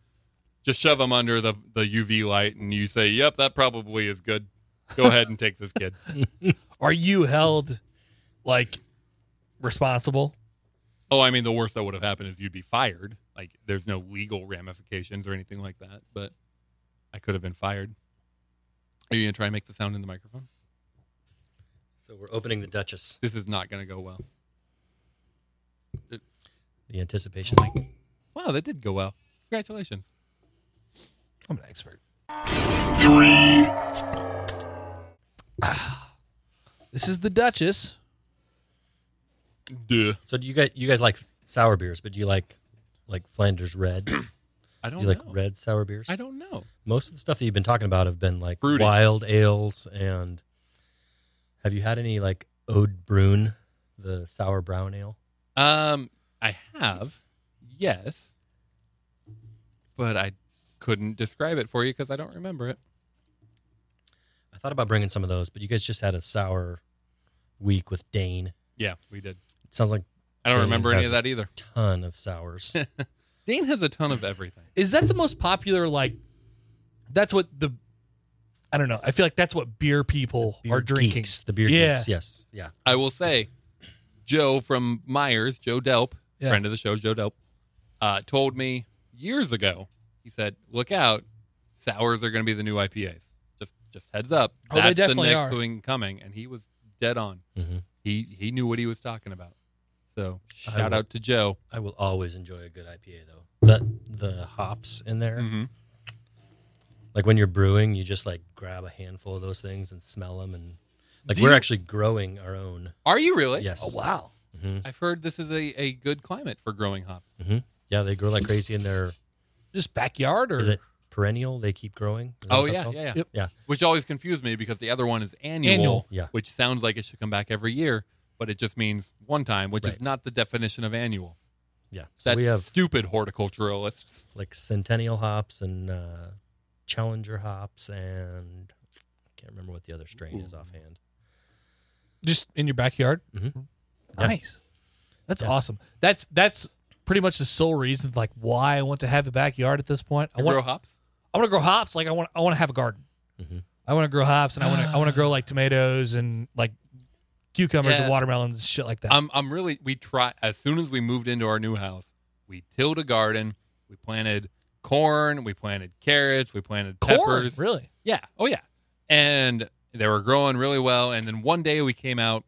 Speaker 4: just shove them under the, the uv light and you say yep that probably is good go ahead and take this kid
Speaker 3: Are you held like responsible?
Speaker 4: oh i mean the worst that would have happened is you'd be fired like there's no legal ramifications or anything like that but i could have been fired are you gonna try and make the sound in the microphone
Speaker 2: So we're opening the Duchess.
Speaker 4: this is not gonna go well
Speaker 2: The anticipation.
Speaker 4: wow that did go well congratulations
Speaker 3: I'm an expert.
Speaker 5: three,
Speaker 3: This is the Duchess.
Speaker 4: Duh.
Speaker 2: So do you guys you guys like sour beers, but do you like like Flanders red? do
Speaker 4: I don't
Speaker 2: you like
Speaker 4: know.
Speaker 2: red sour beers?
Speaker 4: I don't know.
Speaker 2: Most of the stuff that you've been talking about have been like
Speaker 4: Brooding.
Speaker 2: wild ales and have you had any like Ode Brune, the sour brown ale?
Speaker 4: Um, I have, yes, but I couldn't describe it for you because I don't remember it.
Speaker 2: I thought about bringing some of those, but you guys just had a sour week with Dane.
Speaker 4: Yeah, we did.
Speaker 2: It sounds like
Speaker 4: I don't
Speaker 2: Dane
Speaker 4: remember any
Speaker 2: has
Speaker 4: of that either.
Speaker 2: a ton of sours.
Speaker 4: Dane has a ton of everything.
Speaker 3: Is that the most popular? Like, that's what the. I don't know. I feel like that's what beer people
Speaker 2: Beer
Speaker 3: are drinking.
Speaker 2: geeks, the beer
Speaker 3: Yeah.
Speaker 2: geeks, yes. Yeah.
Speaker 4: I will say, Joe from Myers, Joe Delp,
Speaker 3: Yeah.
Speaker 4: friend of the show, Joe Delp, uh, told me years ago. He said, "Look out, sours are going to be the new IPAs. Just, just heads up.
Speaker 3: Oh, they
Speaker 4: That's
Speaker 3: definitely
Speaker 4: the next
Speaker 3: are.
Speaker 4: thing coming." And he was dead on.
Speaker 2: hmm
Speaker 4: He he knew what he was talking about. So
Speaker 2: I
Speaker 4: shout
Speaker 2: will-
Speaker 4: out to Joe.
Speaker 2: I will always enjoy a good IPA though. The the hops in there,
Speaker 4: Mm-hmm.
Speaker 2: like when you're brewing, you just like grab a handful of those things and smell them, and like
Speaker 4: Do
Speaker 2: we're
Speaker 4: you-
Speaker 2: actually growing our own.
Speaker 4: Are you really?
Speaker 2: Yes.
Speaker 3: Oh wow!
Speaker 2: hmm
Speaker 4: I've heard this is a, a good climate for growing hops.
Speaker 2: Mm-hmm. Yeah, they grow like crazy in their.
Speaker 3: Just backyard or
Speaker 2: Is it perennial? They keep growing. Is that
Speaker 4: Oh
Speaker 2: what that's
Speaker 4: yeah,
Speaker 2: called?
Speaker 4: yeah, yeah.
Speaker 3: Yep.
Speaker 2: Yeah.
Speaker 4: Which always confused me because the other one is annual,
Speaker 3: Annual.
Speaker 2: Yeah.
Speaker 4: which sounds like it should come back every year, but it just means one time, which is
Speaker 2: Right.
Speaker 4: not the definition of annual.
Speaker 2: yeah. So
Speaker 4: That's
Speaker 2: we have
Speaker 4: stupid horticulturalists.
Speaker 2: like centennial hops and uh, challenger hops, and I can't remember what the other strain is
Speaker 4: Ooh.
Speaker 2: offhand.
Speaker 3: just in your backyard?
Speaker 2: Mhm. Yeah.
Speaker 3: Nice. That's
Speaker 2: Yeah.
Speaker 3: awesome. That's that's pretty much the sole reason like why I want to have a backyard at this point. I
Speaker 4: I
Speaker 3: want
Speaker 4: grow hops.
Speaker 3: I want to grow hops. Like I want I want to have a garden.
Speaker 2: Mhm.
Speaker 3: I want to grow hops and I want to I want to grow like tomatoes and like cucumbers
Speaker 4: Ah. Yeah. Um,
Speaker 3: and watermelons and shit like that.
Speaker 4: I'm I'm really we try as soon as we moved into our new house, we tilled a garden, we planted corn, we planted carrots, we planted
Speaker 3: Corn,
Speaker 4: peppers.
Speaker 3: really?
Speaker 4: Yeah. Oh yeah. And they were growing really well. And then one day we came out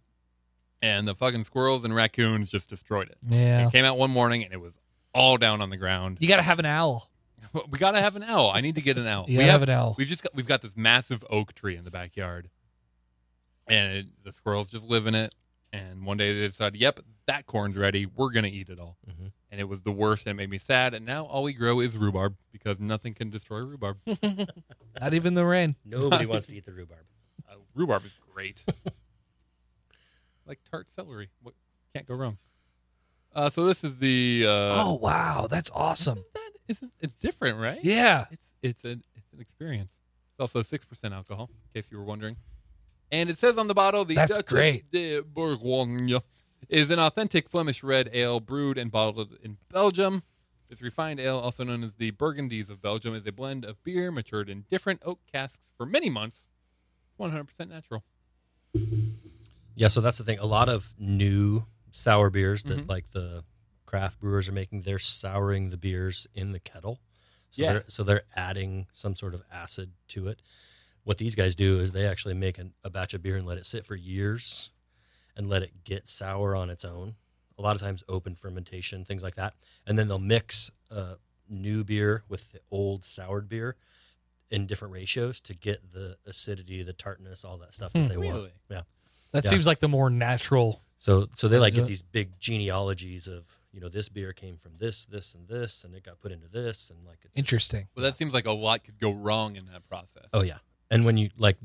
Speaker 4: and the fucking squirrels and raccoons just destroyed it.
Speaker 3: Yeah.
Speaker 4: It came out one morning and it was all down on the ground.
Speaker 3: You got to have an owl.
Speaker 4: We gotta have an owl. I need to get an owl.
Speaker 3: You
Speaker 4: we
Speaker 3: gotta have an owl.
Speaker 4: We've just got we've got this massive oak tree in the backyard. And it, the squirrels just live in it. And And one day they decided, yep, that corn's ready. We're going to eat it all.
Speaker 3: Mm-hmm.
Speaker 2: Mhm.
Speaker 4: And it was the worst. And it made me sad. And now all we grow is rhubarb because nothing can destroy rhubarb. uh,
Speaker 3: Not even the rain.
Speaker 2: Nobody wants to eat the rhubarb.
Speaker 4: rhubarb is great. like tart celery. What, can't go wrong. Uh, so this is the. Uh,
Speaker 3: oh wow, that's awesome.
Speaker 4: That isn't, it's different, right?
Speaker 3: Yeah.
Speaker 4: It's it's an it's an experience. It's also six percent alcohol, in case you were wondering. And it says on the bottle, the
Speaker 3: That's
Speaker 4: Duchess
Speaker 3: great.
Speaker 4: de Bourgogne is an authentic Flemish red ale brewed and bottled in Belgium. This refined ale, also known as the Burgundies of Belgium, is a blend of beer matured in different oak casks for many months. 100% natural.
Speaker 2: Yeah, so that's the thing. A lot of new sour beers that
Speaker 4: Mhm.
Speaker 2: like the craft brewers are making, they're souring the beers in the kettle. So
Speaker 4: Yeah.
Speaker 2: they're so they're adding some sort of acid to it. What these guys do is they actually make an, a batch of beer and let it sit for years and let it get sour on its own. A lot of times open fermentation, things like that. And then they'll mix uh, new beer with the old soured beer in different ratios to get the acidity, the tartness, all that stuff that
Speaker 3: Hmm.
Speaker 2: they want.
Speaker 4: really?
Speaker 2: Yeah.
Speaker 3: That
Speaker 2: Yeah.
Speaker 3: seems like the more natural.
Speaker 2: So so they like
Speaker 3: do
Speaker 2: get
Speaker 3: it.
Speaker 2: these big genealogies of you know this beer came from this this and this and it got put into this and like it's just-
Speaker 3: Interesting.
Speaker 4: Well, that seems like a lot could go wrong in that process.
Speaker 2: oh yeah, and when you like,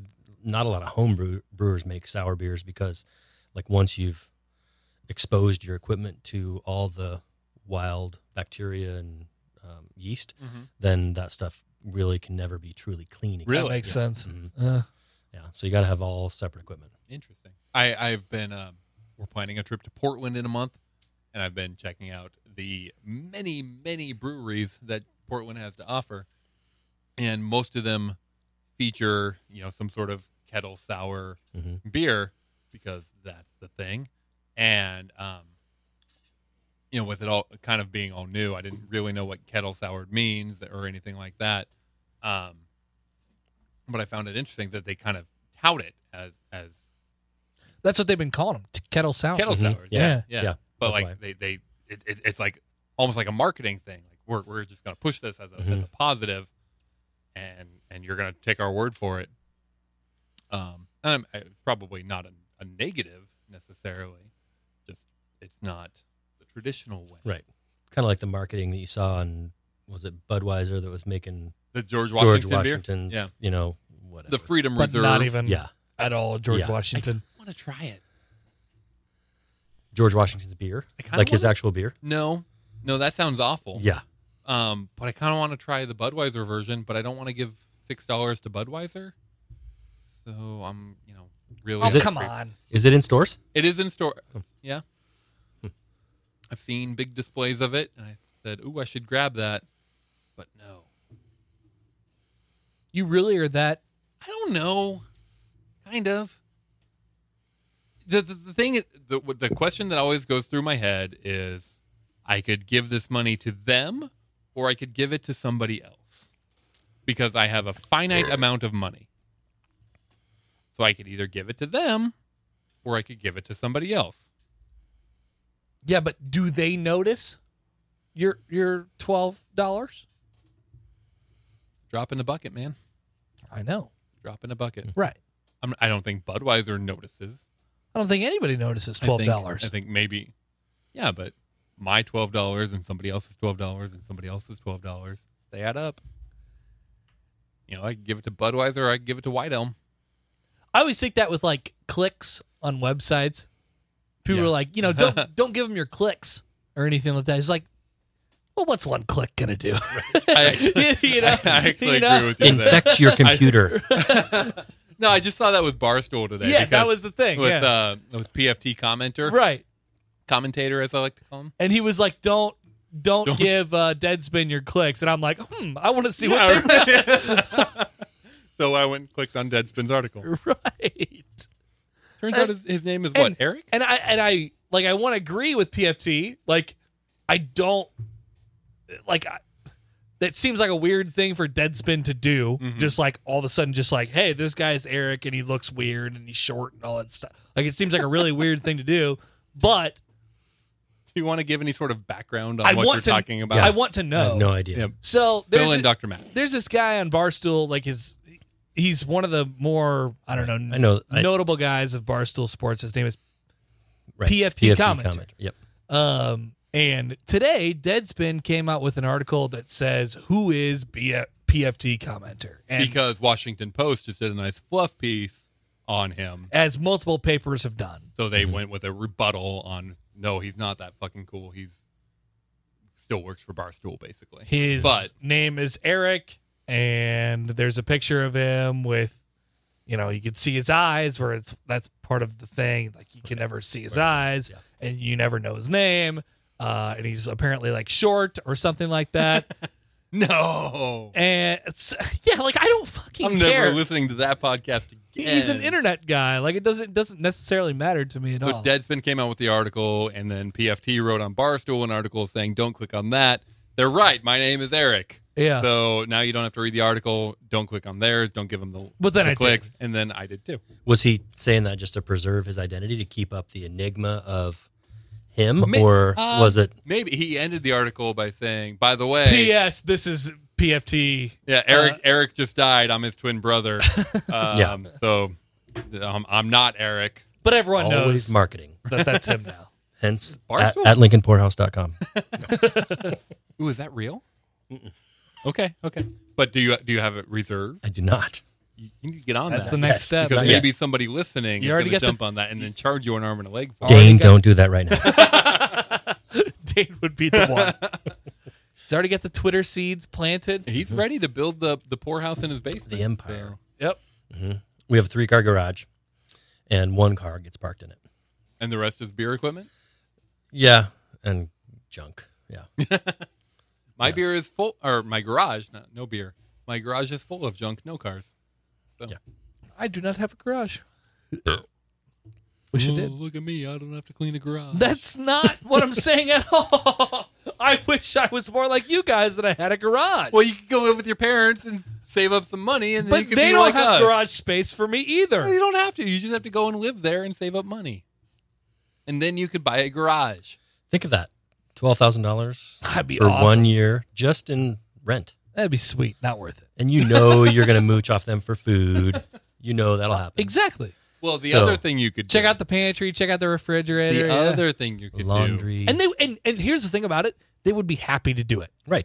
Speaker 2: not a lot of home brew, brewers make sour beers because like once you've exposed your equipment to all the wild bacteria and um, yeast,
Speaker 4: Mhm.
Speaker 2: then that stuff really can never be truly clean. again.
Speaker 4: Really?
Speaker 3: That makes
Speaker 2: Yeah.
Speaker 3: sense.
Speaker 2: Mhm.
Speaker 3: Uh,
Speaker 2: Yeah, so you got to have all separate equipment.
Speaker 4: Interesting. I I've been um, we're planning a trip to Portland in a month, and I've been checking out the many many breweries that Portland has to offer, and most of them feature you know some sort of kettle sour
Speaker 2: Mhm.
Speaker 4: beer because that's the thing, and um, you know with it all kind of being all new, I didn't really know what kettle soured means or anything like that. Um, but I found it interesting that they kind of tout it as as
Speaker 3: that's what they've been calling them, t- kettle sour.
Speaker 4: kettle
Speaker 2: Mhm.
Speaker 4: sours.
Speaker 3: Oh. Yeah.
Speaker 4: Yeah,
Speaker 2: Yeah,
Speaker 4: yeah.
Speaker 2: that's
Speaker 4: But like
Speaker 2: why.
Speaker 4: they they it, it, it's like almost like a marketing thing. Like we're we're just gonna push this as a
Speaker 2: Mm-hmm.
Speaker 4: as a positive, and and you're gonna take our word for it. Um, and I'm- it's probably not a, a negative necessarily. Just it's not the traditional way.
Speaker 2: Right, kind of like the marketing that you saw on was it Budweiser that was making
Speaker 4: The George Washington
Speaker 2: George Washington's,
Speaker 4: beer. Yeah.
Speaker 2: you know, whatever.
Speaker 4: The Freedom
Speaker 3: but
Speaker 4: Reserve.
Speaker 3: not even
Speaker 2: yeah,
Speaker 3: at all. George
Speaker 2: Yeah.
Speaker 3: Washington.
Speaker 4: I want to try it.
Speaker 2: George Washington's beer,
Speaker 4: I kinda Oh.
Speaker 2: like his
Speaker 4: wanna-
Speaker 2: actual beer.
Speaker 4: No, no, that sounds awful.
Speaker 2: Yeah,
Speaker 4: Um, but I kind of want to try the Budweiser version, but I don't want to give six dollars to Budweiser. So I'm, you know, really.
Speaker 3: Oh
Speaker 2: Is it- Oh.
Speaker 3: come on.
Speaker 2: is it in stores?
Speaker 4: It is in store. Yeah.
Speaker 2: Hmm.
Speaker 4: I've seen big displays of it, and I said, "Ooh, I should grab that," but no,
Speaker 3: You really are that
Speaker 4: I don't know. Kind of. The the, the thing, is- the the question that always goes through my head is, I could give this money to them, or I could give it to somebody else, because I have a finite amount of money. So I could either give it to them, or I could give it to somebody else.
Speaker 3: Yeah, but do they notice your your twelve dollars?
Speaker 4: Drop in the bucket, man.
Speaker 3: I know.
Speaker 4: Drop in the bucket.
Speaker 3: Right.
Speaker 4: I'm, I don't think Budweiser notices.
Speaker 3: I don't think anybody notices
Speaker 4: I
Speaker 3: twelve
Speaker 4: think-
Speaker 3: dollars.
Speaker 4: I think maybe, yeah, but my twelve dollars and somebody else's twelve dollars and somebody else's twelve dollars, they add up. You know, I could give it to Budweiser, or I could give it to White Elm.
Speaker 3: I always think that with like clicks on websites. People
Speaker 4: Yeah.
Speaker 3: are like, you know, don't don't give them your clicks or anything like that. It's like, well, what's one click gonna do?
Speaker 4: I actually-
Speaker 3: you know,
Speaker 4: I actually
Speaker 3: you know?
Speaker 4: agree with you. there.
Speaker 2: Infect your computer.
Speaker 4: No, I just saw that with Barstool today.
Speaker 3: Yeah, that
Speaker 4: because
Speaker 3: was the thing.
Speaker 4: with
Speaker 3: yeah.
Speaker 4: uh, with PFT commenter,
Speaker 3: right,
Speaker 4: commentator as I like to call him.
Speaker 3: and he was like, don't. Don't,
Speaker 4: Don't-
Speaker 3: give uh, Deadspin your clicks, and I'm like, hmm, I want to see what
Speaker 4: Yeah,
Speaker 3: they're
Speaker 4: right. so I went and clicked on Deadspin's article.
Speaker 3: right. And-
Speaker 4: Turns out his, his name is what
Speaker 3: and-
Speaker 4: Eric.
Speaker 3: and I and I like I want to agree with PFT. Like I don't like I, that seems like a weird thing for Deadspin to do.
Speaker 4: Mhm.
Speaker 3: Just like all of a sudden, just like hey, this guy's Eric and he looks weird and he's short and all that stuff. Like it seems like a really weird thing to do. But
Speaker 4: Do you want to give any sort of background on
Speaker 3: I
Speaker 4: what
Speaker 3: want
Speaker 4: you're
Speaker 3: to
Speaker 4: talking about?
Speaker 3: I want to
Speaker 2: I
Speaker 3: know.
Speaker 2: have no idea.
Speaker 4: Yeah.
Speaker 3: So there's
Speaker 4: Fill in
Speaker 3: a-
Speaker 4: Dr. Matt.
Speaker 3: there's this guy on Barstool. Like his he's one of the more I don't know
Speaker 2: I know. I,
Speaker 3: notable guys of Barstool Sports. His name is
Speaker 2: Right.
Speaker 3: PFT commentary.
Speaker 2: Yep.
Speaker 3: Um, and today, Deadspin came out with an article that says who is B- PFT commenter, and
Speaker 4: because Washington Post just did a nice fluff piece on him.
Speaker 3: as multiple papers have done,
Speaker 4: So they
Speaker 2: Mhm.
Speaker 4: went with a rebuttal on no, he's not that fucking cool. He's still works for Barstool basically.
Speaker 3: his
Speaker 4: But-
Speaker 3: name is Eric, and there's a picture of him with, you know, you can see his eyes where it's that's part of the thing. Like you can never see his eyes,
Speaker 2: Yeah.
Speaker 3: and you never know his name. Uh, and he's apparently like short or something like that.
Speaker 4: no.
Speaker 3: and it's, yeah, like I don't fucking
Speaker 4: I'm
Speaker 3: care.
Speaker 4: never listening to that podcast again.
Speaker 3: He's an internet guy. Like it doesn't doesn't necessarily matter to me at all.
Speaker 4: But Deadspin came out with the article, and then PFT wrote on Barstool an article saying, "Don't click on that." They're right. My name is Eric.
Speaker 3: yeah.
Speaker 4: So now you don't have to read the article. Don't click on theirs. Don't give them the,
Speaker 3: But then
Speaker 4: the
Speaker 3: I did.
Speaker 4: clicks. And then I did too.
Speaker 2: Was he saying that just to preserve his identity to keep up the enigma of him,
Speaker 4: Ma-
Speaker 2: or
Speaker 4: uh,
Speaker 2: was it?
Speaker 4: Maybe he ended the article by saying, "By the way,
Speaker 3: P.S. This is PFT.
Speaker 4: yeah, Eric
Speaker 3: uh,
Speaker 4: Eric just died. I'm his twin brother. um,
Speaker 2: Yeah.
Speaker 4: So um, I'm not Eric.
Speaker 3: But everyone knows
Speaker 2: Always marketing.
Speaker 3: that that's him now.
Speaker 2: Hence at,
Speaker 4: Barstool?
Speaker 2: at LincolnPoorhouse.com.
Speaker 4: Ooh, is that real?
Speaker 2: Mm-mm.
Speaker 4: Okay, okay. But do you do you have it reserved?
Speaker 2: I do not.
Speaker 4: You you need to get on
Speaker 3: That's
Speaker 4: that.
Speaker 3: the next step.
Speaker 4: Because
Speaker 2: Yeah.
Speaker 4: maybe somebody listening
Speaker 3: You
Speaker 4: is
Speaker 3: already
Speaker 4: going to
Speaker 3: got the-
Speaker 4: jump on that and then charge you an arm and a leg for
Speaker 3: Already
Speaker 2: Dane,
Speaker 3: got-
Speaker 2: don't do that right now.
Speaker 3: Dane would be the one. He's already got the Twitter seeds
Speaker 4: it.
Speaker 3: planted.
Speaker 4: He's ready to build the the poorhouse in his basement.
Speaker 2: Mm-hmm. The empire.
Speaker 4: so-
Speaker 3: Yep.
Speaker 2: we have a three car garage, and one car gets parked in it.
Speaker 4: and the rest is beer equipment.
Speaker 2: Yeah, and junk. Yeah,
Speaker 4: My
Speaker 2: Yeah.
Speaker 4: beer is full, or my garage, not, no beer. My garage is full of junk, no cars.
Speaker 3: I do not have a garage. Wish I did.
Speaker 4: Look at me. I don't have to clean a garage.
Speaker 3: That's not what I'm saying at all. I wish I was more like you guys that I had a garage.
Speaker 4: Well, you can go live with your parents and save up some money, and then you
Speaker 3: but
Speaker 4: can
Speaker 3: they
Speaker 4: be
Speaker 3: don't
Speaker 4: like
Speaker 3: have
Speaker 4: us.
Speaker 3: garage space for me
Speaker 4: Well, you
Speaker 3: either.
Speaker 4: don't have to. You just have to go and live there and save up money, and then you could buy a garage.
Speaker 2: think of that twelve thousand dollars
Speaker 3: That'd be
Speaker 2: for
Speaker 3: awesome.
Speaker 2: one year just in rent,
Speaker 3: That'd be sweet. Not worth it.
Speaker 2: and you know you're gonna mooch off them for food. You know that'll happen.
Speaker 3: Exactly.
Speaker 4: Well, the
Speaker 2: So-
Speaker 4: other thing you could
Speaker 3: Check
Speaker 4: do,
Speaker 3: out the pantry. Check out the refrigerator.
Speaker 4: the
Speaker 3: yeah.
Speaker 4: other thing you could do.
Speaker 2: Laundry,
Speaker 3: And they and, and here's the thing about it: they would be happy to do it.
Speaker 2: right?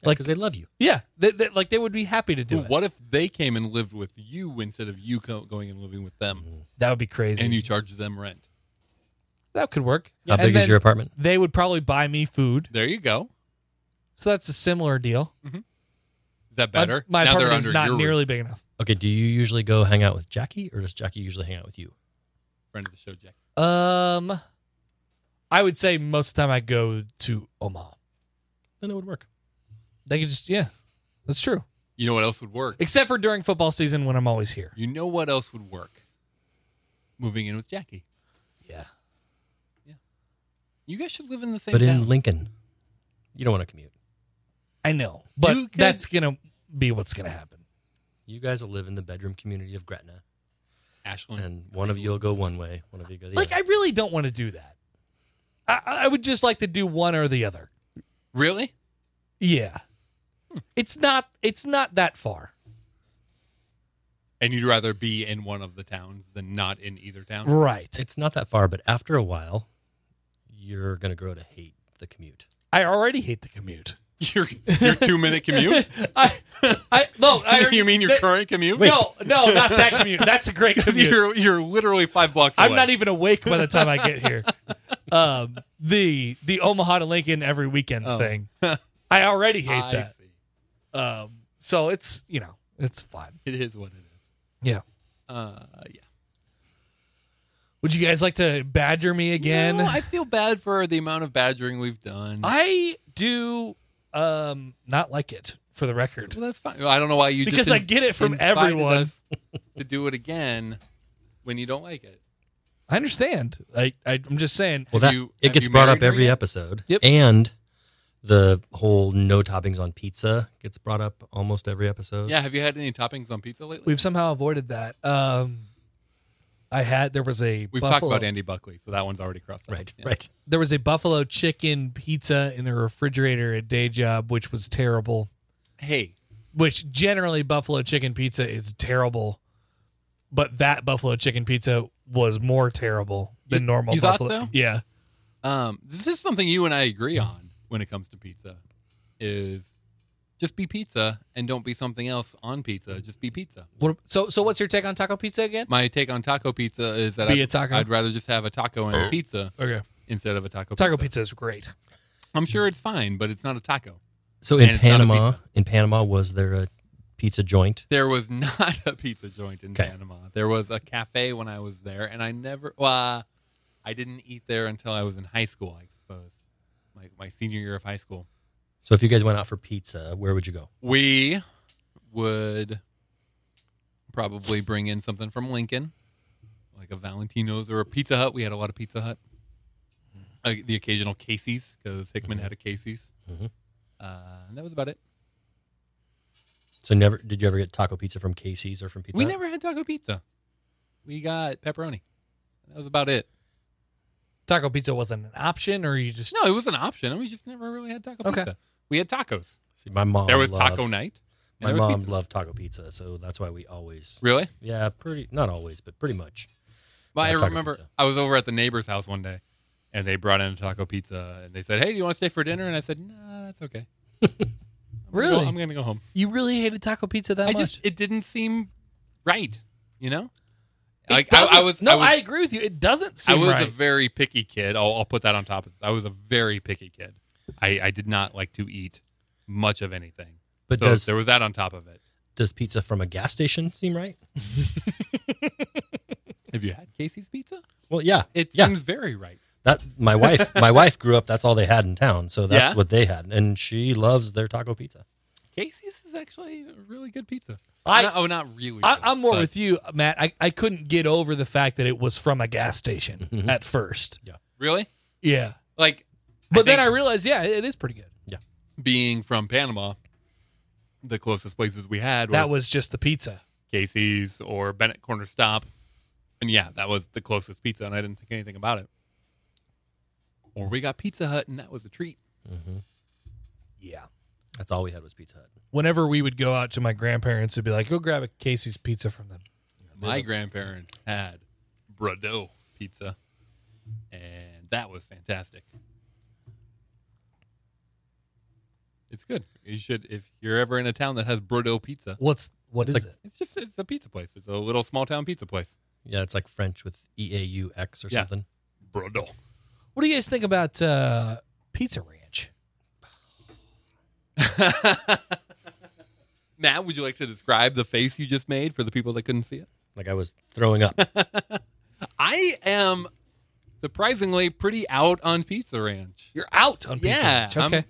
Speaker 3: Like-
Speaker 2: Like because they love you.
Speaker 3: Yeah, they, they, like they would be happy to do
Speaker 4: Well,
Speaker 3: it.
Speaker 4: What if they came and lived with you instead of you co- going and living with them,
Speaker 3: That would be crazy.
Speaker 4: and you charge them rent?
Speaker 3: that could work.
Speaker 2: How
Speaker 3: And
Speaker 2: big
Speaker 3: then
Speaker 2: is your apartment?
Speaker 3: They would probably buy me food,
Speaker 4: There you go.
Speaker 3: so that's a similar deal.
Speaker 4: Is
Speaker 3: My-
Speaker 4: that better?
Speaker 3: My,
Speaker 4: now they're
Speaker 3: apartment is
Speaker 4: under
Speaker 3: not
Speaker 4: your roof.
Speaker 3: nearly big enough.
Speaker 2: Okay, do you usually go hang out with Jackie, or does Jackie usually hang out with you?
Speaker 4: friend of the show, Jack.
Speaker 3: Um, I would say most of the time I go to Omaha.
Speaker 2: Then it would work.
Speaker 3: They could just yeah, that's true.
Speaker 4: You know what else would work?
Speaker 3: Except for during football season when I'm always here.
Speaker 4: You know what else would work? Moving in with Jackie.
Speaker 3: Yeah,
Speaker 4: You guys should live in the same
Speaker 2: but
Speaker 4: town.
Speaker 2: in Lincoln, you don't want to commute.
Speaker 3: I know, but
Speaker 4: You could-
Speaker 3: that's gonna be what's gonna happen.
Speaker 2: You guys will live in the bedroom community of Gretna,
Speaker 4: Ashland.
Speaker 2: and one of you will go one way, one of you go the
Speaker 3: Oh, Like I
Speaker 2: other.
Speaker 3: really don't want to do that. I, I would just like to do one or the other.
Speaker 4: really?
Speaker 3: Yeah.
Speaker 4: Hmm.
Speaker 3: It's not it's not that far.
Speaker 4: And you'd rather be in one of the towns than not in either town?
Speaker 3: Right.
Speaker 2: It's not that far, but after a while, you're gonna grow to hate the commute.
Speaker 3: I already hate the commute.
Speaker 4: Your, your two minute commute?
Speaker 3: I I no, I already-
Speaker 4: you mean your
Speaker 3: that-
Speaker 4: current commute?
Speaker 3: No, no, not that commute. That's a great
Speaker 4: Because
Speaker 3: commute.
Speaker 4: you're, you're literally five blocks away.
Speaker 3: I'm not even awake by the time I get here. Um the the Omaha to Lincoln every weekend
Speaker 4: Oh.
Speaker 3: thing. I already hate
Speaker 4: I see.
Speaker 3: that. Um so it's, you know, it's fine.
Speaker 4: It is what it is.
Speaker 3: Yeah.
Speaker 4: Uh, yeah.
Speaker 3: Would you guys like to badger me again?
Speaker 4: No, I feel bad for the amount of badgering we've done.
Speaker 3: I do um not like it for the record.
Speaker 4: Well, that's fine. I don't know why you
Speaker 3: Because
Speaker 4: just
Speaker 3: I get it from
Speaker 4: invited
Speaker 3: everyone.
Speaker 4: us to do it again when you don't like it.
Speaker 3: I understand. I, I I'm just saying.
Speaker 2: Well,
Speaker 4: Have
Speaker 2: that
Speaker 4: you- have
Speaker 2: it gets
Speaker 4: you
Speaker 2: brought
Speaker 4: married
Speaker 2: up
Speaker 4: her
Speaker 2: every
Speaker 4: yet?
Speaker 2: episode,
Speaker 3: Yep.
Speaker 2: and the whole no toppings on pizza gets brought up almost every episode.
Speaker 4: Yeah, have you had any toppings on pizza lately?
Speaker 3: We've somehow avoided that. Um, I had there was a
Speaker 4: We've talked
Speaker 3: buffalo,
Speaker 4: about Andy Buckley, so that one's already crossed. off.
Speaker 2: right,
Speaker 4: Yeah.
Speaker 2: right.
Speaker 3: there was a buffalo chicken pizza in the refrigerator at day job, which was terrible.
Speaker 4: Hey,
Speaker 3: Which generally buffalo chicken pizza is terrible, but that buffalo chicken pizza was more terrible than
Speaker 4: You-
Speaker 3: normal.
Speaker 4: you thought
Speaker 3: buffalo.
Speaker 4: so?
Speaker 3: Yeah.
Speaker 4: Um, this is something you and I agree on when it comes to pizza is just be pizza and don't be something else on pizza. Just be pizza.
Speaker 6: What, so, so what's your take on taco pizza again?
Speaker 4: My take on taco pizza is that
Speaker 3: Be
Speaker 4: I'd,
Speaker 3: a taco.
Speaker 4: I'd rather just have a taco and a pizza
Speaker 3: Okay.
Speaker 4: instead of a taco
Speaker 3: Taco pizza is great.
Speaker 4: I'm sure it's fine, but it's not a taco.
Speaker 2: So in
Speaker 4: And it's not a
Speaker 2: Panama,
Speaker 4: pizza.
Speaker 2: in Panama, was there a pizza joint?
Speaker 4: There was not a pizza joint in
Speaker 2: Okay.
Speaker 4: Panama. There was a cafe when I was there, and I never. Well, uh, I didn't eat there until I was in high school, I suppose, my my senior year of high school.
Speaker 2: So if you guys went out for pizza, where would you go?
Speaker 4: We would probably bring in something from Lincoln, like a Valentino's or a Pizza Hut. We had a lot of Pizza Hut. Uh, the occasional Casey's, because Hickman
Speaker 2: Mm-hmm.
Speaker 4: had a Casey's.
Speaker 2: Mhm.
Speaker 4: Uh, and that was about it.
Speaker 2: So never did you ever get taco pizza from Casey's or from Pizza?
Speaker 4: we
Speaker 2: Hut?
Speaker 4: never had taco pizza. We got pepperoni. That was about it.
Speaker 3: Taco pizza wasn't an option, or you just
Speaker 4: No, it was an option. and We just never really had taco
Speaker 3: Okay.
Speaker 4: pizza. We had tacos.
Speaker 2: See, my mom.
Speaker 4: there was
Speaker 2: loved,
Speaker 4: taco night. and
Speaker 2: My
Speaker 4: there was
Speaker 2: mom
Speaker 4: pizza.
Speaker 2: loved taco pizza, so that's why we always.
Speaker 4: Really?
Speaker 2: Yeah, pretty not always, but pretty much.
Speaker 4: Well,
Speaker 2: Yeah,
Speaker 4: I
Speaker 2: taco
Speaker 4: remember
Speaker 2: pizza.
Speaker 4: I was over at the neighbor's house one day, and they brought in a taco pizza, and they said, "Hey, do you want to stay for dinner?" And I said, "Nah, that's okay." I'm gonna go-
Speaker 3: Really?
Speaker 4: I'm gonna go home.
Speaker 3: you really hated taco pizza that
Speaker 4: I
Speaker 3: much.
Speaker 4: just it didn't seem right, you know.
Speaker 3: It
Speaker 4: like I, I
Speaker 3: doesn't-
Speaker 4: was
Speaker 3: no, I,
Speaker 4: I was,
Speaker 3: agree with you. It doesn't
Speaker 4: I
Speaker 3: seem
Speaker 4: was a
Speaker 3: right.
Speaker 4: very picky kid. I'll, I'll put that on top of this. I was a very picky kid. I, I did not like to eat much of anything.
Speaker 2: But
Speaker 4: so
Speaker 2: does
Speaker 4: there was that on top of it.
Speaker 2: does pizza from a gas station seem right?
Speaker 4: Have you had Casey's Pizza?
Speaker 2: Well, yeah,
Speaker 4: It
Speaker 2: yeah.
Speaker 4: seems very right.
Speaker 2: That my wife, my wife grew up. That's all they had in town, so that's
Speaker 4: Yeah?
Speaker 2: what they had, and she loves their taco pizza.
Speaker 4: Casey's is actually a really good pizza.
Speaker 3: I-
Speaker 4: Not- oh, not really.
Speaker 3: I,
Speaker 4: good,
Speaker 3: I'm more
Speaker 4: but
Speaker 3: with you, Matt. I, I couldn't get over the fact that it was from a gas station
Speaker 4: Mm-hmm.
Speaker 2: Mhm.
Speaker 3: at first.
Speaker 4: really
Speaker 3: Yeah,
Speaker 4: like.
Speaker 3: but then I
Speaker 4: think
Speaker 3: realized, yeah, it is pretty good.
Speaker 4: being from Panama, the closest places we had
Speaker 3: That
Speaker 4: were
Speaker 3: was just the pizza.
Speaker 4: Casey's or Bennett Corner Stop, and yeah, that was the closest pizza, and I didn't think anything about it. Or we got Pizza Hut, and that was a treat.
Speaker 2: hmm
Speaker 3: Yeah.
Speaker 2: That's all we had was Pizza Hut.
Speaker 3: Whenever we would go out to my grandparents, it'd be like, go grab a Casey's pizza from them.
Speaker 4: My grandparents had Bordeaux pizza, and that was fantastic. It's good. You should, if you're ever in a town that has Bordeaux pizza,
Speaker 3: What's what is
Speaker 2: It's
Speaker 3: it?
Speaker 2: like-
Speaker 4: it's just it's a pizza place. It's a little small town pizza place.
Speaker 2: Yeah, it's like French with E A U X or
Speaker 4: Yeah.
Speaker 2: something.
Speaker 4: Bordeaux.
Speaker 3: What do you guys think about uh, Pizza Ranch?
Speaker 4: Matt, would you like to describe the face you just made for the people that couldn't see it?
Speaker 2: Like I was throwing up.
Speaker 4: I am surprisingly pretty out on Pizza Ranch.
Speaker 3: You're out on Pizza
Speaker 4: Yeah,
Speaker 3: Ranch.
Speaker 4: I'm-
Speaker 3: Okay.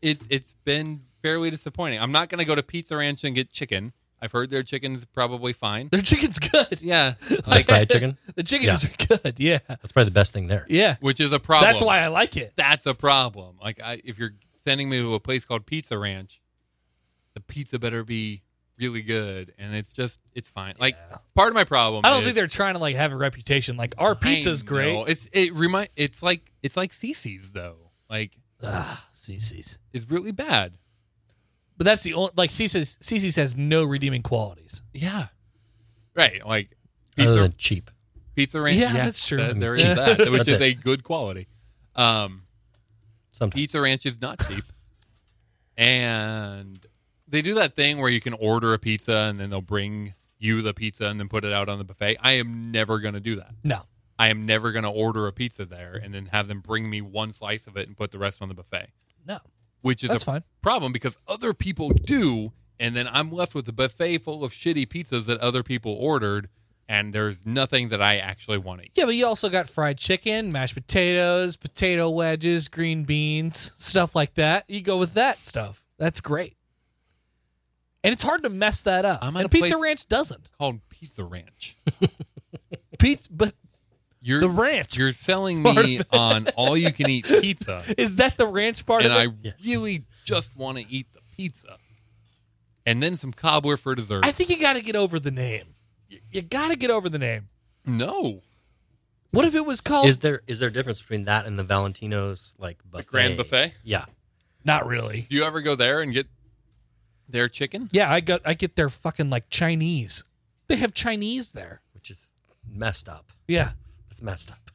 Speaker 4: it's it's been fairly disappointing. I'm not gonna go to Pizza Ranch and get chicken. I've heard their chicken's probably fine.
Speaker 3: Their chicken's good.
Speaker 4: Yeah,
Speaker 2: like
Speaker 4: like
Speaker 2: fried chicken.
Speaker 3: The chickens are good. Yeah.
Speaker 2: That's probably the best thing there.
Speaker 3: Yeah.
Speaker 4: which is a problem.
Speaker 3: That's why I like it.
Speaker 4: that's a problem. Like I, if you're sending me to a place called Pizza Ranch, the pizza better be really good, and it's just it's fine. Like part of my problem.
Speaker 3: I don't
Speaker 4: is-
Speaker 3: think they're trying to like have a reputation. Like our pizza's
Speaker 4: I
Speaker 3: great.
Speaker 4: know. It's it remind it's like it's like CC's though. Like
Speaker 3: Ah, CC's.
Speaker 4: it's really bad.
Speaker 3: But that's the only like CC's. CC's has no redeeming qualities.
Speaker 4: Yeah, right. Like
Speaker 2: Other
Speaker 4: pizza
Speaker 2: than cheap.
Speaker 4: Pizza Ranch.
Speaker 3: Yeah, Yeah. that's true.
Speaker 4: That- there is
Speaker 3: Yeah.
Speaker 4: that, which
Speaker 2: That's
Speaker 4: is
Speaker 2: it.
Speaker 4: a good quality. Um,
Speaker 2: Sometimes.
Speaker 4: Pizza Ranch is not cheap, and they do that thing where you can order a pizza and then they'll bring you the pizza and then put it out on the buffet. I am never going to do that.
Speaker 3: No.
Speaker 4: I am never going to order a pizza there and then have them bring me one slice of it and put the rest on the buffet,
Speaker 3: No.
Speaker 4: which is
Speaker 3: That's
Speaker 4: a
Speaker 3: fine.
Speaker 4: problem because other people do, and then I'm left with a buffet full of shitty pizzas that other people ordered, and there's nothing that I actually want to eat.
Speaker 3: Yeah, but you also got fried chicken, mashed potatoes, potato wedges, green beans, stuff like that. You go with that stuff. That's great. And it's hard to mess that up.
Speaker 4: I'm at a
Speaker 3: and Pizza
Speaker 4: place-
Speaker 3: Ranch doesn't.
Speaker 4: called Pizza Ranch.
Speaker 3: Pizza, but
Speaker 4: You're
Speaker 3: the ranch
Speaker 4: you're selling
Speaker 3: part
Speaker 4: me on all you can eat pizza,
Speaker 3: is that the ranch part
Speaker 4: and
Speaker 3: of
Speaker 4: I
Speaker 3: it?
Speaker 2: Yes.
Speaker 4: really just want to eat the pizza, and then some cobbler for dessert.
Speaker 3: I think you got to get over the name. You, you got to get over the name.
Speaker 4: no,
Speaker 3: What if it was called?
Speaker 2: Is there is there a difference between that and the Valentino's like buffet?
Speaker 4: the Grand Buffet.
Speaker 2: Yeah.
Speaker 3: Not really.
Speaker 4: Do you ever go there and get their chicken?
Speaker 3: Yeah, I got I get their fucking like Chinese. They have Chinese there.
Speaker 2: Which is messed up.
Speaker 3: Yeah.
Speaker 2: That's messed up.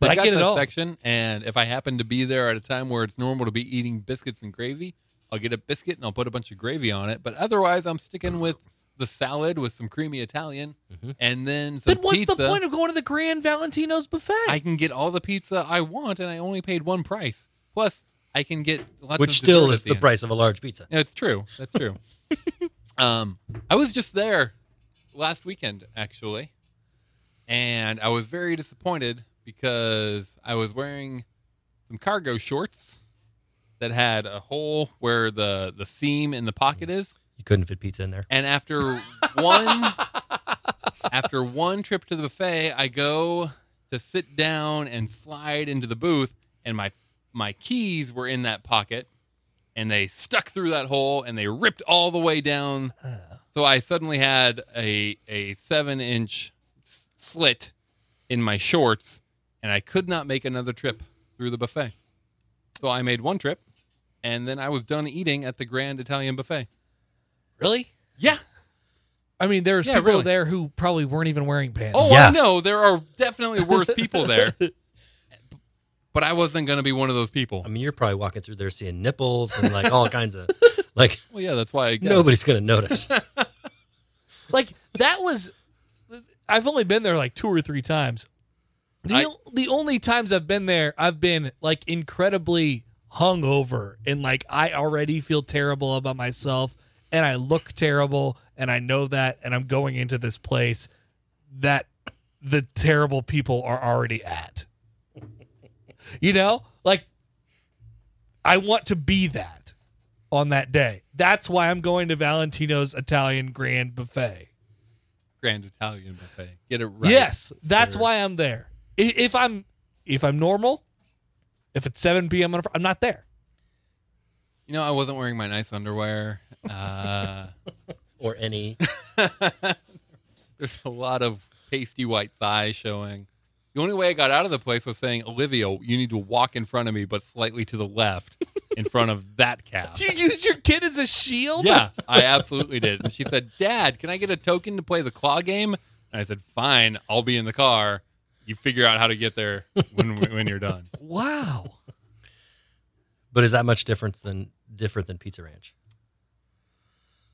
Speaker 3: But I
Speaker 4: got
Speaker 3: get it
Speaker 4: this
Speaker 3: all.
Speaker 4: section, and if I happen to be there at a time where it's normal to be eating biscuits and gravy, I'll get a biscuit and I'll put a bunch of gravy on it. But otherwise, I'm sticking with the salad with some creamy Italian,
Speaker 2: Mhm.
Speaker 4: and then some
Speaker 6: Then what's
Speaker 4: pizza.
Speaker 6: the point of going to the Grand Valentino's buffet?
Speaker 4: I can get all the pizza I want, and I only paid one price. Plus, I can get lots
Speaker 2: which
Speaker 4: of
Speaker 2: still
Speaker 4: dessert at
Speaker 2: is the,
Speaker 4: end.
Speaker 2: price of a large pizza.
Speaker 4: Yeah, it's true. That's true. um, I was just there last weekend actually, and I was very disappointed because I was wearing some cargo shorts that had a hole where the the seam in the pocket is,
Speaker 2: You couldn't fit pizza in there.
Speaker 4: and after one after one trip to the buffet, I go to sit down and slide into the booth, and my my keys were in that pocket, and they stuck through that hole, and they ripped all the way down. So I suddenly had a a seven inch s- slit in my shorts, and I could not make another trip through the buffet. So I made one trip, and then I was done eating at the Grand Italian Buffet.
Speaker 6: really?
Speaker 4: Yeah.
Speaker 3: I mean, there's
Speaker 4: Yeah,
Speaker 3: people
Speaker 4: really.
Speaker 3: there who probably weren't even wearing pants.
Speaker 4: Oh,
Speaker 2: Yeah.
Speaker 4: I know. There are definitely worse people there. But I wasn't going to be one of those people.
Speaker 3: Um,
Speaker 2: I mean, you're probably walking through there seeing nipples and like all kinds of like
Speaker 4: Well, yeah, that's why I got
Speaker 2: nobody's gonna notice.
Speaker 3: Like that was. I've only been there like two or three times. The
Speaker 4: I-
Speaker 3: o- the only times I've been there, I've been like incredibly hungover and like I already feel terrible about myself and I look terrible and I know that and I'm going into this place that the terrible people are already at. You know? Like I want to be that on that day. That's why I'm going to Valentino's Italian Grand Buffet.
Speaker 4: Grand Italian Buffet. Get it right.
Speaker 3: Yes, that's
Speaker 4: sir.
Speaker 3: why I'm there. I- If I'm if I'm normal, if it's 7 p.m. on a fr- I'm not there.
Speaker 4: You know, I wasn't wearing my nice underwear. Uh,
Speaker 2: or any
Speaker 4: there's a lot of pasty white thigh showing. The only way I got out of the place was saying, Olivia, you need to walk in front of me, but slightly to the left in front of that calf.
Speaker 3: You use your kid as a shield?
Speaker 4: Yeah, I absolutely did. And she said, Dad, can I get a token to play the claw game? And I said, Fine, I'll be in the car. You figure out how to get there when when you're done.
Speaker 3: Wow.
Speaker 2: but is that much difference than different than Pizza Ranch?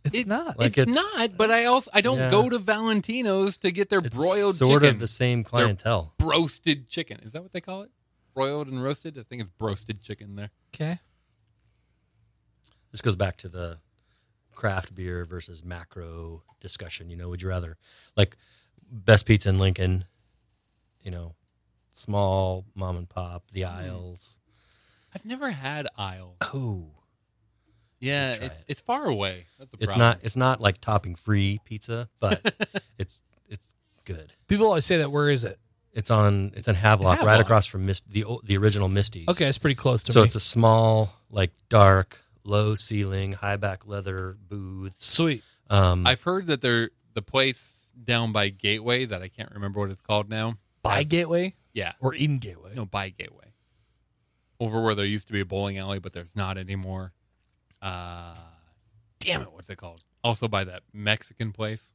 Speaker 3: It's not.
Speaker 2: Like
Speaker 4: it's,
Speaker 2: it's-
Speaker 4: not, but I also I don't
Speaker 2: Yeah.
Speaker 4: go to Valentino's to get their
Speaker 2: It's
Speaker 4: broiled
Speaker 2: sort
Speaker 4: chicken.
Speaker 2: of the same clientele.
Speaker 4: broasted chicken. Is that what they call it? Broiled and roasted? I think it's broasted chicken there.
Speaker 6: Okay.
Speaker 2: This goes back to the craft beer versus macro discussion. You know, would you rather like best pizza in Lincoln? You know, small mom and pop, the
Speaker 4: Mm.
Speaker 2: aisles.
Speaker 4: I've never had aisle.
Speaker 2: Oh,
Speaker 4: Yeah,
Speaker 2: try
Speaker 4: it's,
Speaker 2: it.
Speaker 4: it's far away. That's a problem.
Speaker 2: it's not. It's not like topping free pizza, but it's it's good.
Speaker 3: People always say that. Where is it?
Speaker 2: It's on. It's in Havelock, right
Speaker 4: Havelock.
Speaker 2: across from Mist, the o- the original Misty's.
Speaker 3: Okay, it's pretty close to
Speaker 2: so
Speaker 3: me.
Speaker 2: it's a small, like dark, low ceiling, high back leather booths.
Speaker 3: sweet.
Speaker 2: Um,
Speaker 4: I've heard that they're the place down by Gateway that I can't remember what it's called now.
Speaker 3: By
Speaker 4: Yes.
Speaker 3: Gateway
Speaker 4: Yeah.
Speaker 3: or in Gateway?
Speaker 4: no by gateway over where there used to be a bowling alley but there's not anymore uh damn it what's it called also by that mexican place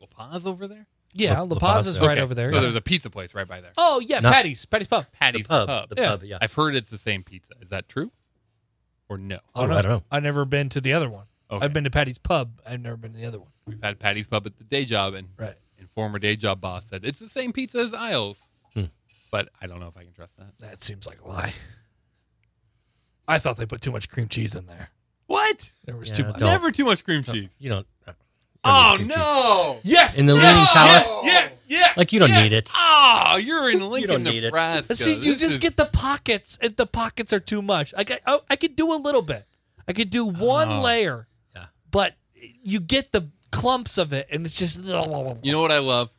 Speaker 4: La Paz over there
Speaker 3: Yeah,
Speaker 2: La-
Speaker 3: La,
Speaker 2: La
Speaker 3: Paz
Speaker 2: Paz,
Speaker 3: is
Speaker 2: okay.
Speaker 3: right over there.
Speaker 4: so there's a Oh, pizza place right by there
Speaker 3: oh yeah,
Speaker 2: Not-
Speaker 3: Patty's, Patty's Pub.
Speaker 2: the
Speaker 4: patty's
Speaker 2: pub,
Speaker 4: pub,
Speaker 2: the
Speaker 3: yeah.
Speaker 2: pub, yeah.
Speaker 4: i've heard it's the same pizza is that true or no
Speaker 2: Oh, I don't know.
Speaker 3: I've never been to the other one.
Speaker 4: Okay.
Speaker 3: I've been to Patty's Pub. I've never been to the other one.
Speaker 4: we've had patty's pub at the day job and
Speaker 3: Right.
Speaker 4: and former day job boss said it's the same pizza as isles
Speaker 2: Hmm.
Speaker 4: but i don't know if i can trust that
Speaker 3: That seems like a lie. I thought they put too much cream cheese in there.
Speaker 4: what
Speaker 3: There was
Speaker 2: Yeah,
Speaker 3: too much.
Speaker 2: Don't.
Speaker 4: never too much cream
Speaker 2: So,
Speaker 4: cheese
Speaker 2: You don't. uh, you don't
Speaker 4: oh
Speaker 2: need cream cheese.
Speaker 4: no
Speaker 3: Yes.
Speaker 2: In the
Speaker 3: yes,
Speaker 2: leaning tower?
Speaker 3: Yes. Yes. yes,
Speaker 2: Like you don't
Speaker 3: yes.
Speaker 2: need it.
Speaker 4: Oh, you're in Lincoln,
Speaker 2: don't need it.
Speaker 4: Nebraska.
Speaker 3: See, you
Speaker 4: This
Speaker 3: just
Speaker 4: is-
Speaker 3: get the pockets. If the pockets are too much, like I, I, I could do a little bit. I could do one
Speaker 4: Oh.
Speaker 3: layer.
Speaker 2: Yeah.
Speaker 3: But you get the clumps of it, and it's just.
Speaker 4: You know what I love?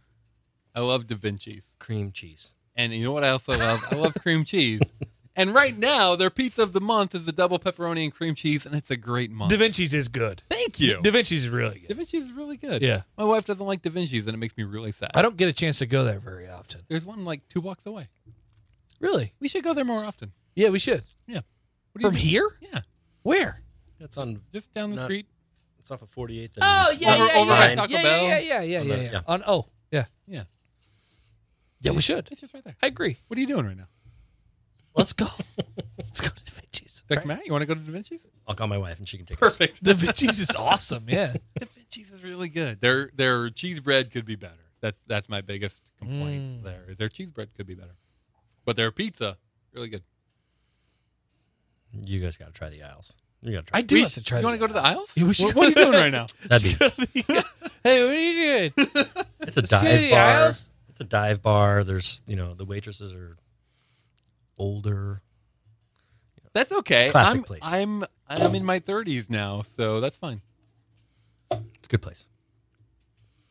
Speaker 4: I love Da Vinci's,
Speaker 2: Cream cheese.
Speaker 4: and you know what I also love? I love cream cheese. And right now, their pizza of the month is the double pepperoni and cream cheese, and it's a great month.
Speaker 3: Da Vinci's is good.
Speaker 4: Thank you.
Speaker 3: Da Vinci's is really
Speaker 4: Da
Speaker 3: good.
Speaker 4: Vinci's is really good.
Speaker 3: Yeah.
Speaker 4: My wife doesn't like Da Vinci's, and it makes me really sad.
Speaker 3: I don't get a chance to go there very often.
Speaker 4: There's one like two blocks away.
Speaker 3: Really?
Speaker 4: We should go there more often.
Speaker 3: Yeah, we should.
Speaker 4: What do you
Speaker 3: From
Speaker 4: think?
Speaker 3: here?
Speaker 4: Yeah,
Speaker 3: Where?
Speaker 2: It's on.
Speaker 4: just down the
Speaker 2: Not-
Speaker 4: street.
Speaker 2: It's off of 48th. And
Speaker 3: Oh yeah,
Speaker 4: Over-
Speaker 3: yeah,
Speaker 4: over
Speaker 3: yeah.
Speaker 4: by Taco
Speaker 3: yeah,
Speaker 4: Bell?
Speaker 3: oh, yeah, yeah, yeah, yeah,
Speaker 2: On
Speaker 3: yeah,
Speaker 2: the-
Speaker 3: yeah,
Speaker 2: yeah.
Speaker 3: On oh yeah,
Speaker 4: Yeah.
Speaker 3: Yeah, we should.
Speaker 4: It's just right there.
Speaker 3: I agree.
Speaker 4: What are you doing right now?
Speaker 3: Let's go. Let's go to Da Vinci's.
Speaker 4: Dr. Matt, you want to go to Da Vinci's?
Speaker 2: I'll call my wife and she can take us.
Speaker 4: Perfect.
Speaker 3: Da Vinci's is awesome. Yeah.
Speaker 4: da Vinci's is really good. Their their cheese bread could be better. That's that's my biggest complaint
Speaker 3: Mm.
Speaker 4: there. Is their cheese bread could be better. But their pizza, really good.
Speaker 2: You guys got to try the aisles. You got to try.
Speaker 3: I do
Speaker 4: We
Speaker 3: have
Speaker 4: sh-
Speaker 3: to try
Speaker 4: You want to go to the aisles?
Speaker 3: Yeah, we should
Speaker 4: What, what are you doing right now?
Speaker 2: That'd be.
Speaker 3: Hey, what are you doing?
Speaker 2: It's
Speaker 3: go to
Speaker 2: a
Speaker 3: the
Speaker 2: dive bar.
Speaker 3: aisles.
Speaker 2: It's a dive bar. There's you know the waitresses are older.
Speaker 4: That's okay.
Speaker 2: Classic
Speaker 4: I'm,
Speaker 2: place.
Speaker 4: I'm I'm in my 30s now, so that's fine.
Speaker 2: It's a good place.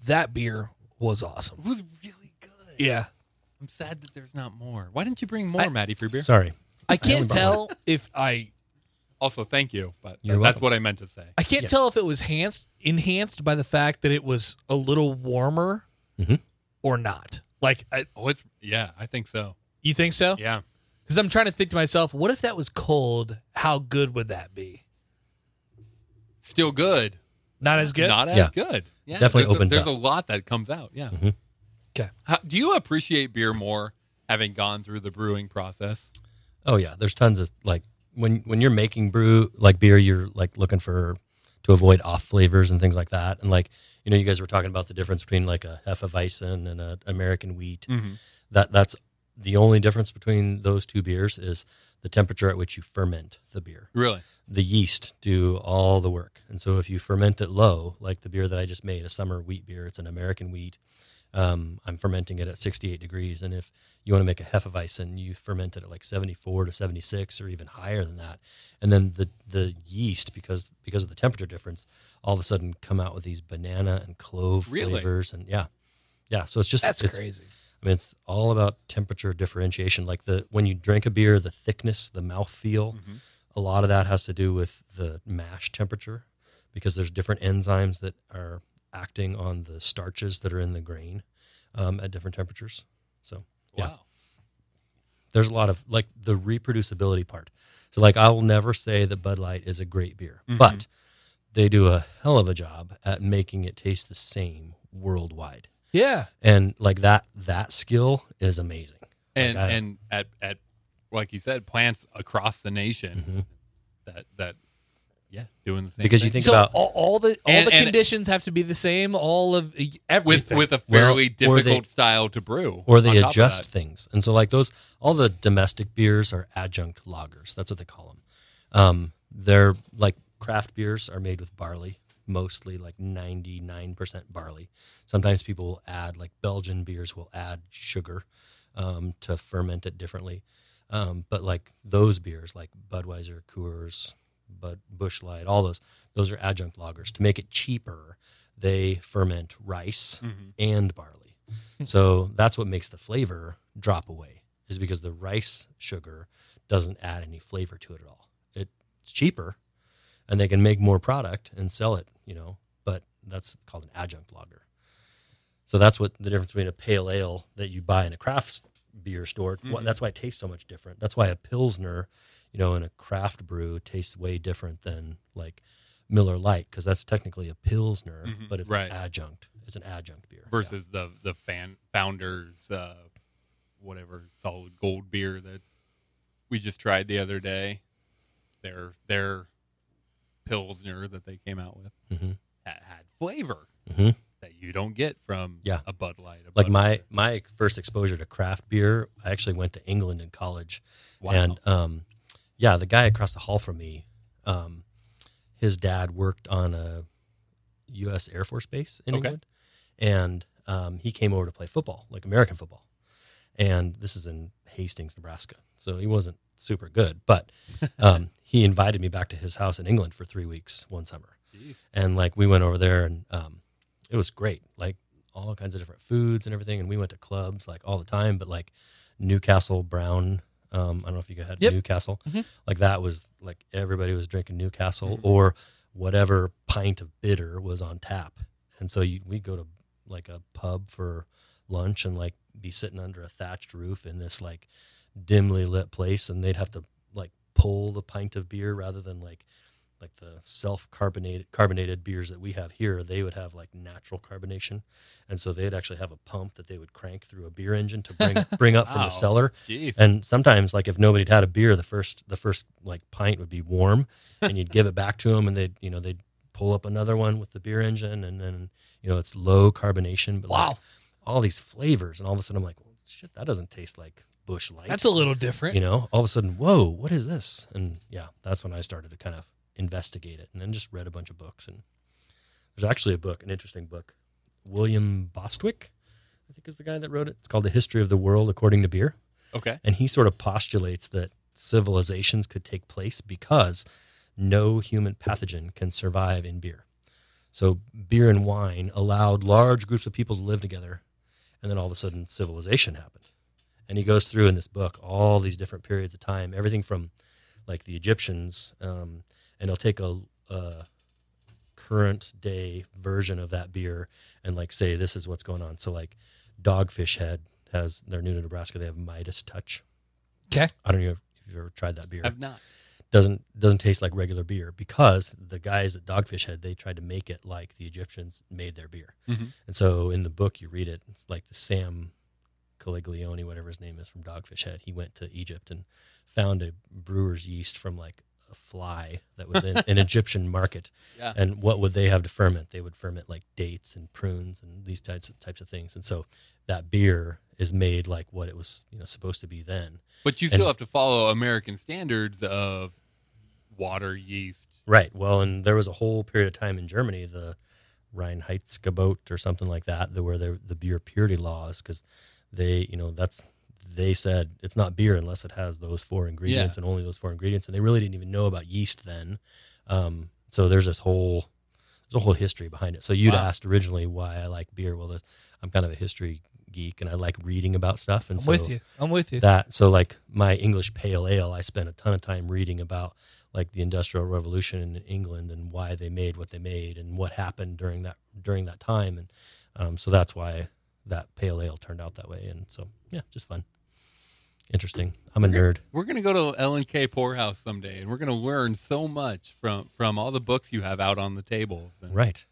Speaker 3: That beer was awesome.
Speaker 4: It was really good.
Speaker 3: Yeah.
Speaker 4: I'm sad that there's not more. Why didn't you bring more,
Speaker 3: I-
Speaker 4: Maddie, for your beer?
Speaker 2: Sorry,
Speaker 3: I can't tell if I
Speaker 4: Also, thank you, but
Speaker 2: You're
Speaker 4: that's
Speaker 2: welcome.
Speaker 4: what I meant to say.
Speaker 3: I can't
Speaker 2: Yes.
Speaker 3: tell if it was enhanced enhanced by the fact that it was a little warmer
Speaker 4: Mm-hmm.
Speaker 2: Mhm.
Speaker 3: or not. Like, I,
Speaker 4: Oh, it's yeah, I think so.
Speaker 3: you think so?
Speaker 4: Yeah,
Speaker 3: Because I'm trying to think to myself, what if that was cold? How good would that be?
Speaker 4: still good.
Speaker 3: Not as good.
Speaker 4: Not as
Speaker 2: Yeah.
Speaker 4: good. Yeah,
Speaker 2: Definitely
Speaker 4: there's, a,
Speaker 2: opens
Speaker 4: there's
Speaker 2: up.
Speaker 4: a lot that comes out. Yeah.
Speaker 2: Mhm.
Speaker 3: 'Kay.
Speaker 4: How, do you appreciate beer more having gone through the brewing process?
Speaker 2: Oh yeah, there's tons of like when when you're making brew like beer, you're like looking for to avoid off flavors and things like that. And like you know, you guys were talking about the difference between like a hefeweizen and an American wheat.
Speaker 4: Mm-hmm.
Speaker 2: That that's the only difference between those two beers is the temperature at which you ferment the beer.
Speaker 4: Really?
Speaker 2: The yeast do all the work, and so if you ferment it low, like the beer that I just made, a summer wheat beer, it's an American wheat. Um, I'm fermenting it at 68 degrees, and if you want to make a hefeweizen, you ferment it at like 74 to 76 or even higher than that. And then the the yeast because because of the temperature difference, all of a sudden come out with these banana and clove
Speaker 4: Really?
Speaker 2: flavors and yeah. Yeah, so it's just
Speaker 3: That's
Speaker 2: it's,
Speaker 3: crazy.
Speaker 2: I mean, it's all about temperature differentiation. Like the when you drink a beer, the thickness, the mouthfeel,
Speaker 4: Mhm.
Speaker 2: a lot of that has to do with the mash temperature because there's different enzymes that are acting on the starches that are in the grain um, at different temperatures. So Yeah.
Speaker 4: Wow.
Speaker 2: there's a lot of like the reproducibility part. So like I will never say that Bud Light is a great beer,
Speaker 4: Mhm.
Speaker 2: but they do a hell of a job at making it taste the same worldwide.
Speaker 3: Yeah.
Speaker 2: And like that that skill is amazing.
Speaker 4: And
Speaker 2: Like, I-
Speaker 4: and at at like you said, plants across the nation
Speaker 2: Mhm.
Speaker 4: that that yeah doing the same
Speaker 2: Because you
Speaker 4: thing.
Speaker 2: Think
Speaker 3: so
Speaker 2: about-
Speaker 3: all, all the all
Speaker 4: And-
Speaker 3: the
Speaker 4: and-
Speaker 3: conditions have to be the same. All of e,
Speaker 4: with
Speaker 3: everything.
Speaker 4: with a
Speaker 2: Well,
Speaker 4: fairly
Speaker 2: or they-
Speaker 4: difficult style to brew,
Speaker 2: or
Speaker 4: on
Speaker 2: they
Speaker 4: top of
Speaker 2: adjust
Speaker 4: that.
Speaker 2: things. And so, like those, all the domestic beers are adjunct lagers. That's what they call them. Um, they're like craft beers are made with barley, mostly like ninety nine percent barley. Sometimes people will add like Belgian beers will add sugar um, to ferment it differently. Um, but like those beers, like Budweiser, Coors, Bud Bush Light, all those, those are adjunct lagers. To make it cheaper, they ferment rice
Speaker 4: Mhm.
Speaker 2: and barley.
Speaker 4: Hmm.
Speaker 2: so that's what makes the flavor drop away, is because the rice sugar doesn't add any flavor to it at all. It's cheaper, and they can make more product and sell it, you know, but that's called an adjunct lager. So that's what the difference between a pale ale that you buy in a craft beer store. wh-
Speaker 4: Mhm.
Speaker 2: That's why it tastes so much different. That's why a Pilsner, you know, in a craft brew tastes way different than like Miller Lite, because that's technically a Pilsner,
Speaker 4: Mhm,
Speaker 2: but it's
Speaker 4: right.
Speaker 2: an adjunct. It's an adjunct beer. Yeah.
Speaker 4: versus the the fan founders uh, whatever solid gold beer that we just tried the other day. Their their pilsner that they came out with
Speaker 2: Mhm.
Speaker 4: that had flavor
Speaker 2: Mhm.
Speaker 4: that you don't get from
Speaker 2: Yeah.
Speaker 4: a Bud Light. A
Speaker 2: like
Speaker 4: Bud-
Speaker 2: my my first exposure to craft beer i actually went to england in college
Speaker 4: Wow.
Speaker 2: and um yeah the guy across the hall from me um his dad worked on a us air force base in
Speaker 4: Okay.
Speaker 2: england and um, he came over to play football like american football and this is in hastings nebraska so he wasn't super good but um, he invited me back to his house in england for three weeks one summer
Speaker 4: Jeez.
Speaker 2: and like we went over there and um, it was great like all kinds of different foods and everything and we went to clubs like all the time but like newcastle brown um, i don't know if you had
Speaker 3: Yep.
Speaker 2: newcastle
Speaker 3: Mhm.
Speaker 2: like that was like everybody was drinking newcastle
Speaker 4: Mhm.
Speaker 2: or whatever pint of bitter was on tap and so you, we'd go to like a pub for lunch and like be sitting under a thatched roof in this like dimly lit place and they'd have to like pull the pint of beer rather than like like the self carbonated carbonated beers that we have here, they would have like natural carbonation, and so they'd actually have a pump that they would crank through a beer engine to bring bring up uh, from
Speaker 4: Wow.
Speaker 2: the cellar.
Speaker 4: Jeez.
Speaker 2: And sometimes, like if nobody'd had a beer, the first the first like pint would be warm, and you'd give it back to them, and they'd you know they'd pull up another one with the beer engine, and then you know it's low carbonation, but like,
Speaker 3: Wow.
Speaker 2: all these flavors, and all of a sudden I'm like, well, shit, that doesn't taste like Bush Light.
Speaker 3: That's a little different.
Speaker 2: you know. All of a sudden, whoa, what is this? And yeah, that's when I started to kind of investigate it, and then just read a bunch of books. And there's actually a book, an interesting book, William Bostwick, I think is the guy that wrote it. It's called The History of the World According to Beer
Speaker 4: okay.
Speaker 2: and he sort of postulates that civilizations could take place because no human pathogen can survive in beer. So beer and wine allowed large groups of people to live together, and then all of a sudden civilization happened. And he goes through in this book all these different periods of time, everything from like the Egyptians, um, and he'll take a, a current day version of that beer and like say this is what's going on. So like Dogfish Head has they're new to Nebraska. They have Midas Touch.
Speaker 3: 'Kay.
Speaker 2: I don't know if you've ever tried that beer.
Speaker 4: I've not.
Speaker 2: doesn't doesn't taste like regular beer because the guys at Dogfish Head they tried to make it like the Egyptians made their beer.
Speaker 4: Mhm.
Speaker 2: And so in the book you read it, it's like the Sam Caliglione, whatever his name is from Dogfish Head. He went to Egypt and found a brewer's yeast from like a fly that was in an Egyptian market
Speaker 4: Yeah.
Speaker 2: and what would they have to ferment? They would ferment like dates and prunes and these types of, types of things. And so that beer is made like what it was you know supposed to be then.
Speaker 4: But you
Speaker 2: and-
Speaker 4: still have to follow American standards of water, yeast.
Speaker 2: Right. Well, and there was a whole period of time in Germany, the Reinheitsgebot or something like that, the, where the the beer purity laws, because they you know that's they said it's not beer unless it has those four ingredients and only those four ingredients, and they really didn't even know about yeast then. Um, so there's this whole there's a whole history behind it. So you'd
Speaker 4: Wow.
Speaker 2: asked originally why I like beer. Well, the, I'm kind of a history geek and I like reading about stuff, and
Speaker 3: I'm
Speaker 2: so
Speaker 3: with you. I'm with you.
Speaker 2: that so like my english pale ale i spent a ton of time reading about like the industrial revolution in england and why they made what they made and what happened during that during that time and um, so that's why that pale ale turned out that way and so yeah just fun interesting i'm a nerd
Speaker 4: We're gonna go to L and K Poorhouse someday, and we're gonna learn so much from from all the books you have out on the tables. And
Speaker 2: right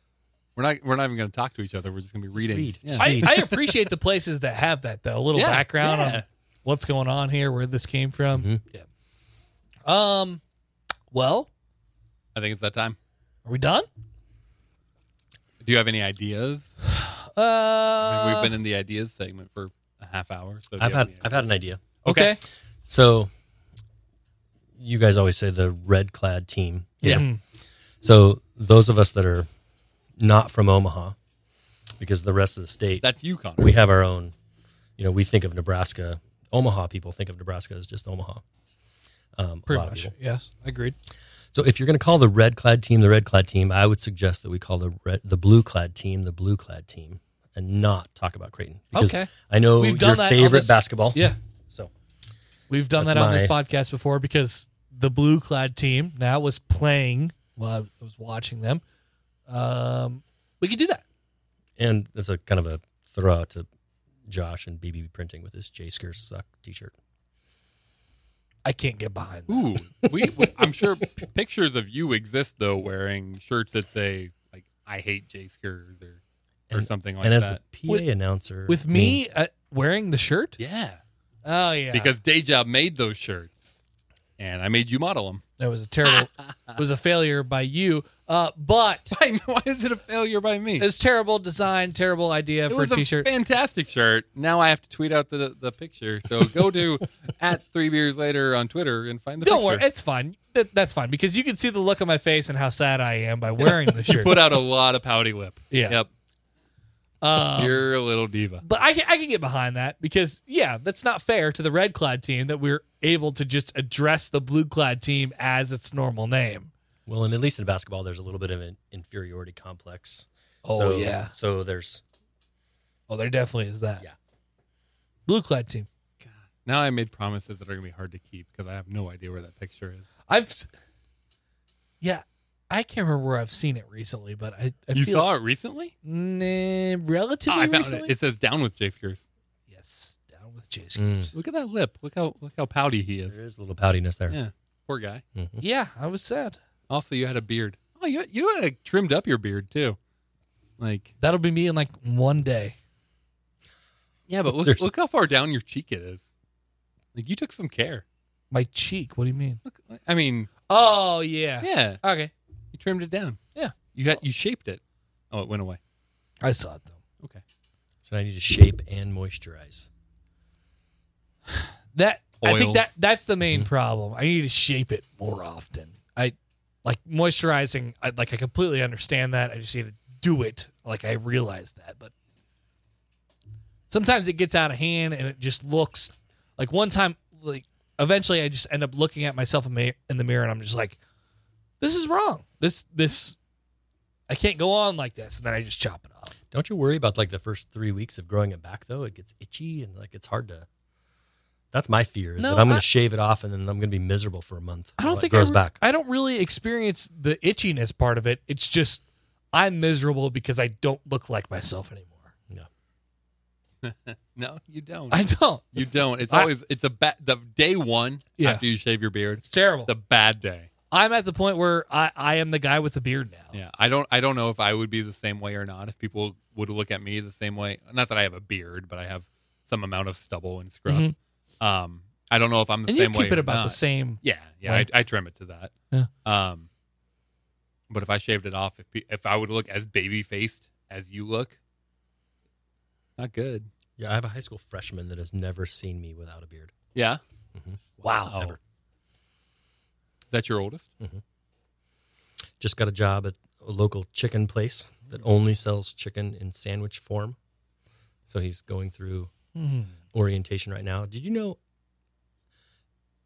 Speaker 4: We're not we're not even gonna talk to each other. We're just gonna be reading.
Speaker 2: read.
Speaker 4: Yeah.
Speaker 3: I, I appreciate the places that have that though. A little
Speaker 4: Yeah,
Speaker 3: background
Speaker 4: yeah.
Speaker 3: on what's going on here, where this came from.
Speaker 2: Mhm.
Speaker 3: Yeah. Um. Well,
Speaker 4: I think it's that time.
Speaker 3: are we done?
Speaker 4: Do you have any ideas?
Speaker 3: Uh.
Speaker 4: I mean, we've been in the ideas segment for a half hour. So do you
Speaker 2: i've
Speaker 4: have
Speaker 2: had
Speaker 4: any
Speaker 2: i've had an idea
Speaker 3: okay.
Speaker 2: so you guys always say the red clad team
Speaker 3: Yeah.
Speaker 2: so those of us that are not from omaha because the rest of the state
Speaker 4: That's you, Connor.
Speaker 2: we have our own you know we think of nebraska omaha people think of nebraska as just omaha um, a
Speaker 3: Pretty
Speaker 2: lot of
Speaker 3: much.
Speaker 2: people.
Speaker 3: Yes. Agreed.
Speaker 2: so if you're going to call the red clad team the red clad team i would suggest that we call the red, the blue clad team the blue clad team and not talk about creighton because
Speaker 3: Okay.
Speaker 2: i know
Speaker 3: We've
Speaker 2: your
Speaker 3: done that on
Speaker 2: favorite
Speaker 3: this-
Speaker 2: basketball
Speaker 3: Yeah.
Speaker 2: so
Speaker 3: We've done
Speaker 2: That's
Speaker 3: that on this
Speaker 2: my-
Speaker 3: podcast before because the blue clad team now was playing while I was watching them. Um, we could do that.
Speaker 2: and it's a kind of a throw out to josh and bbb printing with his j scares suck t-shirt
Speaker 3: I can't get behind. That.
Speaker 4: Ooh, we, we I'm sure p- pictures of you exist though, wearing shirts that say like "I hate J Skers" or or
Speaker 2: And-
Speaker 4: something like
Speaker 2: and as
Speaker 4: that.
Speaker 2: the pa
Speaker 3: With-
Speaker 2: announcer
Speaker 3: With me uh, wearing the shirt.
Speaker 4: yeah.
Speaker 3: Oh yeah.
Speaker 4: because day job made those shirts, and I made you model them.
Speaker 3: that was a terrible. it was a failure by you. Uh, but
Speaker 4: Why, why is it a failure by me?
Speaker 3: it was terrible design, terrible idea
Speaker 4: It
Speaker 3: for a
Speaker 4: was a
Speaker 3: t-shirt.
Speaker 4: fantastic shirt. Now I have to tweet out the the picture. So go to at three beers later on Twitter and find the
Speaker 3: Don't
Speaker 4: picture.
Speaker 3: worry, it's fine. That, that's fine because you can see the look on my face and how sad I am by wearing the shirt.
Speaker 4: Put out a lot of pouty lip.
Speaker 3: Yeah.
Speaker 4: Yep.
Speaker 3: Um,
Speaker 4: You're a little diva.
Speaker 3: But I can, I can get behind that because, yeah, that's not fair to the red clad team that we're able to just address the blue clad team as its normal name.
Speaker 2: Well, and at least in basketball, there's a little bit of an inferiority complex.
Speaker 3: Oh,
Speaker 2: so,
Speaker 3: yeah.
Speaker 2: So there's
Speaker 3: Oh, there definitely is that.
Speaker 2: Yeah.
Speaker 3: Blue clad team.
Speaker 4: Now I made promises that are gonna be hard to keep because I have no idea where that picture is.
Speaker 3: I've, s- yeah, I can't remember where I've seen it recently, but I, I
Speaker 4: you
Speaker 3: feel
Speaker 4: saw it recently?
Speaker 3: Nah,
Speaker 4: Oh,
Speaker 3: relatively
Speaker 4: I found
Speaker 3: recently.
Speaker 4: it. It says down with J Skers.
Speaker 3: yes, down with Chase.
Speaker 4: Look at that lip. Look how look how pouty he is.
Speaker 2: there is a little poutiness there.
Speaker 4: Yeah. Poor guy.
Speaker 2: Mhm.
Speaker 3: Yeah, I was sad.
Speaker 4: Also, you had a beard. Oh, you you had trimmed up your beard too. Like
Speaker 3: That'll be me in like one day.
Speaker 4: yeah, but look
Speaker 2: Seriously.
Speaker 4: look how far down your cheek it is. Like you took some care.
Speaker 3: My cheek. What do you mean?
Speaker 4: Look, I mean,
Speaker 3: Oh yeah.
Speaker 4: yeah,
Speaker 3: Okay.
Speaker 4: you trimmed it down.
Speaker 3: Yeah.
Speaker 4: you had you shaped it. Oh, it went away.
Speaker 3: I saw it though.
Speaker 4: Okay,
Speaker 2: So now I need to shape and moisturize.
Speaker 3: That I think
Speaker 4: Oils.
Speaker 3: that that's the main problem. I need to shape it more often. I like moisturizing. I like I completely understand that. I just need to do it. Like I realize that, but sometimes it gets out of hand and it just looks like one time. Like eventually, I just end up looking at myself in ma- in the mirror and I'm just like, "This is wrong. This this I can't go on like this." And then I just chop it off.
Speaker 2: Don't you worry about like the first three weeks of growing it back though? It gets itchy and like it's hard to. That's my fear is
Speaker 3: No,
Speaker 2: that I'm going
Speaker 3: I-
Speaker 2: to shave it off and then I'm going to be miserable for a month.
Speaker 3: I don't
Speaker 2: while it
Speaker 3: think
Speaker 2: grows
Speaker 3: I re-
Speaker 2: back.
Speaker 3: I don't really experience the itchiness part of it. It's just I'm miserable because I don't look like myself anymore.
Speaker 4: no, you don't.
Speaker 3: I don't.
Speaker 4: you don't. It's
Speaker 3: I-
Speaker 4: always it's a bad the day one
Speaker 3: Yeah.
Speaker 4: after you shave your beard.
Speaker 3: It's terrible.
Speaker 4: It's a bad day.
Speaker 3: I'm at the point where I, I am the guy with the beard now.
Speaker 4: Yeah, I don't. I don't know if I would be the same way or not. If people would look at me the same way, not that I have a beard, but I have some amount of stubble and scruff.
Speaker 3: Mhm.
Speaker 4: Um, I don't know if I'm the
Speaker 3: And you
Speaker 4: same way.
Speaker 3: keep it
Speaker 4: or
Speaker 3: about the
Speaker 4: not.
Speaker 3: same.
Speaker 4: Yeah, yeah.
Speaker 3: length.
Speaker 4: I, I trim it to that.
Speaker 3: Yeah.
Speaker 4: Um, but if I shaved it off, if pe- if I would look as baby faced as you look, it's not good.
Speaker 2: Yeah, I have a high school freshman that has never seen me without a beard.
Speaker 4: Yeah.
Speaker 3: Wow.
Speaker 4: Is that your oldest?
Speaker 2: Just got a job at a local chicken place that
Speaker 3: Mm-hmm.
Speaker 2: only sells chicken in sandwich form. So he's going through
Speaker 3: Mhm.
Speaker 2: orientation right now. Did you know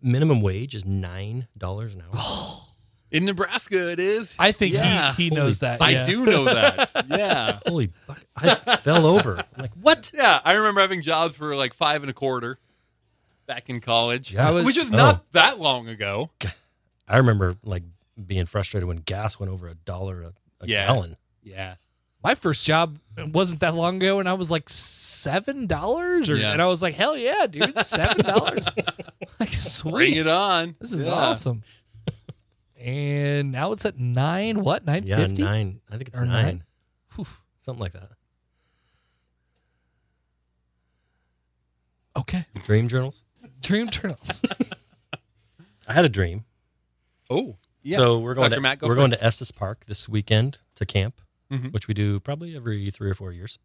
Speaker 2: minimum wage is nine dollars an hour?
Speaker 4: In Nebraska, it is.
Speaker 3: I think
Speaker 4: Yeah.
Speaker 3: he, he
Speaker 2: Holy-
Speaker 3: knows that.
Speaker 4: I
Speaker 3: yes.
Speaker 4: do know that. yeah.
Speaker 2: Holy, buck- I fell over. I'm like what?
Speaker 4: Yeah, I remember having jobs for like five and a quarter back in college,
Speaker 2: Yeah. I
Speaker 3: was-
Speaker 4: which is
Speaker 2: Oh.
Speaker 4: not that long ago.
Speaker 2: I remember like being frustrated when gas went over a dollar a, a
Speaker 4: Yeah.
Speaker 2: gallon.
Speaker 4: Yeah,
Speaker 3: My first job wasn't that long ago, and I was like seven dollars, or
Speaker 4: Yeah.
Speaker 3: and I was like, hell yeah, dude, seven dollars. like
Speaker 4: bring
Speaker 3: sweet.
Speaker 4: it on.
Speaker 3: This is
Speaker 4: Yeah.
Speaker 3: awesome. And now it's at nine. What nine
Speaker 2: Yeah,
Speaker 3: fifty?
Speaker 2: nine. I think it's
Speaker 3: Or
Speaker 2: nine.
Speaker 3: nine? Oof.
Speaker 2: Something like that.
Speaker 3: Okay.
Speaker 2: Dream journals.
Speaker 3: Dream Turtles.
Speaker 2: I had a dream.
Speaker 4: Oh, yeah.
Speaker 2: So we're going
Speaker 4: Dr.
Speaker 2: to
Speaker 4: Matt, go
Speaker 2: we're going
Speaker 4: first.
Speaker 2: to Estes Park this weekend to camp,
Speaker 4: Mhm.
Speaker 2: which we do probably every three or four years.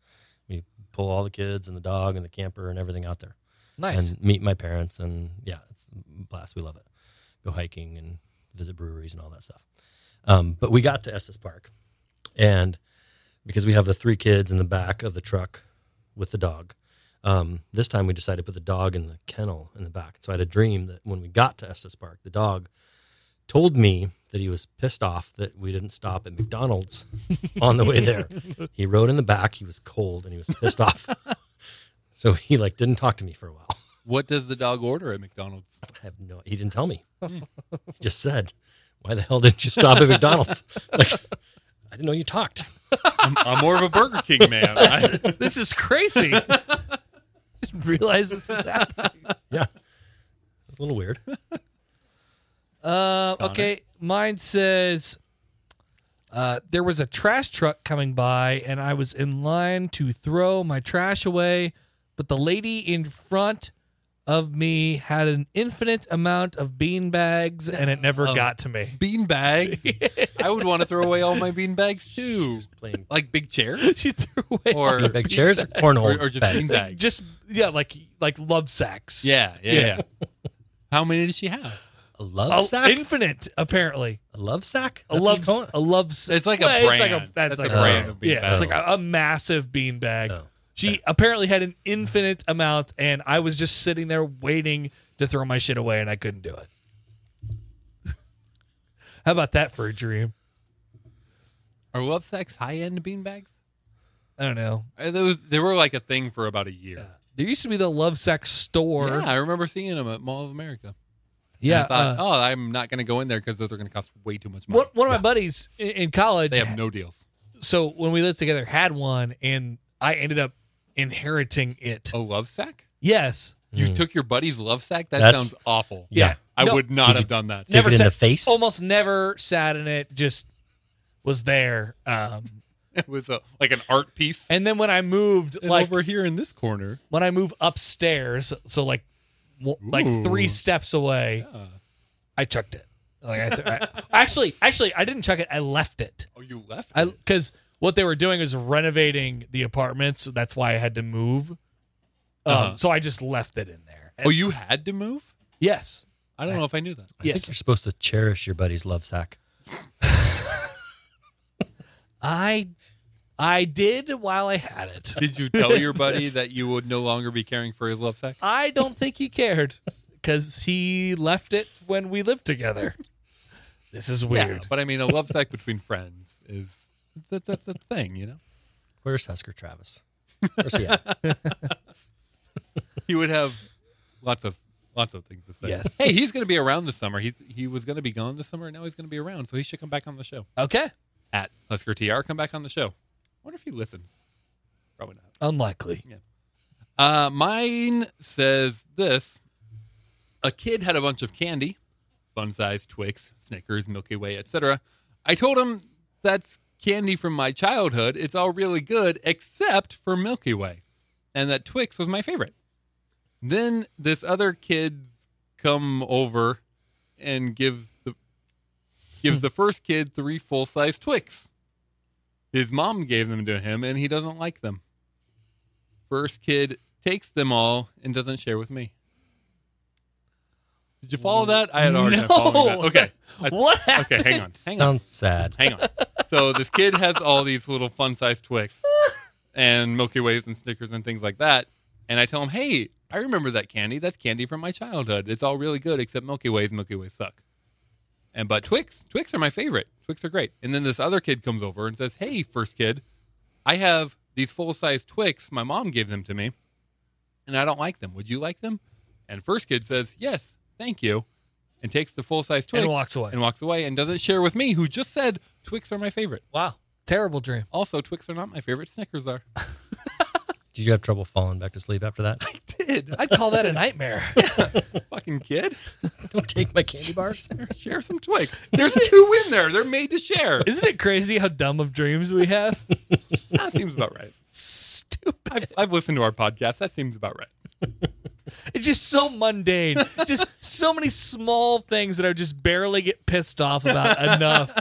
Speaker 2: We pull all the kids and the dog and the camper and everything out there.
Speaker 3: nice.
Speaker 2: and meet my parents and yeah it's a blast we love it go hiking and visit breweries and all that stuff um, but we got to estes park and because we have the three kids in the back of the truck with the dog um, this time we decided to put the dog in the kennel in the back so i had a dream that when we got to estes park the dog told me that he was pissed off that we didn't stop at mcdonald's on the way there he rode in the back he was cold and he was pissed off so he like didn't talk to me for a while
Speaker 4: what does the dog order at McDonald's?
Speaker 2: I have no. He didn't tell me. he just said, "Why the hell didn't you stop at McDonald's?" Like, I didn't know you talked.
Speaker 4: I'm, I'm more of a Burger King man. I,
Speaker 3: this is crazy. Didn't realize this was happening.
Speaker 2: Yeah, it's a little weird.
Speaker 3: Uh, okay, mine says uh, there was a trash truck coming by, and I was in line to throw my trash away, but the lady in front of me had an infinite amount of bean bags, and it
Speaker 2: Oh.
Speaker 3: never got to me.
Speaker 4: bean bags. I would want to throw away all my bean bags too.
Speaker 2: Playing
Speaker 4: Like big chairs
Speaker 3: she threw away
Speaker 4: or
Speaker 2: big chairs or cornhole
Speaker 4: or, or just bean
Speaker 2: bags.
Speaker 4: bags.
Speaker 3: just yeah, like like love sacks.
Speaker 4: Yeah, yeah,
Speaker 3: Yeah.
Speaker 4: yeah. How many does she have?
Speaker 2: A love
Speaker 3: Oh,
Speaker 2: sack.
Speaker 3: infinite apparently.
Speaker 2: a love sack.
Speaker 3: a
Speaker 2: That's what you
Speaker 3: love
Speaker 2: call it?
Speaker 3: a love s-
Speaker 4: It's like a
Speaker 3: well,
Speaker 4: brand.
Speaker 3: that's, like a
Speaker 2: brand
Speaker 4: of bean
Speaker 3: yeah it's
Speaker 4: bags.
Speaker 3: like a, a massive bean bag
Speaker 2: Oh.
Speaker 3: she apparently had an infinite amount and i was just sitting there waiting to throw my shit away and i couldn't do it how about that for a dream
Speaker 4: Are Love Sacks high end bean bags?
Speaker 3: i don't know
Speaker 4: Uh, Those they were like a thing for about a year.
Speaker 3: there used to be the love sex store
Speaker 4: yeah, I remember seeing them at Mall of America.
Speaker 3: Yeah,
Speaker 4: And I thought,
Speaker 3: uh,
Speaker 4: oh, I'm not going to go in there because those are going to cost way too much money.
Speaker 3: one, one of my buddies in, in college
Speaker 4: They have no deals.
Speaker 3: so when we lived together had one and i ended up inheriting it
Speaker 4: Oh, love sack?
Speaker 3: yes
Speaker 4: You took your buddy's love sack? That
Speaker 2: Mm. That's-
Speaker 4: sounds awful.
Speaker 2: Yeah.
Speaker 4: I
Speaker 3: No.
Speaker 4: would not have done that.
Speaker 2: Take
Speaker 3: Never
Speaker 2: it in
Speaker 3: said-
Speaker 2: the face.
Speaker 3: Almost never sat in it. Just was there. Um,
Speaker 4: It was a, like an art piece.
Speaker 3: and then when I moved,
Speaker 4: And
Speaker 3: like
Speaker 4: over here in this corner,
Speaker 3: when I move upstairs, so like w- like
Speaker 4: Ooh.
Speaker 3: three steps away,
Speaker 4: Uh-uh.
Speaker 3: I chucked it. Like I, th- I actually, actually, I didn't chuck it. I left it.
Speaker 4: oh, you left.
Speaker 3: I
Speaker 4: it.
Speaker 3: because what they were doing is renovating the apartments. So that's why I had to move. Um,
Speaker 4: Uh-huh.
Speaker 3: So I just left it in there.
Speaker 4: oh, you had to move.
Speaker 3: yes,
Speaker 4: I don't know if I knew that.
Speaker 2: I
Speaker 3: yes.
Speaker 2: think you're supposed to cherish your buddy's love sack.
Speaker 3: I I did while I had it.
Speaker 4: Did you tell your buddy that you would no longer be caring for his love sack?
Speaker 3: I don't think he cared because he left it when we lived together. This is weird.
Speaker 4: Yeah, but I mean, a love sack between friends is that's that's a thing, you know.
Speaker 2: Where's Husker Travis? Where's he at?
Speaker 4: He would have lots of lots of things to say.
Speaker 3: Yes.
Speaker 4: Hey, he's going to be around this summer. He he was going to be gone this summer, and now he's going to be around, so he should come back on the show.
Speaker 3: okay,
Speaker 4: At Husker Tr, come back on the show. Wonder if he listens. Probably not.
Speaker 3: unlikely.
Speaker 4: Uh, mine says this: A kid had a bunch of candy, fun-sized Twix, Snickers, Milky Way, etc. I told him that's candy from my childhood. It's all really good, except for Milky Way, and that Twix was my favorite. Then this other kid's come over and gives the gives the first kid three full-size Twix. His mom gave them to him, and he doesn't like them. First kid takes them all and doesn't share with me. Did you follow that? I had a hard time following
Speaker 3: No.
Speaker 4: that. Okay. I-
Speaker 3: What? Happened?
Speaker 4: Okay, hang on. Hang on.
Speaker 2: Sounds sad.
Speaker 4: Hang on. So this kid has all these little fun sized Twix and Milky Ways and Snickers and things like that. And I tell him, hey, I remember that candy. That's candy from my childhood. It's all really good except Milky Ways. Milky Ways suck. And but Twix, Twix are my favorite. Twix are great. And then this other kid comes over and says, hey, first kid, I have these full size Twix. My mom gave them to me and I don't like them. Would you like them? And first kid says, yes, thank you. And takes the full size Twix
Speaker 3: And walks away.
Speaker 4: and walks away and doesn't share with me, who just said Twix are my favorite.
Speaker 3: Wow, terrible dream.
Speaker 4: Also, Twix are not my favorite. Snickers are.
Speaker 2: Did you have trouble falling back to sleep after that?
Speaker 4: I did.
Speaker 3: I'd call that a nightmare.
Speaker 4: fucking kid.
Speaker 2: Don't take my candy bars.
Speaker 4: Share some Twix. There's two in there. They're made to share.
Speaker 3: Isn't it crazy how dumb of dreams we have?
Speaker 4: That seems about right.
Speaker 3: Stupid.
Speaker 4: I've, I've listened to our podcast. That seems about right.
Speaker 3: It's just so mundane. just so many small things that I just barely get pissed off about enough.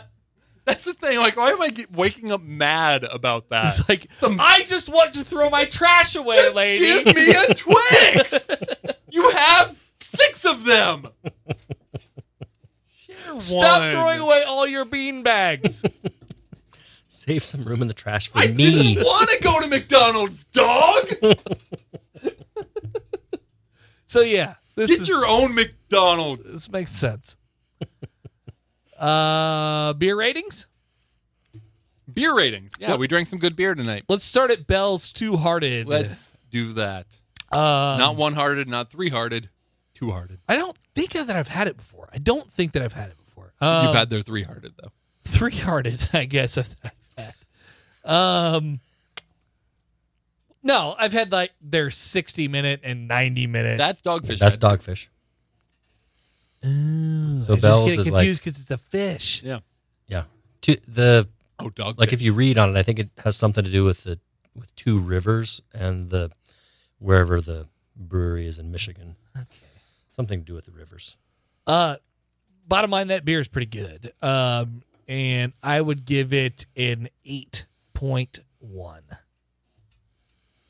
Speaker 4: That's the thing. Like, why am I get, waking up mad about that?
Speaker 3: It's like I just want to throw my trash away,
Speaker 4: Just
Speaker 3: lady.
Speaker 4: Give me a Twix. you have six of them. Share
Speaker 3: Stop
Speaker 4: one.
Speaker 3: throwing away all your bean bags.
Speaker 2: Save some room in the trash for
Speaker 4: I
Speaker 2: me.
Speaker 4: didn't want to go to McDonald's, dog.
Speaker 3: so yeah, this
Speaker 4: Get
Speaker 3: is,
Speaker 4: your own McDonald's.
Speaker 3: this makes sense. Uh, beer ratings.
Speaker 4: Beer ratings. Yeah, we drank some good beer tonight.
Speaker 3: Let's start at Bell's Two Hearted.
Speaker 4: Let's do that.
Speaker 3: Um,
Speaker 4: Not one hearted, not three hearted, two hearted.
Speaker 3: I don't think that I've had it before. I don't think that I've had it before.
Speaker 4: You've
Speaker 3: Um,
Speaker 4: had their three hearted though.
Speaker 3: three hearted, I guess. I've had. Um, no, I've had like their sixty minute and ninety minute.
Speaker 4: That's dogfish.
Speaker 2: That's
Speaker 4: head.
Speaker 2: dogfish.
Speaker 3: Ooh,
Speaker 2: So
Speaker 3: I just
Speaker 2: Bell's
Speaker 3: get it
Speaker 2: is like-
Speaker 3: confused because it's a fish.
Speaker 4: Yeah.
Speaker 2: Yeah. To the
Speaker 4: Oh, dogfish.
Speaker 2: like if you read on it, I think it has something to do with the with two rivers and the wherever the brewery is in Michigan. Okay. Something to do with the rivers.
Speaker 3: Uh, bottom line, that beer is pretty good. Um, and I would give it an eight point one.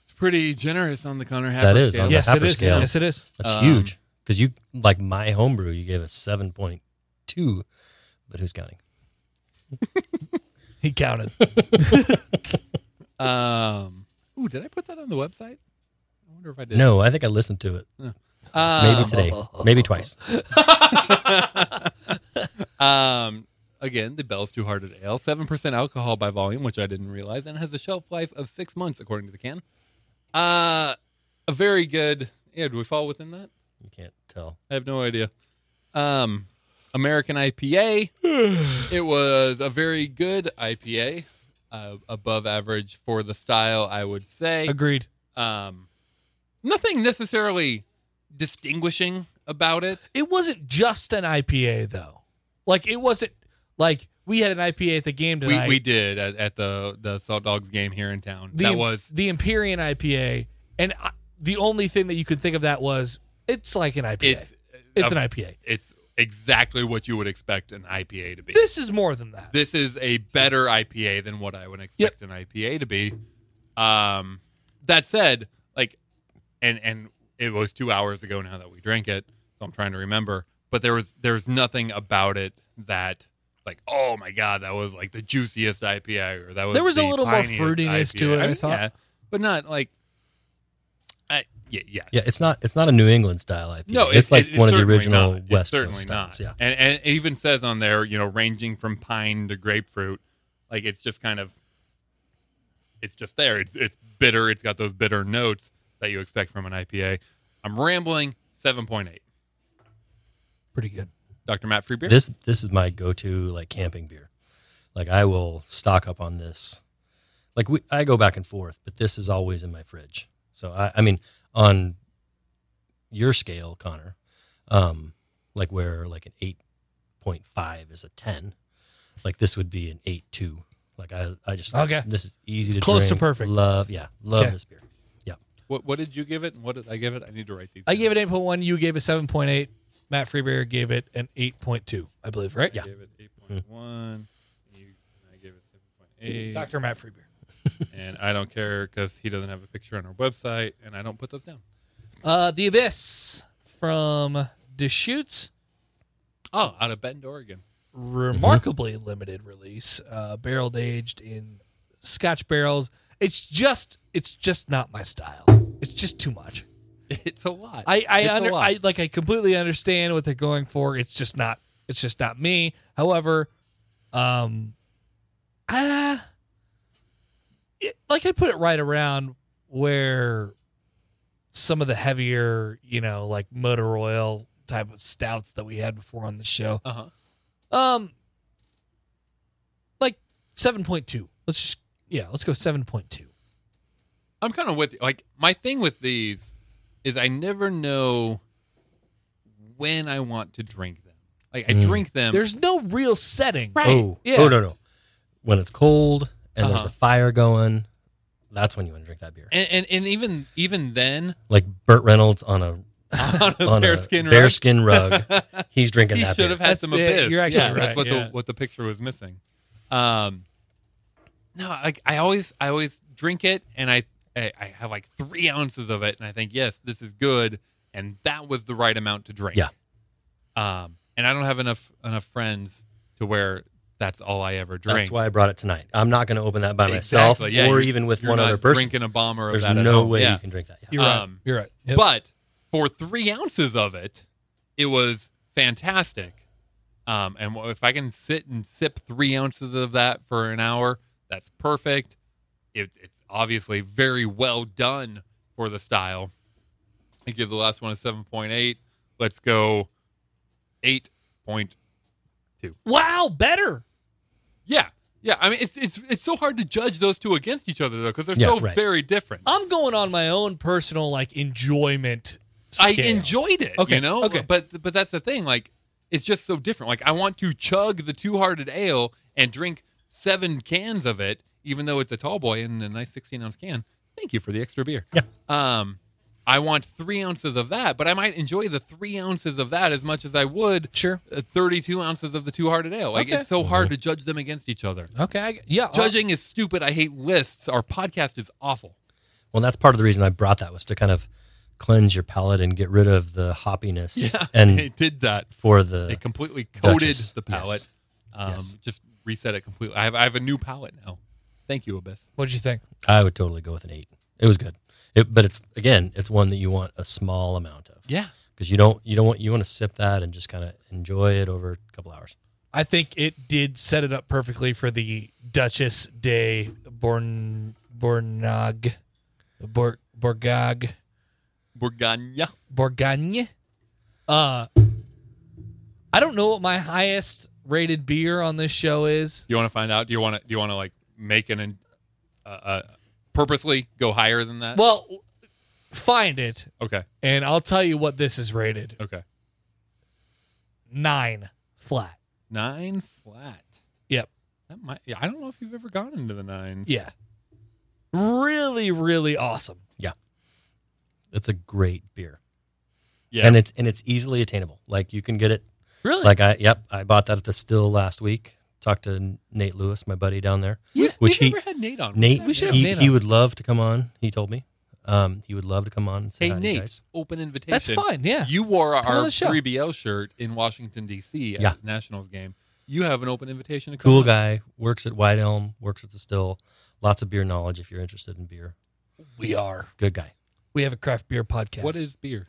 Speaker 4: it's pretty generous on the Connor Happer
Speaker 2: That is,
Speaker 4: scale.
Speaker 2: on the
Speaker 3: Yes, it
Speaker 2: Happer
Speaker 3: is.
Speaker 2: scale.
Speaker 3: Yes, it is.
Speaker 2: That's
Speaker 4: Um,
Speaker 2: huge. Because you like my homebrew, you gave a seven point two, but who's counting?
Speaker 3: He counted.
Speaker 4: Um, ooh, did I put that on the website? I wonder if I did.
Speaker 2: No, I think I listened to it maybe
Speaker 4: Um,
Speaker 2: today, maybe twice.
Speaker 4: um, again, the Bell's Two Hearted Ale, seven percent alcohol by volume, which I didn't realize, and has a shelf life of six months according to the can. Uh, a very good. Yeah, do we fall within that?
Speaker 2: You can't tell.
Speaker 4: I have no idea. Um, American IPA. it was a very good IPA, uh, above average for the style, I would say
Speaker 3: Agreed.
Speaker 4: um, nothing necessarily distinguishing about it.
Speaker 3: It wasn't just an IPA though. Like it wasn't like we had an IPA at the game
Speaker 4: We,
Speaker 3: tonight.
Speaker 4: we did at, at the the Salt Dogs game here in town.
Speaker 3: the,
Speaker 4: that was
Speaker 3: the Empyrean IPA, and I, the only thing that you could think of that was it's like an IPA.
Speaker 4: it's uh,
Speaker 3: It's, an IPA.
Speaker 4: it's exactly what you would expect an IPA to be.
Speaker 3: This is more than that.
Speaker 4: this is a better IPA than what I would expect an IPA to be. Um, that said, like, and and it was two hours ago now that we drank it, so I'm trying to remember. But there was there's nothing about it that like, oh my god, that was like the juiciest IPA, or that was
Speaker 3: There was a
Speaker 4: the
Speaker 3: little more
Speaker 4: piniest
Speaker 3: fruitiness to
Speaker 4: IPA.
Speaker 3: it, I
Speaker 4: mean,
Speaker 3: thought.
Speaker 4: yeah, but not like, I yeah, yeah,
Speaker 2: Yeah, it's not it's not a New England style IPA.
Speaker 4: no,
Speaker 2: it's
Speaker 4: it-
Speaker 2: like
Speaker 4: it- it's
Speaker 2: one of the
Speaker 4: certainly
Speaker 2: original
Speaker 4: not. It's
Speaker 2: West
Speaker 4: certainly
Speaker 2: Coast
Speaker 4: not.
Speaker 2: styles. Yeah,
Speaker 4: and and it even says on there, you know, ranging from pine to grapefruit, like it's just kind of, it's just there. It's it's bitter. It's got those bitter notes that you expect from an IPA. I'm rambling. Seven point eight.
Speaker 3: Pretty good.
Speaker 4: Dr. Matt Freebeer.
Speaker 2: this this is my go-to like camping beer. Like I will stock up on this. Like we, I go back and forth, but this is always in my fridge. So I, I mean, on your scale, Connor, um, like where like an eight point five is a ten, like this would be an eight two. Like I, I just
Speaker 3: Okay.
Speaker 2: This is easy
Speaker 3: It's
Speaker 2: to
Speaker 3: close to
Speaker 2: drink.
Speaker 3: perfect.
Speaker 2: Love, yeah, love
Speaker 3: Okay.
Speaker 2: this beer.
Speaker 4: what what did you give it? And what did I give it? I need to write these.
Speaker 3: I gave it eight point one. You gave it seven point eight. Matt Freebeer gave it an eight point two, I believe, right?
Speaker 4: I gave it eight point one. I gave it seven point eight.
Speaker 3: Doctor Matt Freebeer.
Speaker 4: And I don't care because he doesn't have a picture on our website, and I don't put those down.
Speaker 3: Uh, the Abyss from Deschutes.
Speaker 4: Oh, out of Bend, Oregon.
Speaker 3: remarkably limited release, uh, barreled aged in Scotch barrels. It's just, it's just not my style. It's just too much.
Speaker 4: It's a lot.
Speaker 3: I, I,
Speaker 4: It's a
Speaker 3: under,
Speaker 4: lot.
Speaker 3: I like, I completely understand what they're going for. It's just not, it's just not me. However, um, ah, it, like I put it right around where some of the heavier, you know, like motor oil type of stouts that we had before on the show.
Speaker 4: Uh huh.
Speaker 3: Um, like seven point two. Let's just yeah, let's go seven point two.
Speaker 4: I'm kind of with you. Like my thing with these is I never know when I want to drink them. Like I
Speaker 2: Mm.
Speaker 4: drink them.
Speaker 3: There's no real setting.
Speaker 2: Oh,
Speaker 3: Yeah.
Speaker 2: oh no no, when it's cold and there's
Speaker 4: Uh-huh.
Speaker 2: a fire going, that's when you want to drink that beer.
Speaker 4: and, and and even even then
Speaker 2: like Burt Reynolds on a
Speaker 4: on a
Speaker 2: on
Speaker 4: bearskin
Speaker 2: a
Speaker 4: rug,
Speaker 2: bearskin rug. He's drinking
Speaker 4: he
Speaker 2: that
Speaker 4: should
Speaker 2: beer.
Speaker 4: have had
Speaker 3: That's
Speaker 4: some
Speaker 3: it.
Speaker 4: abyss.
Speaker 3: You're actually
Speaker 4: Yeah,
Speaker 3: right,
Speaker 4: That's what
Speaker 3: yeah.
Speaker 4: the what the picture was missing. Um, no, like I always I always drink it and I I I have like three ounces of it and I think yes this is good and that was the right amount to drink.
Speaker 2: Yeah.
Speaker 4: Um, and I don't have enough enough friends to where that's all I ever drink.
Speaker 2: That's why I brought it tonight. I'm not going to open that by myself
Speaker 4: Exactly, yeah,
Speaker 2: or
Speaker 4: you're-
Speaker 2: even with
Speaker 4: You're
Speaker 2: one
Speaker 4: not
Speaker 2: other person.
Speaker 4: drinking a bomber of
Speaker 2: There's
Speaker 4: that at
Speaker 2: no
Speaker 4: home.
Speaker 2: way
Speaker 4: Yeah.
Speaker 2: you can drink that. Yeah.
Speaker 3: You're right.
Speaker 4: Um,
Speaker 3: You're right. Yep.
Speaker 4: But for three ounces of it, it was fantastic. Um, and wh- if I can sit and sip three ounces of that for an hour, that's perfect. It, it's obviously very well done for the style. I give the last one a 7.8. Let's go 8 point.
Speaker 3: wow, better.
Speaker 4: Yeah. Yeah. I mean, it's, it's, it's so hard to judge those two against each other, though, because they're
Speaker 2: Yeah,
Speaker 4: so
Speaker 2: right.
Speaker 4: very different.
Speaker 3: I'm going on my own personal like enjoyment.
Speaker 4: I
Speaker 3: scale.
Speaker 4: enjoyed it.
Speaker 3: Okay,
Speaker 4: You know?
Speaker 3: okay.
Speaker 4: But but that's the thing. Like, it's just so different. Like, I want to chug the two hearted ale and drink seven cans of it, even though it's a tall boy and a nice sixteen ounce can. Thank you for the extra beer.
Speaker 2: Yeah.
Speaker 4: Um I want three ounces of that, but I might enjoy the three ounces of that as much as I would
Speaker 3: Sure.
Speaker 4: uh, 32 ounces of the two hearted ale. Like,
Speaker 3: Okay. Mm-hmm. Uh,
Speaker 4: it's so hard to judge them against each other.
Speaker 3: Okay. I, yeah.
Speaker 4: Judging is stupid. I hate lists. Our podcast is awful.
Speaker 2: Well, that's part of the reason I brought that was to kind of cleanse your palate and get rid of the hoppiness and
Speaker 4: it did that.
Speaker 2: for the
Speaker 4: it completely coated
Speaker 2: Duchess,
Speaker 4: the palette.
Speaker 2: yes.
Speaker 4: Um,
Speaker 2: Yes.
Speaker 4: Just reset it completely. I have, I have a new palette now. Thank you, Abyss.
Speaker 3: What'd you think?
Speaker 2: I would totally go with an 8. It was good. It, but it's again, it's one that you want a small amount of
Speaker 4: Yeah.
Speaker 2: because you don't you don't want you want to sip that and just kind of enjoy it over a couple hours.
Speaker 3: I think it did set it up perfectly for the Duchess de Born Bornog, Bor Borgog.
Speaker 4: Bourgogne.
Speaker 3: Bourgogne. Uh, I don't know what my highest rated beer on this show is.
Speaker 4: You want to find out? Do you want to? Do you want to like make an uh, uh, purposely go higher than that?
Speaker 3: Well, find it,
Speaker 4: okay.
Speaker 3: and I'll tell you what this is rated.
Speaker 4: Okay.
Speaker 3: nine flat.
Speaker 4: Nine flat.
Speaker 3: Yep.
Speaker 4: That might. Yeah, I don't know if you've ever gone into the nines.
Speaker 3: Yeah. Really, really awesome.
Speaker 2: It's a great beer.
Speaker 4: Yeah.
Speaker 2: And it's and it's easily attainable. Like you can get it
Speaker 3: Really?
Speaker 2: like I yep, I bought that at the still last week. Talked to Nate Lewis, my buddy down there.
Speaker 4: We've,
Speaker 2: Which
Speaker 4: we've
Speaker 2: he-
Speaker 4: never had Nate on.
Speaker 2: Nate,
Speaker 3: We should have
Speaker 2: he,
Speaker 3: Nate
Speaker 2: he
Speaker 3: on.
Speaker 2: would love to come on. He told me, um, he would love to come on and say
Speaker 4: Hey
Speaker 2: hi to you
Speaker 4: Nate,
Speaker 2: guys.
Speaker 4: open invitation.
Speaker 3: That's fine. Yeah.
Speaker 4: You wore
Speaker 3: Come on
Speaker 4: our
Speaker 3: the show.
Speaker 4: 3BL shirt in Washington D.C. at
Speaker 2: Yeah.
Speaker 4: Nationals game. You have an open invitation. To come
Speaker 2: Cool
Speaker 4: on.
Speaker 2: guy, works at White Elm, works at the still. Lots of beer knowledge if you're interested in beer.
Speaker 3: we are.
Speaker 2: Good guy.
Speaker 3: We have a craft beer podcast.
Speaker 4: What is beer?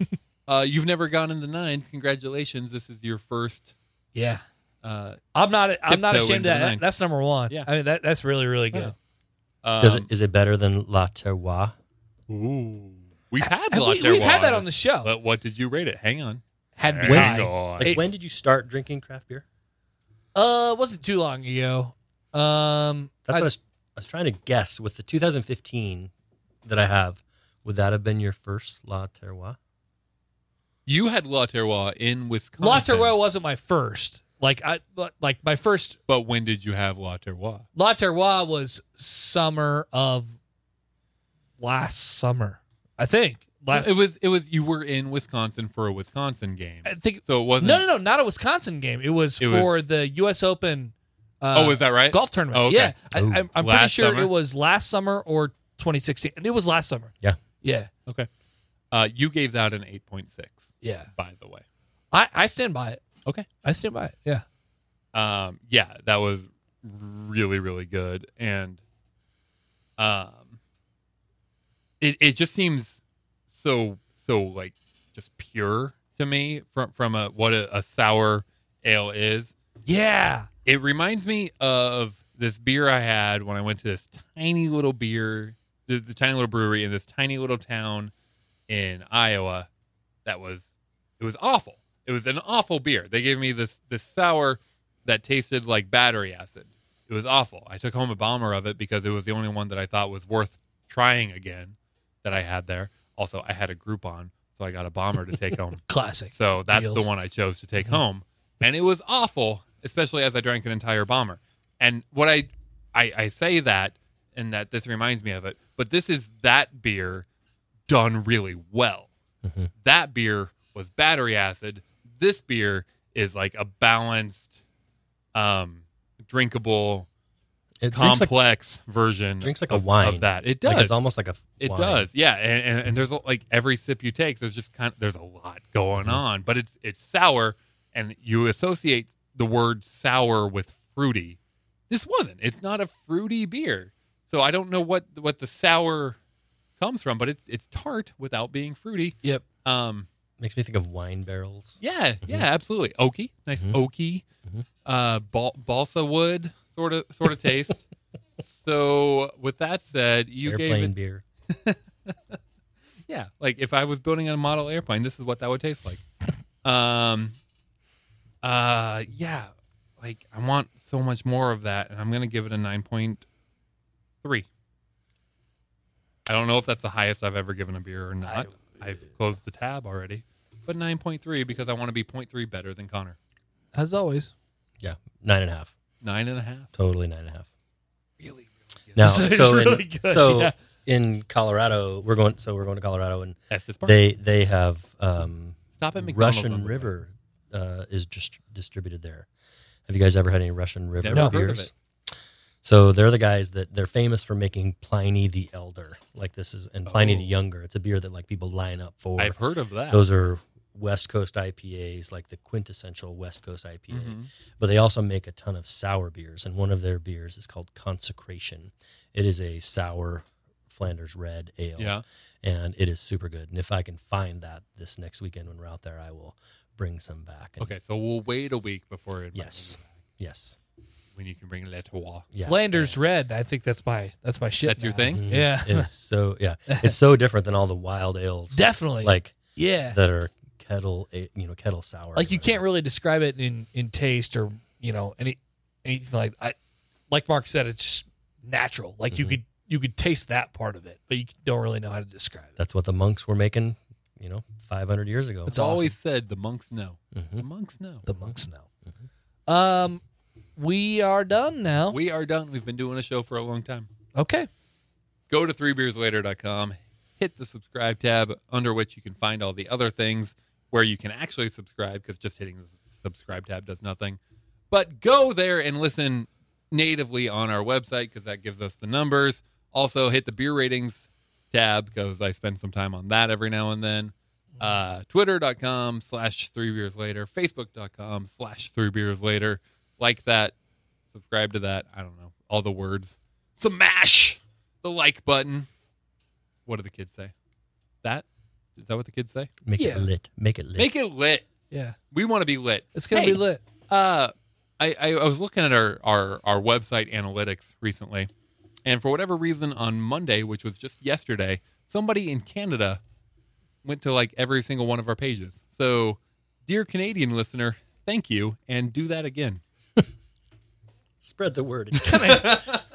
Speaker 4: uh, you've never gone in the nines. Congratulations. This is your first.
Speaker 3: Yeah.
Speaker 4: Uh,
Speaker 3: I'm not I'm not
Speaker 4: Tiptoe
Speaker 3: ashamed
Speaker 4: into
Speaker 3: of
Speaker 4: the
Speaker 3: that.
Speaker 4: nines.
Speaker 3: That's number one.
Speaker 4: Yeah.
Speaker 3: I mean that that's really, really good. Oh.
Speaker 4: um,
Speaker 2: Does it is it better than La Terroir?
Speaker 4: Ooh. We've had
Speaker 3: Have
Speaker 4: La
Speaker 3: we, have had
Speaker 4: Terroir.
Speaker 3: that on the show.
Speaker 4: But what did you rate it? Hang on.
Speaker 3: had
Speaker 4: Hang
Speaker 3: been high.
Speaker 4: on.
Speaker 2: Like when did you start drinking craft beer?
Speaker 3: Uh wasn't too long ago. Um
Speaker 2: That's
Speaker 3: I-
Speaker 2: what I was, I was trying to guess with the 2015 that I have. Would that have been your first La Terroir?
Speaker 4: you had La Terroir in Wisconsin.
Speaker 3: La Terroir wasn't my first. Like I like my first
Speaker 4: But when did you have La Terroir?
Speaker 3: La Terroir was summer of last summer. I think. La-
Speaker 4: it was it was you were in Wisconsin for a Wisconsin game.
Speaker 3: I think
Speaker 4: So it wasn't
Speaker 3: No, no, no, not a Wisconsin game. It was
Speaker 4: It was-
Speaker 3: for the U.S. Open. Uh,
Speaker 4: Oh, is that right?
Speaker 3: golf tournament?
Speaker 4: Oh, okay.
Speaker 3: Yeah, I,
Speaker 2: Ooh.
Speaker 3: I'm, I'm pretty
Speaker 4: Last
Speaker 3: sure
Speaker 4: summer?
Speaker 3: it was last summer or 2016, and it was last summer.
Speaker 2: Yeah.
Speaker 3: yeah,
Speaker 4: Uh, you gave that an 8.6
Speaker 3: yeah.
Speaker 4: by the way.
Speaker 3: I, I stand by it.
Speaker 4: Okay.
Speaker 3: I stand by it. Yeah,
Speaker 4: Um yeah, that was really really good and um it it just seems so so like just pure to me from from a what a, a sour ale is.
Speaker 3: yeah.
Speaker 4: It reminds me of this beer I had when I went to this tiny little beer, this the tiny little brewery in this tiny little town in Iowa. That was it was awful. It was an awful beer. They gave me this this sour that tasted like battery acid. It was awful. I took home a bomber of it because it was the only one that I thought was worth trying again that I had there. Also, I had a Groupon, so I got a bomber to take home.
Speaker 3: Classic.
Speaker 4: So that's the
Speaker 3: Deals.
Speaker 4: one I chose to
Speaker 2: Mm-hmm.
Speaker 4: take home, and it was awful, especially as I drank an entire bomber. And what I, I, I say that, and that this reminds me of it, but this is that beer done really well.
Speaker 2: Mhm.
Speaker 4: That beer was battery acid. This beer is like a balanced, um, drinkable,
Speaker 2: It drinks like,
Speaker 4: complex version.
Speaker 2: drinks like a
Speaker 4: of,
Speaker 2: wine.
Speaker 4: of that. It does.
Speaker 2: like it's almost like a
Speaker 4: It
Speaker 2: wine.
Speaker 4: does, yeah, and, and, and there's like every sip you take, there's just kind of there's a lot going
Speaker 2: Mhm.
Speaker 4: on, but it's it's sour, and you associate the word sour with fruity. This wasn't. It's not a fruity beer, so I don't know what what the sour comes from, but it's it's tart without being fruity.
Speaker 3: Yep.
Speaker 4: Um.
Speaker 2: Makes me think of wine barrels.
Speaker 4: Yeah. Yeah. Absolutely. Oaky. Nice
Speaker 2: Mhm.
Speaker 4: oaky.
Speaker 2: Mhm.
Speaker 4: Uh. Bal- balsa wood sort of sort of taste. so with that said, you gave
Speaker 2: airplane
Speaker 4: it
Speaker 2: beer.
Speaker 4: Yeah, like if I was building a model airplane, this is what that would taste like. um, uh, yeah, like I want so much more of that, and I'm gonna give it a nine point three. I don't know if that's the highest I've ever given a beer or not. I, have closed the tab already, but nine point three because I want to be 0.3 better than Connor.
Speaker 3: As always.
Speaker 2: Yeah, nine and a half.
Speaker 4: Nine and a half.
Speaker 2: Totally nine and a half.
Speaker 4: Really, really good.
Speaker 2: Now,
Speaker 3: So it's
Speaker 2: so
Speaker 3: really
Speaker 2: in,
Speaker 3: good,
Speaker 2: so
Speaker 3: yeah.
Speaker 2: in Colorado, we're going. So we're going to Colorado, and
Speaker 4: Estes Park.
Speaker 2: they they have um,
Speaker 4: Stop at McDonald's. on
Speaker 2: Russian
Speaker 4: the way.
Speaker 2: River uh, is just distributed there. Have you guys ever had any Russian River
Speaker 4: Never heard of
Speaker 2: beers? So they're the guys that they're famous for making Pliny the Elder, like this is, and Pliny the
Speaker 4: Oh.
Speaker 2: Younger. It's a beer that like people line up for.
Speaker 4: I've heard of
Speaker 3: Uh,
Speaker 4: that.
Speaker 2: Those are West Coast IPAs, like the quintessential West Coast IPA.
Speaker 3: Mm-hmm.
Speaker 4: Mhm.
Speaker 2: But they also make a ton of sour beers, and one of their beers is called Consecration. It is a sour Flanders red ale
Speaker 4: Yeah.
Speaker 2: and it is super good. And if I can find that this next weekend when we're out there, I will bring some back. And
Speaker 4: Okay, so we'll wait a week before it.
Speaker 2: Yes. Yes.
Speaker 4: when you can bring Le Terroir.
Speaker 2: Yeah.
Speaker 3: Flanders Red. I think that's my that's my shit.
Speaker 4: That's your
Speaker 3: now.
Speaker 4: thing?
Speaker 2: Mhm.
Speaker 3: Yeah.
Speaker 2: It's so yeah. It's so different than all the wild ales.
Speaker 3: Definitely.
Speaker 2: Like
Speaker 3: yeah.
Speaker 2: that are kettle, eh, you know, kettle sour.
Speaker 3: like you
Speaker 2: whatever.
Speaker 3: can't really describe it in in taste or you know any anything like I like Mark said it's just natural
Speaker 4: Mm-hmm.
Speaker 3: like you
Speaker 2: Mhm.
Speaker 3: could you could taste that part of it but you don't really know how to describe it
Speaker 2: That's what the monks were making you know, 500 years ago.
Speaker 3: That's
Speaker 4: It's
Speaker 3: awesome.
Speaker 4: always said the monks know.
Speaker 2: Mhm.
Speaker 4: The monks know.
Speaker 3: The monks know. Um, we are done now.
Speaker 4: Mm-hmm. We are done. We've been doing a show for a long time.
Speaker 3: okay.
Speaker 4: Go to threebeerslater.com, hit the subscribe tab, under which you can find all the other things where you can actually subscribe because just hitting the subscribe tab does nothing. But go there and listen natively on our website because that gives us the numbers. Also, hit the beer ratings tab because I spend some time on that every now and then. Uh, Twitter.com slash three beers later, Facebook.com slash three beers later. Like that, subscribe to that. I don't know, all the words. Smash the like button. What do the kids say? That? Is that what the kids say?
Speaker 2: Make
Speaker 3: Yeah.
Speaker 2: it lit. Make it lit.
Speaker 4: Make it lit.
Speaker 3: Yeah.
Speaker 4: We want to be lit.
Speaker 3: It's gonna be
Speaker 4: Hey.
Speaker 3: lit.
Speaker 4: Uh, I, I, I was looking at our, our, our website analytics recently, and for whatever reason, on Monday, which was just yesterday, somebody in Canada went to like every single one of our pages. So, dear Canadian listener, thank you, and do that again.
Speaker 2: Spread the word.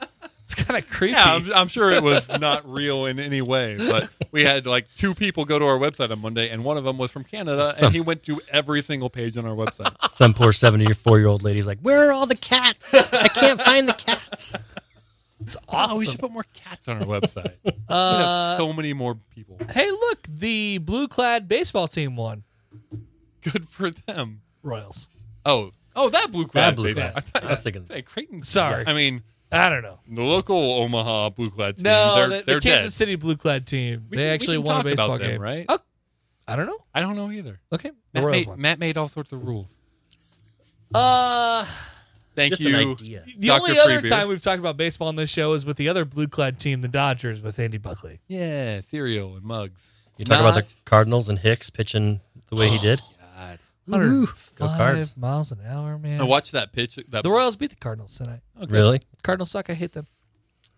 Speaker 3: It's kind of creepy.
Speaker 4: Yeah, I'm, I'm sure it was not real in any way, but we had like two people go to our website on Monday, and one of them was from Canada, and he went to every single page on our website.
Speaker 2: Some poor 74 year old lady's like, Where are all the cats? I can't find the cats.
Speaker 3: it's
Speaker 4: Oh, we
Speaker 3: awesome.
Speaker 4: should put more cats on our website. We
Speaker 3: Uh,
Speaker 4: have so many more people.
Speaker 3: hey, look, the blue clad baseball team won.
Speaker 4: Good for them.
Speaker 3: Royals.
Speaker 4: Oh, oh, that blue clad.
Speaker 2: Bad blue.
Speaker 4: baseball. I thought
Speaker 2: I was thinking,
Speaker 4: you said Creighton.
Speaker 3: Sorry.
Speaker 4: I mean,
Speaker 3: I don't know.
Speaker 4: the local Omaha blue clad team.
Speaker 3: No,
Speaker 4: they're,
Speaker 3: the, the
Speaker 4: they're
Speaker 3: Kansas
Speaker 4: dead.
Speaker 3: City blue clad team.
Speaker 4: We
Speaker 3: they
Speaker 4: can- we
Speaker 3: actually
Speaker 4: can
Speaker 3: won a
Speaker 4: talk about
Speaker 3: baseball
Speaker 4: them,
Speaker 3: game,
Speaker 4: right?
Speaker 3: Oh, I don't know.
Speaker 4: I don't know either.
Speaker 3: Okay, the
Speaker 4: Matt
Speaker 3: Royals
Speaker 4: made,
Speaker 3: won.
Speaker 4: Matt made all sorts of rules.
Speaker 3: Uh,
Speaker 4: Thank
Speaker 2: just
Speaker 4: you.
Speaker 2: an idea.
Speaker 3: the
Speaker 4: Dr.
Speaker 3: only other
Speaker 4: Freebeer.
Speaker 3: time we've talked about baseball on this show is with the other blue clad team, the Dodgers, with Andy Buckley.
Speaker 4: Yeah, cereal and mugs.
Speaker 2: You talk about the Cardinals and Hicks pitching the way he
Speaker 4: Oh,
Speaker 2: did.
Speaker 4: God.
Speaker 2: Go
Speaker 3: 105
Speaker 2: Cards.
Speaker 3: miles an hour, man.
Speaker 4: I watched that pitch. That
Speaker 3: Mm. The Royals beat the Cardinals tonight.
Speaker 2: Really?
Speaker 3: Cardinals suck. I hate them.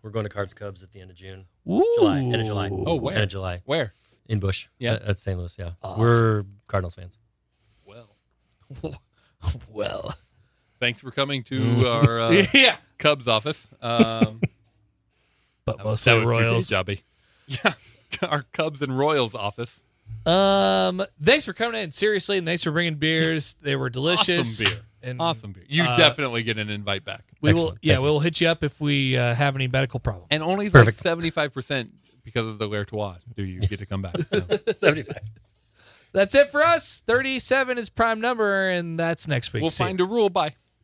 Speaker 2: We're going to Cards Cubs at the end of June.
Speaker 3: Woo.
Speaker 2: July. End of July.
Speaker 4: Oh, where?
Speaker 2: End of July.
Speaker 4: where?
Speaker 2: In Bush.
Speaker 4: Yeah.
Speaker 2: At, at St. Louis. Yeah.
Speaker 3: Awesome.
Speaker 2: We're Cardinals fans.
Speaker 4: Well,
Speaker 3: well.
Speaker 4: thanks for coming to our uh,
Speaker 3: Mm. yeah.
Speaker 4: Cubs office. Um,
Speaker 3: But
Speaker 4: that was
Speaker 3: mostly Royals.
Speaker 4: too jobby. Yeah, our Cubs and Royals office.
Speaker 3: Um, thanks for coming in seriously, and thanks for bringing beers. They were delicious.
Speaker 4: Awesome beer.
Speaker 3: And
Speaker 4: Awesome beer. You
Speaker 3: uh,
Speaker 4: definitely get an invite back.
Speaker 3: We will.
Speaker 2: Excellent.
Speaker 3: Yeah,
Speaker 2: Thank you.
Speaker 3: we'll hit you up if we uh, have any medical problems.
Speaker 4: And only like
Speaker 2: Perfect.
Speaker 4: seventy five percent because of the Lairtois do you get to come back. So.
Speaker 2: 75.
Speaker 3: That's it for us. Thirty-seven is prime number, and that's next week.
Speaker 4: we'll
Speaker 3: See ya.
Speaker 4: find a rule. Bye.